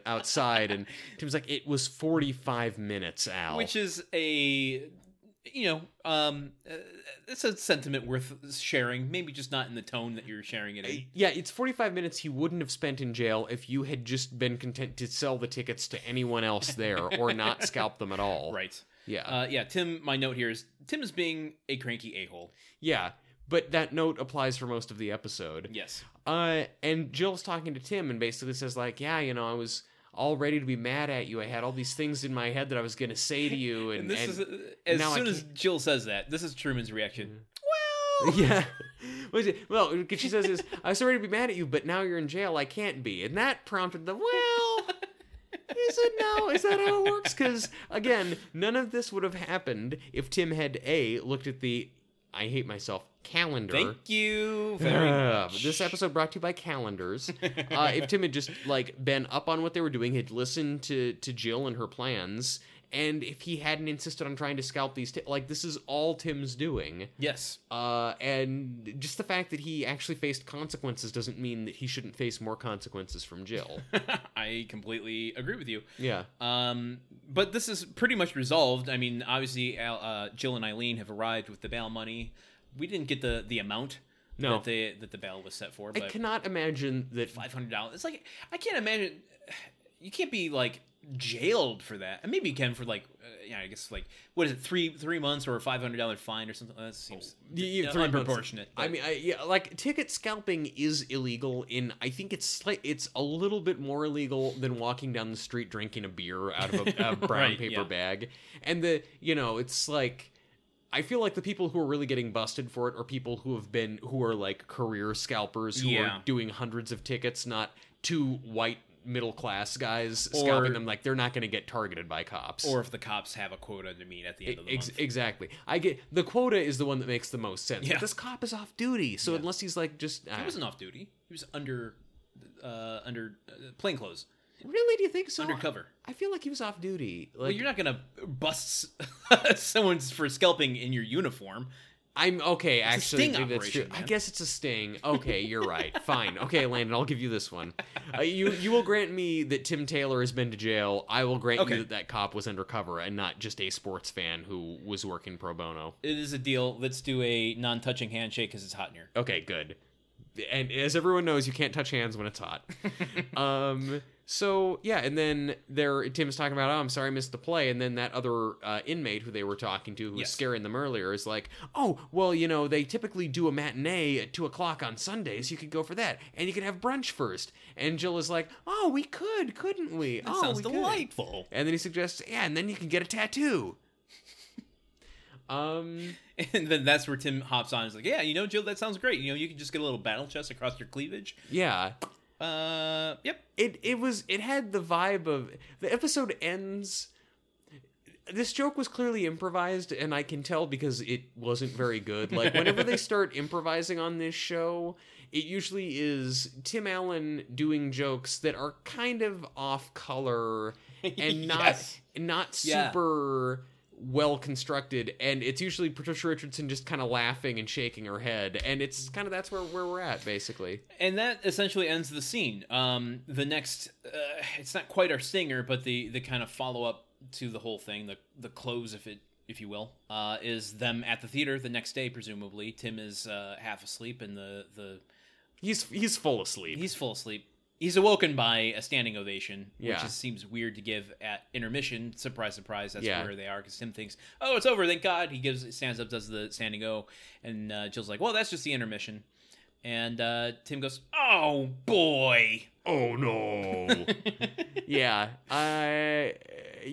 Speaker 2: outside." And Tim's like, "It was 45 minutes, Al."
Speaker 1: which is a you know um uh, it's a sentiment worth sharing maybe just not in the tone that you're sharing it in
Speaker 2: yeah, it's 45 minutes he wouldn't have spent in jail if you had just been content to sell the tickets to anyone else there or not scalp them at all.
Speaker 1: right
Speaker 2: Yeah.
Speaker 1: uh yeah tim my note here is tim is being a cranky a-hole
Speaker 2: Yeah, But that note applies for most of the episode.
Speaker 1: Yes.
Speaker 2: Uh, and Jill's talking to Tim and basically says like, "Yeah, you know, I was all ready to be mad at you. I had all these things in my head that I was gonna say to you, and,
Speaker 1: And, this is
Speaker 2: and-
Speaker 1: uh, as
Speaker 2: now I
Speaker 1: soon as Jill says that, this is Truman's reaction. Well,
Speaker 2: yeah." What is it? Well, what she says is, "I was so ready to be mad at you, but now you're in jail. I can't be," and that prompted the well. Is it now? Is that how it works? Because again, none of this would have happened if Tim had a looked at the I hate myself calendar.
Speaker 1: thank you very
Speaker 2: Ugh,
Speaker 1: much.
Speaker 2: This episode brought to you by calendars. uh, if Tim had just like been up on what they were doing, had listened to to Jill and her plans, and if he hadn't insisted on trying to scalp these, t- like this is all Tim's doing.
Speaker 1: Yes.
Speaker 2: Uh, and just the fact that he actually faced consequences doesn't mean that he shouldn't face more consequences from Jill.
Speaker 1: I completely agree with you.
Speaker 2: yeah,
Speaker 1: Um, but this is pretty much resolved. I mean, obviously, Al, uh, Jill and Eileen have arrived with the bail money. We didn't get the the amount
Speaker 2: No.
Speaker 1: that they that the bail was set for,
Speaker 2: I
Speaker 1: but
Speaker 2: cannot imagine that.
Speaker 1: five hundred dollars. It's like I can't imagine. You can't be like jailed for that. And maybe you can for like, uh, yeah, I guess like what is it, three three months or a five hundred dollar fine or something? That seems
Speaker 2: Yeah, yeah,
Speaker 1: uh,
Speaker 2: three months.
Speaker 1: unproportionate.
Speaker 2: I mean, I, yeah, like ticket scalping is illegal. In I think it's slight, it's a little bit more illegal than walking down the street drinking a beer out of a, a brown
Speaker 1: Right,
Speaker 2: paper
Speaker 1: yeah.
Speaker 2: bag. And the you know, it's like I feel like the people who are really getting busted for it are people who have been who are like career scalpers who
Speaker 1: Yeah.
Speaker 2: are doing hundreds of tickets, not two white middle class guys
Speaker 1: Or-
Speaker 2: scalping them. Like they're not going to get targeted by cops.
Speaker 1: or if the cops have a quota to meet at the end of the
Speaker 2: Ex-
Speaker 1: month.
Speaker 2: exactly. I get the quota is the one that makes the most sense.
Speaker 1: Yeah.
Speaker 2: But this cop is off duty, so unless he's like just
Speaker 1: he
Speaker 2: ah.
Speaker 1: wasn't off duty. He was under uh, under uh, plain clothes,
Speaker 2: really, do you think so?
Speaker 1: undercover.
Speaker 2: I feel like he was off duty. Like
Speaker 1: well, you're not gonna bust someone's for scalping in your uniform.
Speaker 2: I'm okay. Actually,
Speaker 1: sting
Speaker 2: maybe that's true.
Speaker 1: operation,
Speaker 2: I
Speaker 1: man.
Speaker 2: guess it's a sting. Okay, you're right. Fine. Okay, Landon, I'll give you this one. Uh, you you will grant me that Tim Taylor has been to jail. I will grant
Speaker 1: Okay.
Speaker 2: you that that cop was undercover and not just a sports fan who was working pro bono.
Speaker 1: It is a deal. Let's do a non-touching handshake because it's hot in here.
Speaker 2: Okay, good. And as everyone knows, you can't touch hands when it's hot. um. So yeah, and then there Tim's talking about, oh, I'm sorry, I missed the play, and then that other uh, inmate who they were talking to, who was
Speaker 1: Yes.
Speaker 2: scaring them earlier, is like, oh, well, you know, they typically do a matinee at two o'clock on Sundays. You could go for that, and you could have brunch first. And Jill is like, oh, we could, couldn't we?
Speaker 1: That
Speaker 2: oh,
Speaker 1: sounds
Speaker 2: we could."
Speaker 1: delightful.
Speaker 2: And then he suggests, yeah, and then you can get a tattoo. um.
Speaker 1: And then that's where Tim hops on. He's like, "Yeah, you know, Jill, that sounds great. You know, you can just get a little battle chest across your cleavage."
Speaker 2: Yeah.
Speaker 1: Uh, yep.
Speaker 2: it it was it had the vibe of the episode ends this joke was clearly improvised and i can tell because it wasn't very good like whenever they start improvising on this show it usually is tim allen doing jokes that are kind of off color and not
Speaker 1: Yes.
Speaker 2: not
Speaker 1: Yeah.
Speaker 2: super well constructed and it's usually patricia richardson just kind of laughing and shaking her head and it's kind of that's where, where we're at basically
Speaker 1: And that essentially ends the scene. Um, the next, uh, it's not quite our stinger, but the the kind of follow up to the whole thing, the the close, if it if you will, uh, is them at the theater the next day. Presumably, Tim is uh, half asleep, and the the
Speaker 2: he's he's full asleep
Speaker 1: He's full asleep. He's awoken by a standing ovation,
Speaker 2: Yeah.
Speaker 1: which just seems weird to give at intermission. Surprise, surprise. That's
Speaker 2: Yeah.
Speaker 1: where they are because Tim thinks, "Oh, it's over. Thank God." He gives, stands up, does the standing O, and uh, Jill's like, "Well, that's just the intermission." And uh, Tim goes, "Oh boy."
Speaker 2: oh no yeah i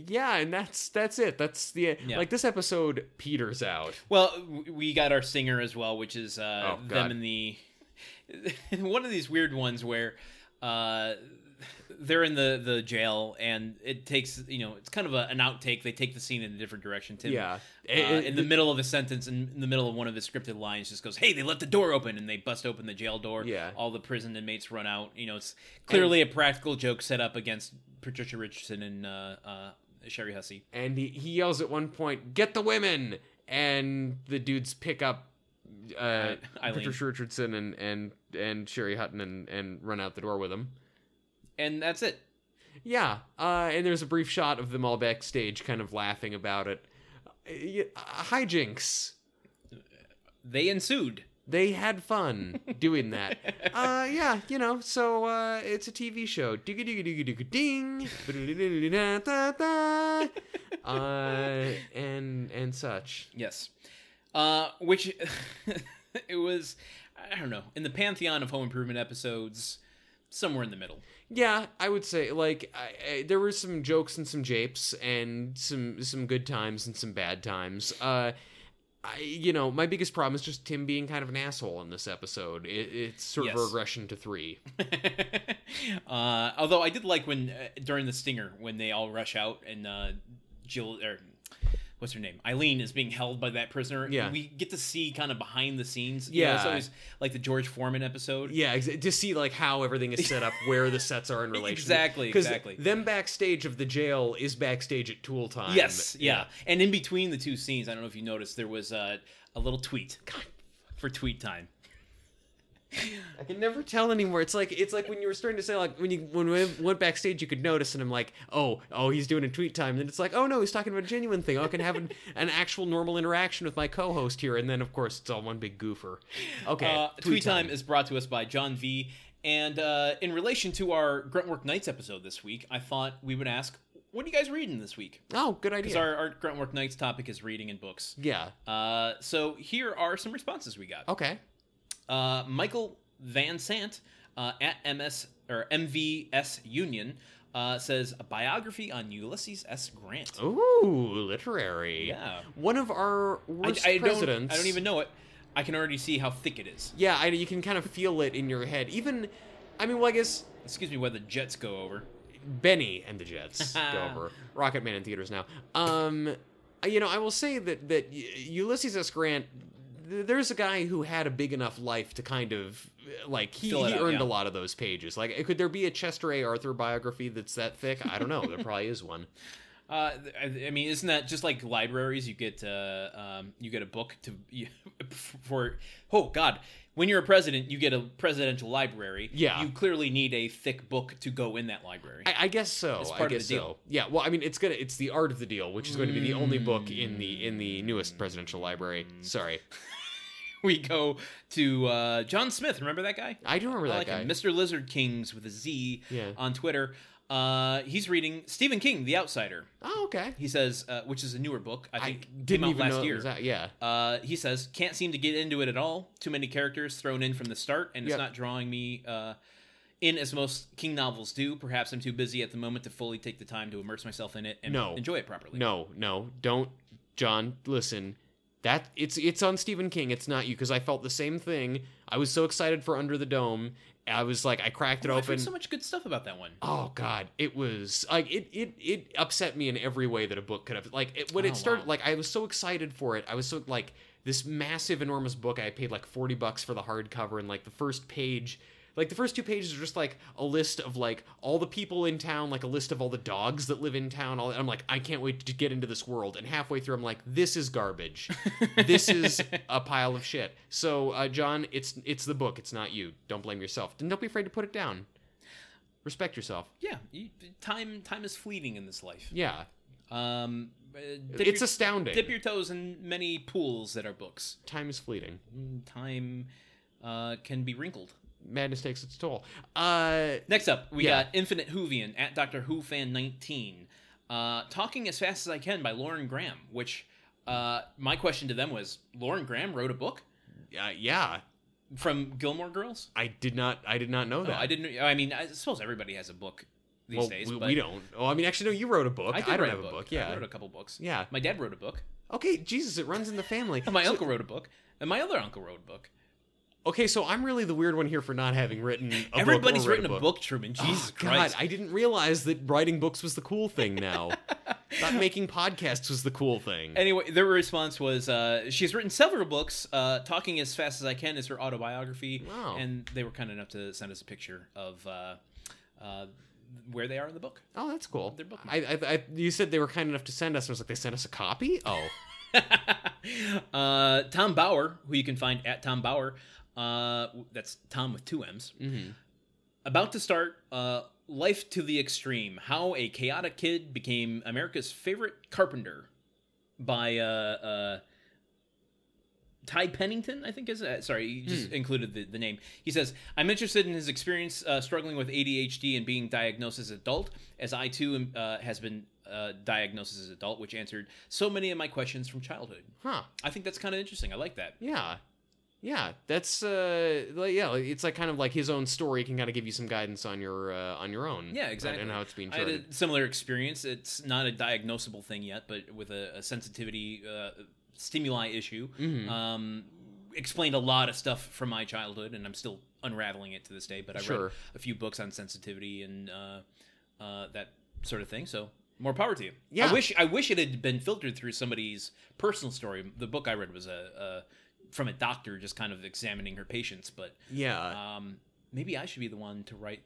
Speaker 2: yeah and that's that's it that's the
Speaker 1: Yeah.
Speaker 2: like this episode peters out
Speaker 1: well, w- we got our singer as well, which is uh,
Speaker 2: Oh, God.
Speaker 1: them in the one of these weird ones where uh, they're in the the jail, and it takes you know it's kind of a, an outtake. They take the scene in a different direction. Tim
Speaker 2: yeah
Speaker 1: Uh, in the middle of a sentence, in, in the middle of one of his scripted lines, just goes, "Hey, they left the door open," and they bust open the jail door.
Speaker 2: Yeah.
Speaker 1: all the prison inmates run out. You know, it's clearly a practical joke set up against Patricia Richardson and uh, uh, Sherry Hussey.
Speaker 2: and he, he yells at one point get the women and the dudes pick up uh
Speaker 1: I- Eileen.
Speaker 2: Patricia Richardson and and and Sherry Hutton and and run out the door with him
Speaker 1: and that's it.
Speaker 2: yeah uh and there's a brief shot of them all backstage kind of laughing about it uh, yeah, uh, hijinks
Speaker 1: They ensued.
Speaker 2: they had fun doing that. uh, yeah, you know, so uh, it's a TV show. Digga digga digga digga ding. Ba-da-da-da-da-da-da. uh, and and such.
Speaker 1: Yes. Uh, which it was I don't know in the pantheon of home improvement episodes, somewhere in the middle.
Speaker 2: Yeah, I would say like I, I, there were some jokes and some japes and some some good times and some bad times. Uh, I you know my biggest problem is just Tim being kind of an asshole in this episode. It, it's sort of a
Speaker 1: Yes.
Speaker 2: regression to three.
Speaker 1: uh, although I did like when uh, during the stinger when they all rush out and uh, Jill or what's her name Eileen is being held by that prisoner.
Speaker 2: Yeah.
Speaker 1: we get to see kind of behind the scenes. You know, it's
Speaker 2: Yeah.
Speaker 1: always like the George Foreman episode.
Speaker 2: Yeah, ex- to see like how everything is set up, where the sets are in relation.
Speaker 1: Exactly,
Speaker 2: 'Cause
Speaker 1: exactly.
Speaker 2: Them backstage of the jail is backstage at Tool Time.
Speaker 1: Yes, yeah. And in between the two scenes, I don't know if you noticed, there was uh, a little tweet for tweet time.
Speaker 2: I can never tell anymore. It's like it's like when you were starting to say like when you when we went backstage, you could notice, and I'm like, oh, oh, he's doing a tweet time. Then it's like, oh no, he's talking about a genuine thing. Oh, I can have an, an actual normal interaction with my co-host here, and then of course it's all one big goofer. Okay,
Speaker 1: Uh, tweet, time. is brought to us by John V. And uh, in relation to our Gruntwork Nights episode this week, I thought we would ask, what are you guys reading this week?
Speaker 2: Oh, good
Speaker 1: Because
Speaker 2: idea.
Speaker 1: our, our Gruntwork Nights topic is reading and books.
Speaker 2: yeah.
Speaker 1: Uh, so here are some responses we got.
Speaker 2: Okay. Oh.
Speaker 1: Uh, Michael Van Sant uh, at MS or MVS Union uh, says a biography on Ulysses S. Grant.
Speaker 2: Ooh, literary.
Speaker 1: Yeah.
Speaker 2: One of
Speaker 1: I,
Speaker 2: our worst
Speaker 1: I don't.
Speaker 2: presidents.
Speaker 1: I don't even know it. I can already see how thick it is.
Speaker 2: Yeah, I, you can kind of feel it in your head. Even, I mean, well, I guess
Speaker 1: Excuse me, where the jets go over.
Speaker 2: Benny and the Jets go over Rocket Man in theaters now. Um, you know, I will say that that U- Ulysses S. Grant, th- there's a guy who had a big enough life to kind of like he,
Speaker 1: Fill it
Speaker 2: he
Speaker 1: out,
Speaker 2: earned
Speaker 1: yeah.
Speaker 2: a lot of those pages. Like, could there be a Chester A. Arthur biography that's that thick? I don't know. there probably is one.
Speaker 1: Uh, I, I mean, isn't that just like libraries? You get uh, um, you get a book to you, for. Oh God, when you're a president, you get a presidential library.
Speaker 2: Yeah.
Speaker 1: you clearly need a thick book to go in that library.
Speaker 2: I, I guess so.
Speaker 1: It's
Speaker 2: I
Speaker 1: part of the
Speaker 2: guess
Speaker 1: deal.
Speaker 2: so. Yeah. Well, I mean, it's gonna it's the art of the deal, which is going to be the only book in the in the newest presidential library. Sorry,
Speaker 1: we go to uh, John Smith. Remember that guy?
Speaker 2: I do remember that
Speaker 1: I like
Speaker 2: guy.
Speaker 1: him. Mr. Lizard Kings with a Z
Speaker 2: Yeah.
Speaker 1: on Twitter. Uh, he's reading Stephen King, The Outsider.
Speaker 2: oh, okay.
Speaker 1: He says, uh, which is a newer book. I
Speaker 2: I
Speaker 1: think came
Speaker 2: didn't
Speaker 1: out
Speaker 2: even
Speaker 1: last
Speaker 2: know it
Speaker 1: year.
Speaker 2: was out. Yeah.
Speaker 1: Uh, he says, can't seem to get into it at all. Too many characters thrown in from the start, and it's
Speaker 2: Yep.
Speaker 1: not drawing me uh, in as most King novels do. Perhaps I'm too busy at the moment to fully take the time to immerse myself in it and
Speaker 2: No.
Speaker 1: enjoy it properly.
Speaker 2: No, no, don't, John. Listen, that it's it's on Stephen King. It's not you because I felt the same thing. I was so excited for Under the Dome. I was like, I cracked it
Speaker 1: I've
Speaker 2: open.
Speaker 1: heard so much good stuff about that one.
Speaker 2: Oh God! It was like it it it upset me in every way that a book could have. Like it, when
Speaker 1: Oh,
Speaker 2: it started,
Speaker 1: wow.
Speaker 2: like I was so excited for it. I was so like this massive, enormous book. I paid like forty bucks for the hardcover, and like the first page, like the first two pages are just like a list of like all the people in town, like a list of all the dogs that live in town. All and I'm like, I can't wait to get into this world. And halfway through, I'm like, this is garbage. this is a pile of shit. So uh, John, it's it's the book. It's not you. Don't blame yourself. And don't be afraid to put it down. Respect yourself.
Speaker 1: Yeah, you, time time is fleeting in this life.
Speaker 2: Yeah.
Speaker 1: Um, uh, dip
Speaker 2: it's
Speaker 1: your,
Speaker 2: astounding.
Speaker 1: dip your toes in many pools that are books.
Speaker 2: Time is fleeting.
Speaker 1: Mm, Time uh, can be wrinkled.
Speaker 2: Madness takes its toll. Uh
Speaker 1: Next up, we
Speaker 2: Yeah.
Speaker 1: got Infinite Hoovian at Doctor Who Fan 19. Uh, Talking as Fast as I Can by Lauren Graham, which uh, my question to them was Lauren Graham wrote a book
Speaker 2: uh, yeah,
Speaker 1: from Gilmore Girls?
Speaker 2: I did not I did not know
Speaker 1: No,
Speaker 2: that.
Speaker 1: Oh, I didn't. I mean, I suppose everybody has a book these
Speaker 2: well,
Speaker 1: days.
Speaker 2: we,
Speaker 1: but
Speaker 2: we don't. Oh, I mean actually no, you wrote a book.
Speaker 1: I,
Speaker 2: I,
Speaker 1: did
Speaker 2: don't
Speaker 1: write
Speaker 2: have
Speaker 1: a book.
Speaker 2: Yeah.
Speaker 1: I wrote a couple books.
Speaker 2: yeah.
Speaker 1: My dad wrote a book.
Speaker 2: Okay, Jesus, it runs in the family.
Speaker 1: And my uncle wrote a book. And my other uncle wrote a book.
Speaker 2: Okay, so I'm really the weird one here for not having written a book.
Speaker 1: Everybody's
Speaker 2: or read
Speaker 1: written a book. Truman. Jesus
Speaker 2: Oh,
Speaker 1: Christ.
Speaker 2: God, I didn't realize that writing books was the cool thing now. Not making podcasts was the cool thing.
Speaker 1: Anyway, their response was uh, she's written several books. Uh, Talking as Fast as I Can is her autobiography.
Speaker 2: Wow.
Speaker 1: And they were kind enough to send us a picture of uh, uh, where they are in the book.
Speaker 2: oh, that's cool.
Speaker 1: They're bookmarked.
Speaker 2: I, I, I, you said they were kind enough to send us. I was like, they sent us a copy. Oh,
Speaker 1: uh, Tom Bauer, who you can find at Tom Bauer, uh, w- that's Tom with two M's,
Speaker 2: Mhm.
Speaker 1: about to start uh, Life to the Extreme How a Chaotic Kid Became America's Favorite Carpenter by uh, uh, Ty Pennington, I think is uh, Sorry, you just included the, the name. He says, I'm interested in his experience uh, struggling with ADHD and being diagnosed as adult, as I too am, uh, has been uh, diagnosed as adult, which answered so many of my questions from childhood.
Speaker 2: huh?
Speaker 1: I think that's kind of interesting. I like that.
Speaker 2: Yeah. Yeah, that's uh, like, yeah, like, it's like kind of like his own story can kind of give you some guidance on your uh, on your own.
Speaker 1: Yeah,
Speaker 2: uh,
Speaker 1: exactly.
Speaker 2: And how it's being
Speaker 1: I had
Speaker 2: charted.
Speaker 1: a similar experience. It's not a diagnosable thing yet, but with a, a sensitivity uh, stimuli issue,
Speaker 2: Mhm.
Speaker 1: um, explained a lot of stuff from my childhood, and I'm still unraveling it to this day. But I
Speaker 2: Sure.
Speaker 1: read a few books on sensitivity and uh, uh, that sort of thing. So more power to you.
Speaker 2: Yeah.
Speaker 1: I wish I wish it had been filtered through somebody's personal story. The book I read was a, a from a doctor just kind of examining her patients, but
Speaker 2: yeah,
Speaker 1: um, maybe I should be the one to write.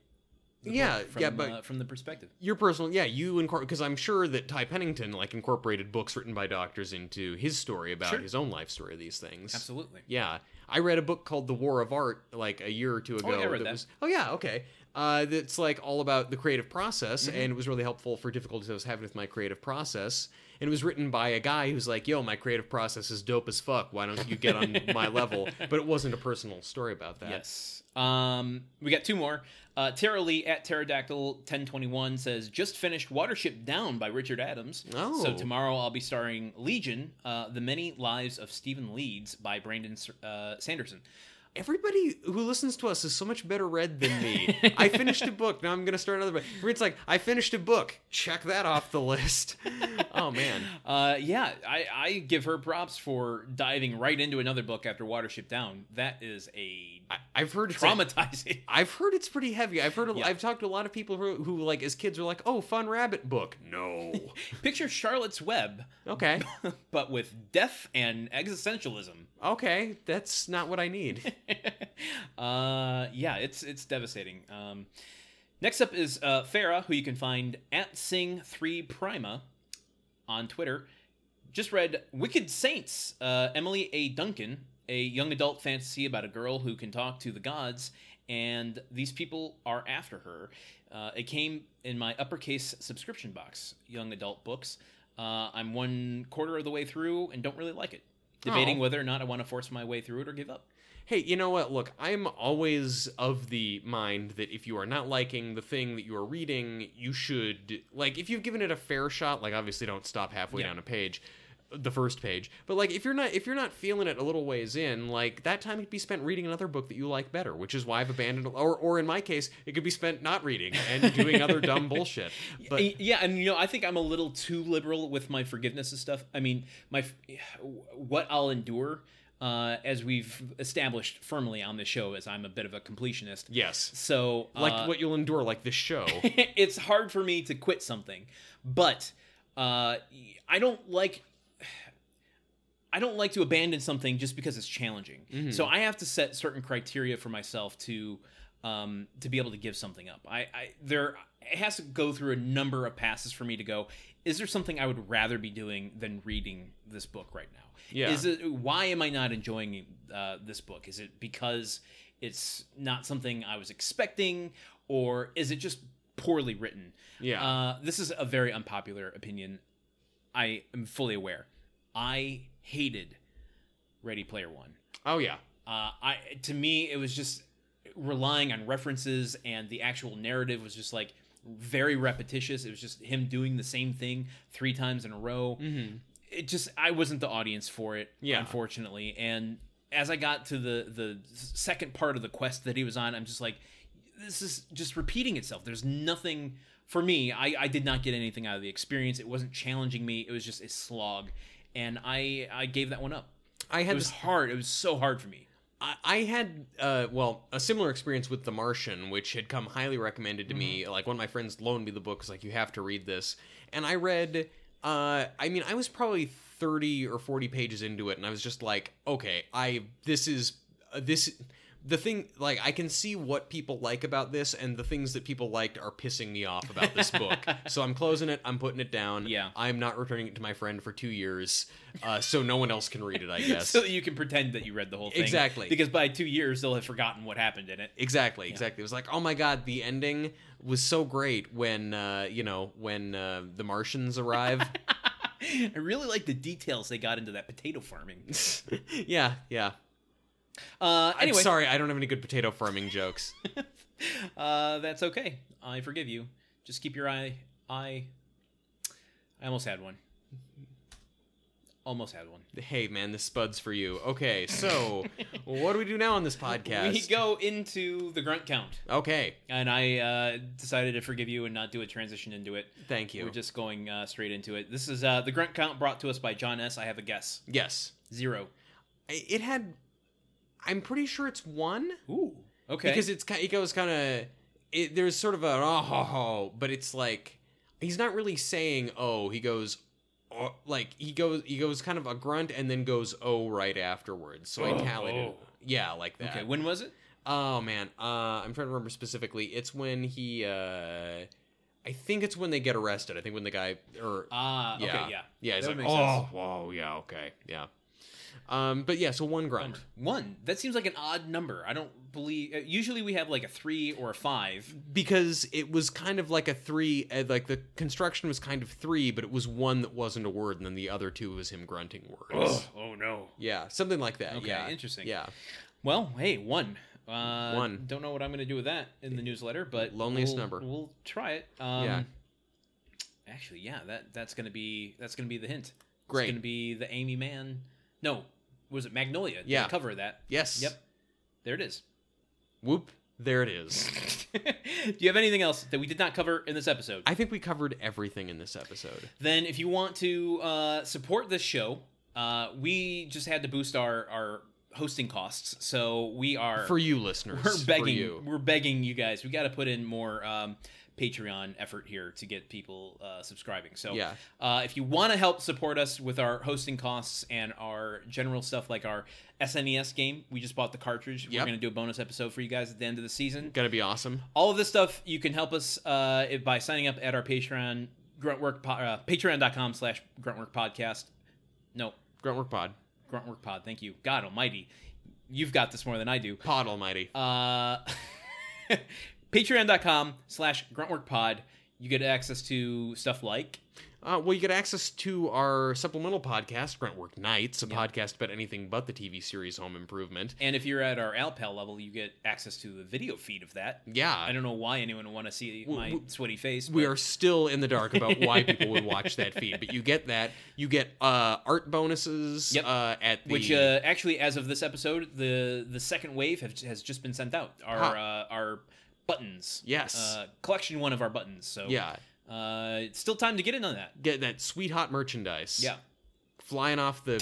Speaker 1: the book
Speaker 2: Yeah,
Speaker 1: from,
Speaker 2: yeah, but-
Speaker 1: uh, from the perspective.
Speaker 2: your personal yeah you incorporate because i'm sure that ty pennington like incorporated books written by doctors into his story about
Speaker 1: Sure.
Speaker 2: his own life story of these things
Speaker 1: Absolutely.
Speaker 2: yeah i read a book called the war of art like a year or two ago
Speaker 1: yeah, I read that.
Speaker 2: was oh yeah okay uh, that's like all about the creative process
Speaker 1: Mm-hmm.
Speaker 2: and it was really helpful for difficulties i was having with my creative process and it was written by a guy who's like yo my creative process is dope as fuck why don't you get on my level but it wasn't a personal story about that
Speaker 1: Yes. Um, we got two more. Uh, Tara Lee at Pterodactyl 1021 says, just finished Watership Down by Richard Adams.
Speaker 2: Oh.
Speaker 1: So tomorrow I'll be starring Legion, uh, The Many Lives of Stephen Leeds by Brandon uh, Sanderson.
Speaker 2: Everybody who listens to us is so much better read than me. I finished a book. Now I'm going to start another book. It's like, I finished a book. Check that off the list. Oh, man.
Speaker 1: Uh, yeah, I, I give her props for diving right into another book after Watership Down. That is a
Speaker 2: I, I've heard it's like-
Speaker 1: traumatizing.
Speaker 2: I've heard it's pretty heavy. I've heard.
Speaker 1: Yeah.
Speaker 2: I've talked to a lot of people who, who, like, as kids, were like, "Oh, fun rabbit book." No.
Speaker 1: Picture Charlotte's Web,
Speaker 2: okay.
Speaker 1: but with death and existentialism.
Speaker 2: Okay. That's not what I need.
Speaker 1: uh, yeah, it's it's devastating. Um, next up is uh, Farah, who you can find at Sing3Prima on Twitter. Just read Wicked Saints, uh, Emily A. Duncan, a young adult fantasy about a girl who can talk to the gods, and these people are after her. Uh, it came in my uppercase subscription box, young adult books. Uh, I'm one quarter of the way through and don't really like it. Debating
Speaker 2: Oh.
Speaker 1: whether or not I want to force my way through it or give up.
Speaker 2: Hey, you know what? Look, I'm always of the mind that if you are not liking the thing that you are reading, you should like if you've given it a fair shot, like obviously don't stop halfway
Speaker 1: Yeah.
Speaker 2: down a page, the first page. But like if you're not if you're not feeling it a little ways in, like that time could be spent reading another book that you like better, which is why I've abandoned or or in my case, it could be spent not reading and doing other dumb bullshit. But
Speaker 1: Y- yeah, and you know, I think I'm a little too liberal with my forgiveness and stuff. I mean, my f- what I'll endure, uh, as we've established firmly on this show, is I'm a bit of a completionist.
Speaker 2: yes,
Speaker 1: So, uh,
Speaker 2: like what you'll endure like this show.
Speaker 1: it's hard for me to quit something, but uh, I don't like. I don't like to abandon something just because it's challenging. So I have to set certain criteria for myself to um, to be able to give something up. I, I there it has to go through a number of passes for me to go. Is there something I would rather be doing than reading this book right now?
Speaker 2: Yeah.
Speaker 1: Is it why am I not enjoying uh, this book? Is it because it's not something I was expecting, or is it just poorly written?
Speaker 2: Yeah.
Speaker 1: Uh, this is a very unpopular opinion. I am fully aware. I hated Ready Player One.
Speaker 2: oh yeah.
Speaker 1: Uh, I to me it was just relying on references and the actual narrative was just like very repetitious. It was just him doing the same thing three times in a row.
Speaker 2: Mm-hmm.
Speaker 1: It just I wasn't the audience for it,
Speaker 2: Yeah.
Speaker 1: unfortunately. And as I got to the the second part of the quest that he was on, I'm just like, this is just repeating itself. There's nothing for me. I I did not get anything out of the experience. It wasn't challenging me. It was just a slog, and I I gave that one up.
Speaker 2: I
Speaker 1: It
Speaker 2: had
Speaker 1: was
Speaker 2: this
Speaker 1: hard. It was so hard for me.
Speaker 2: I, I had uh, well a similar experience with The Martian, which had come highly recommended to me.
Speaker 1: Mm-hmm.
Speaker 2: Like one of my friends loaned me the book, was like, "You have to read this," and I read. Uh, I mean, I was probably thirty or forty pages into it, and I was just like, "Okay, I this is uh, this." The thing, like, I can see what people like about this, and the things that people liked are pissing me off about this book. so I'm closing it. I'm putting it down.
Speaker 1: Yeah.
Speaker 2: I'm not returning it to my friend for two years, uh, so no one else can read it. I guess.
Speaker 1: So that you can pretend that you read the whole thing.
Speaker 2: Exactly.
Speaker 1: Because by two years, they'll have forgotten what happened in it.
Speaker 2: Exactly, exactly. It was like, oh my god, the ending was so great when uh, you know when uh, the Martians arrive.
Speaker 1: I really like the details they got into that potato farming.
Speaker 2: yeah, yeah.
Speaker 1: Uh,
Speaker 2: Anyway,
Speaker 1: anyway,
Speaker 2: I'm sorry, I don't have any good potato farming jokes.
Speaker 1: uh, that's okay. I forgive you. Just keep your eye. eye. I almost had one. Almost had one.
Speaker 2: Hey, man, this spud's for you. Okay, so what do we do now on this podcast?
Speaker 1: We go into the grunt count,
Speaker 2: okay,
Speaker 1: and I uh, decided to forgive you and not do a transition into it.
Speaker 2: thank you.
Speaker 1: We're just going uh, straight into it. This is uh, the grunt count brought to us by John S. I have a guess.
Speaker 2: yes,
Speaker 1: Zero.
Speaker 2: I- it had. I'm pretty sure it's one
Speaker 1: Ooh. Okay.
Speaker 2: because it's ki- it goes kind of. It, there's sort of a oh, ho, ho, but it's like he's not really saying oh. He goes oh, like he goes he goes kind of a grunt and then goes oh right afterwards. So I
Speaker 1: Oh,
Speaker 2: tallied it.
Speaker 1: oh.
Speaker 2: Yeah, like that.
Speaker 1: okay. When was it?
Speaker 2: Oh man, uh, I'm trying to remember specifically. It's when he, uh, I think it's when they get arrested. I think when the guy or
Speaker 1: Ah.
Speaker 2: Yeah.
Speaker 1: Okay. Yeah.
Speaker 2: yeah, he's
Speaker 1: that would
Speaker 2: like,
Speaker 1: make
Speaker 2: oh,
Speaker 1: sense.
Speaker 2: whoa, yeah, okay, yeah. Um, but yeah, so one grunt.
Speaker 1: Bummer. One. That seems like an odd number. I don't believe. uh, Usually we have like a three or a five.
Speaker 2: because it was kind of like a three uh, like the construction was kind of three but it was one that wasn't a word and then the other two was him grunting words
Speaker 1: Oh no.
Speaker 2: yeah something like that
Speaker 1: Okay,
Speaker 2: yeah
Speaker 1: interesting.
Speaker 2: yeah
Speaker 1: Well, hey, one. Uh,
Speaker 2: One.
Speaker 1: Don't know what I'm going to do with that in the newsletter, but
Speaker 2: Loneliest
Speaker 1: we'll,
Speaker 2: number.
Speaker 1: We'll try it. Um,
Speaker 2: Yeah.
Speaker 1: Actually, yeah that that's going to be that's going to be the hint.
Speaker 2: Great.
Speaker 1: It's going to be the Amy Man. No, was it Magnolia? did
Speaker 2: Yeah.
Speaker 1: the cover of that.
Speaker 2: yes
Speaker 1: Yep. There it is.
Speaker 2: whoop there it is
Speaker 1: do you have anything else that we did not cover in this episode?
Speaker 2: i think we covered everything in this episode
Speaker 1: then if you want to uh, support this show, uh, we just had to boost our our hosting costs, so we are
Speaker 2: for you listeners
Speaker 1: we're
Speaker 2: for
Speaker 1: begging
Speaker 2: you
Speaker 1: we're begging you guys we got to put in more um, patreon effort here to get people uh, subscribing so
Speaker 2: Yeah.
Speaker 1: uh, if you want to help support us with our hosting costs and our general stuff like our snes game we just bought the cartridge
Speaker 2: Yep.
Speaker 1: we're going to do a bonus episode for you guys at the end of the season
Speaker 2: gonna be awesome
Speaker 1: all of this stuff you can help us uh, if- by signing up at our patreon gruntwork po- uh, patreon.com slash gruntwork podcast no
Speaker 2: gruntwork pod
Speaker 1: gruntwork pod thank you god almighty you've got this more than i do
Speaker 2: pod almighty
Speaker 1: uh, patreon.com slash gruntworkpod you get access to stuff like
Speaker 2: Uh, well, you get access to our supplemental podcast, Gruntwork Nights, a podcast about anything but the TV series Home Improvement.
Speaker 1: and if you're at our alpal level you get access to the video feed of that
Speaker 2: Yeah,
Speaker 1: i don't know why anyone would want to see
Speaker 2: W-
Speaker 1: my
Speaker 2: w-
Speaker 1: sweaty face
Speaker 2: we
Speaker 1: but-
Speaker 2: are still in the dark about why people would watch that feed, but you get that. You get uh, art bonuses
Speaker 1: Yep.
Speaker 2: uh, at the
Speaker 1: which uh, actually as of this episode the the second wave have, has just been sent out our
Speaker 2: Huh.
Speaker 1: uh, our buttons
Speaker 2: yes,
Speaker 1: uh, collection one of our buttons so
Speaker 2: yeah,
Speaker 1: uh, it's still time to get in on that
Speaker 2: get that sweet hot merchandise.
Speaker 1: yeah
Speaker 2: flying off the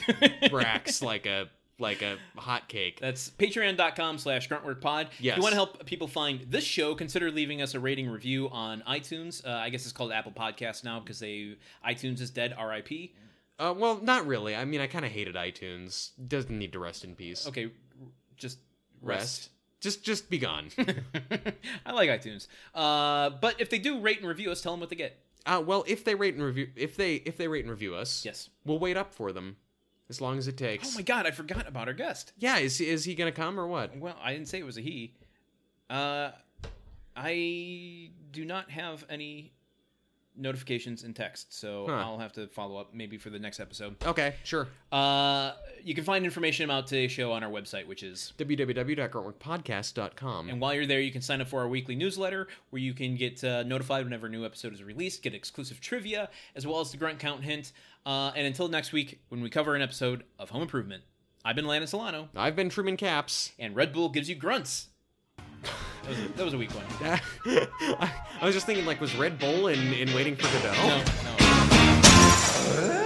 Speaker 2: racks like a like a hot cake.
Speaker 1: That's patreon.com slash gruntworkpod. If
Speaker 2: Yes.
Speaker 1: you want to help people find this show, consider leaving us a rating review on iTunes. Uh, I guess it's called Apple Podcasts now because they iTunes is dead, RIP.
Speaker 2: Uh, well, not really. I mean, I kind of hated iTunes. Doesn't need to rest in peace.
Speaker 1: Okay, r- just
Speaker 2: Rest. Just just be gone.
Speaker 1: I like iTunes. Uh, but if they do rate and review us, tell them what they get.
Speaker 2: uh, well, if they rate and review, if they if they rate and review us,
Speaker 1: Yes.
Speaker 2: we'll wait up for them as long as it
Speaker 1: Oh
Speaker 2: takes.
Speaker 1: my Oh God, I forgot about our guest.
Speaker 2: yeah, is is he gonna come or what?
Speaker 1: Well, I didn't say it was a he. Uh, I do not have any notifications in text, so
Speaker 2: Huh.
Speaker 1: I'll have to follow up maybe for the next episode.
Speaker 2: Okay, sure.
Speaker 1: Uh, you can find information about today's show on our website, which is.
Speaker 2: www.gruntworkpodcast.com.
Speaker 1: And while you're there, you can sign up for our weekly newsletter where you can get uh, notified whenever a new episode is released, get exclusive trivia, as well as the grunt count hint. Uh, and until next week, when we cover an episode of Home Improvement, I've been Lana Solano,
Speaker 2: I've been Truman Caps.
Speaker 1: and Red Bull gives you grunts. That was a, that was a weak one.
Speaker 2: I I was just thinking, like, was Red Bull in, in Waiting for Godot?
Speaker 1: No, no.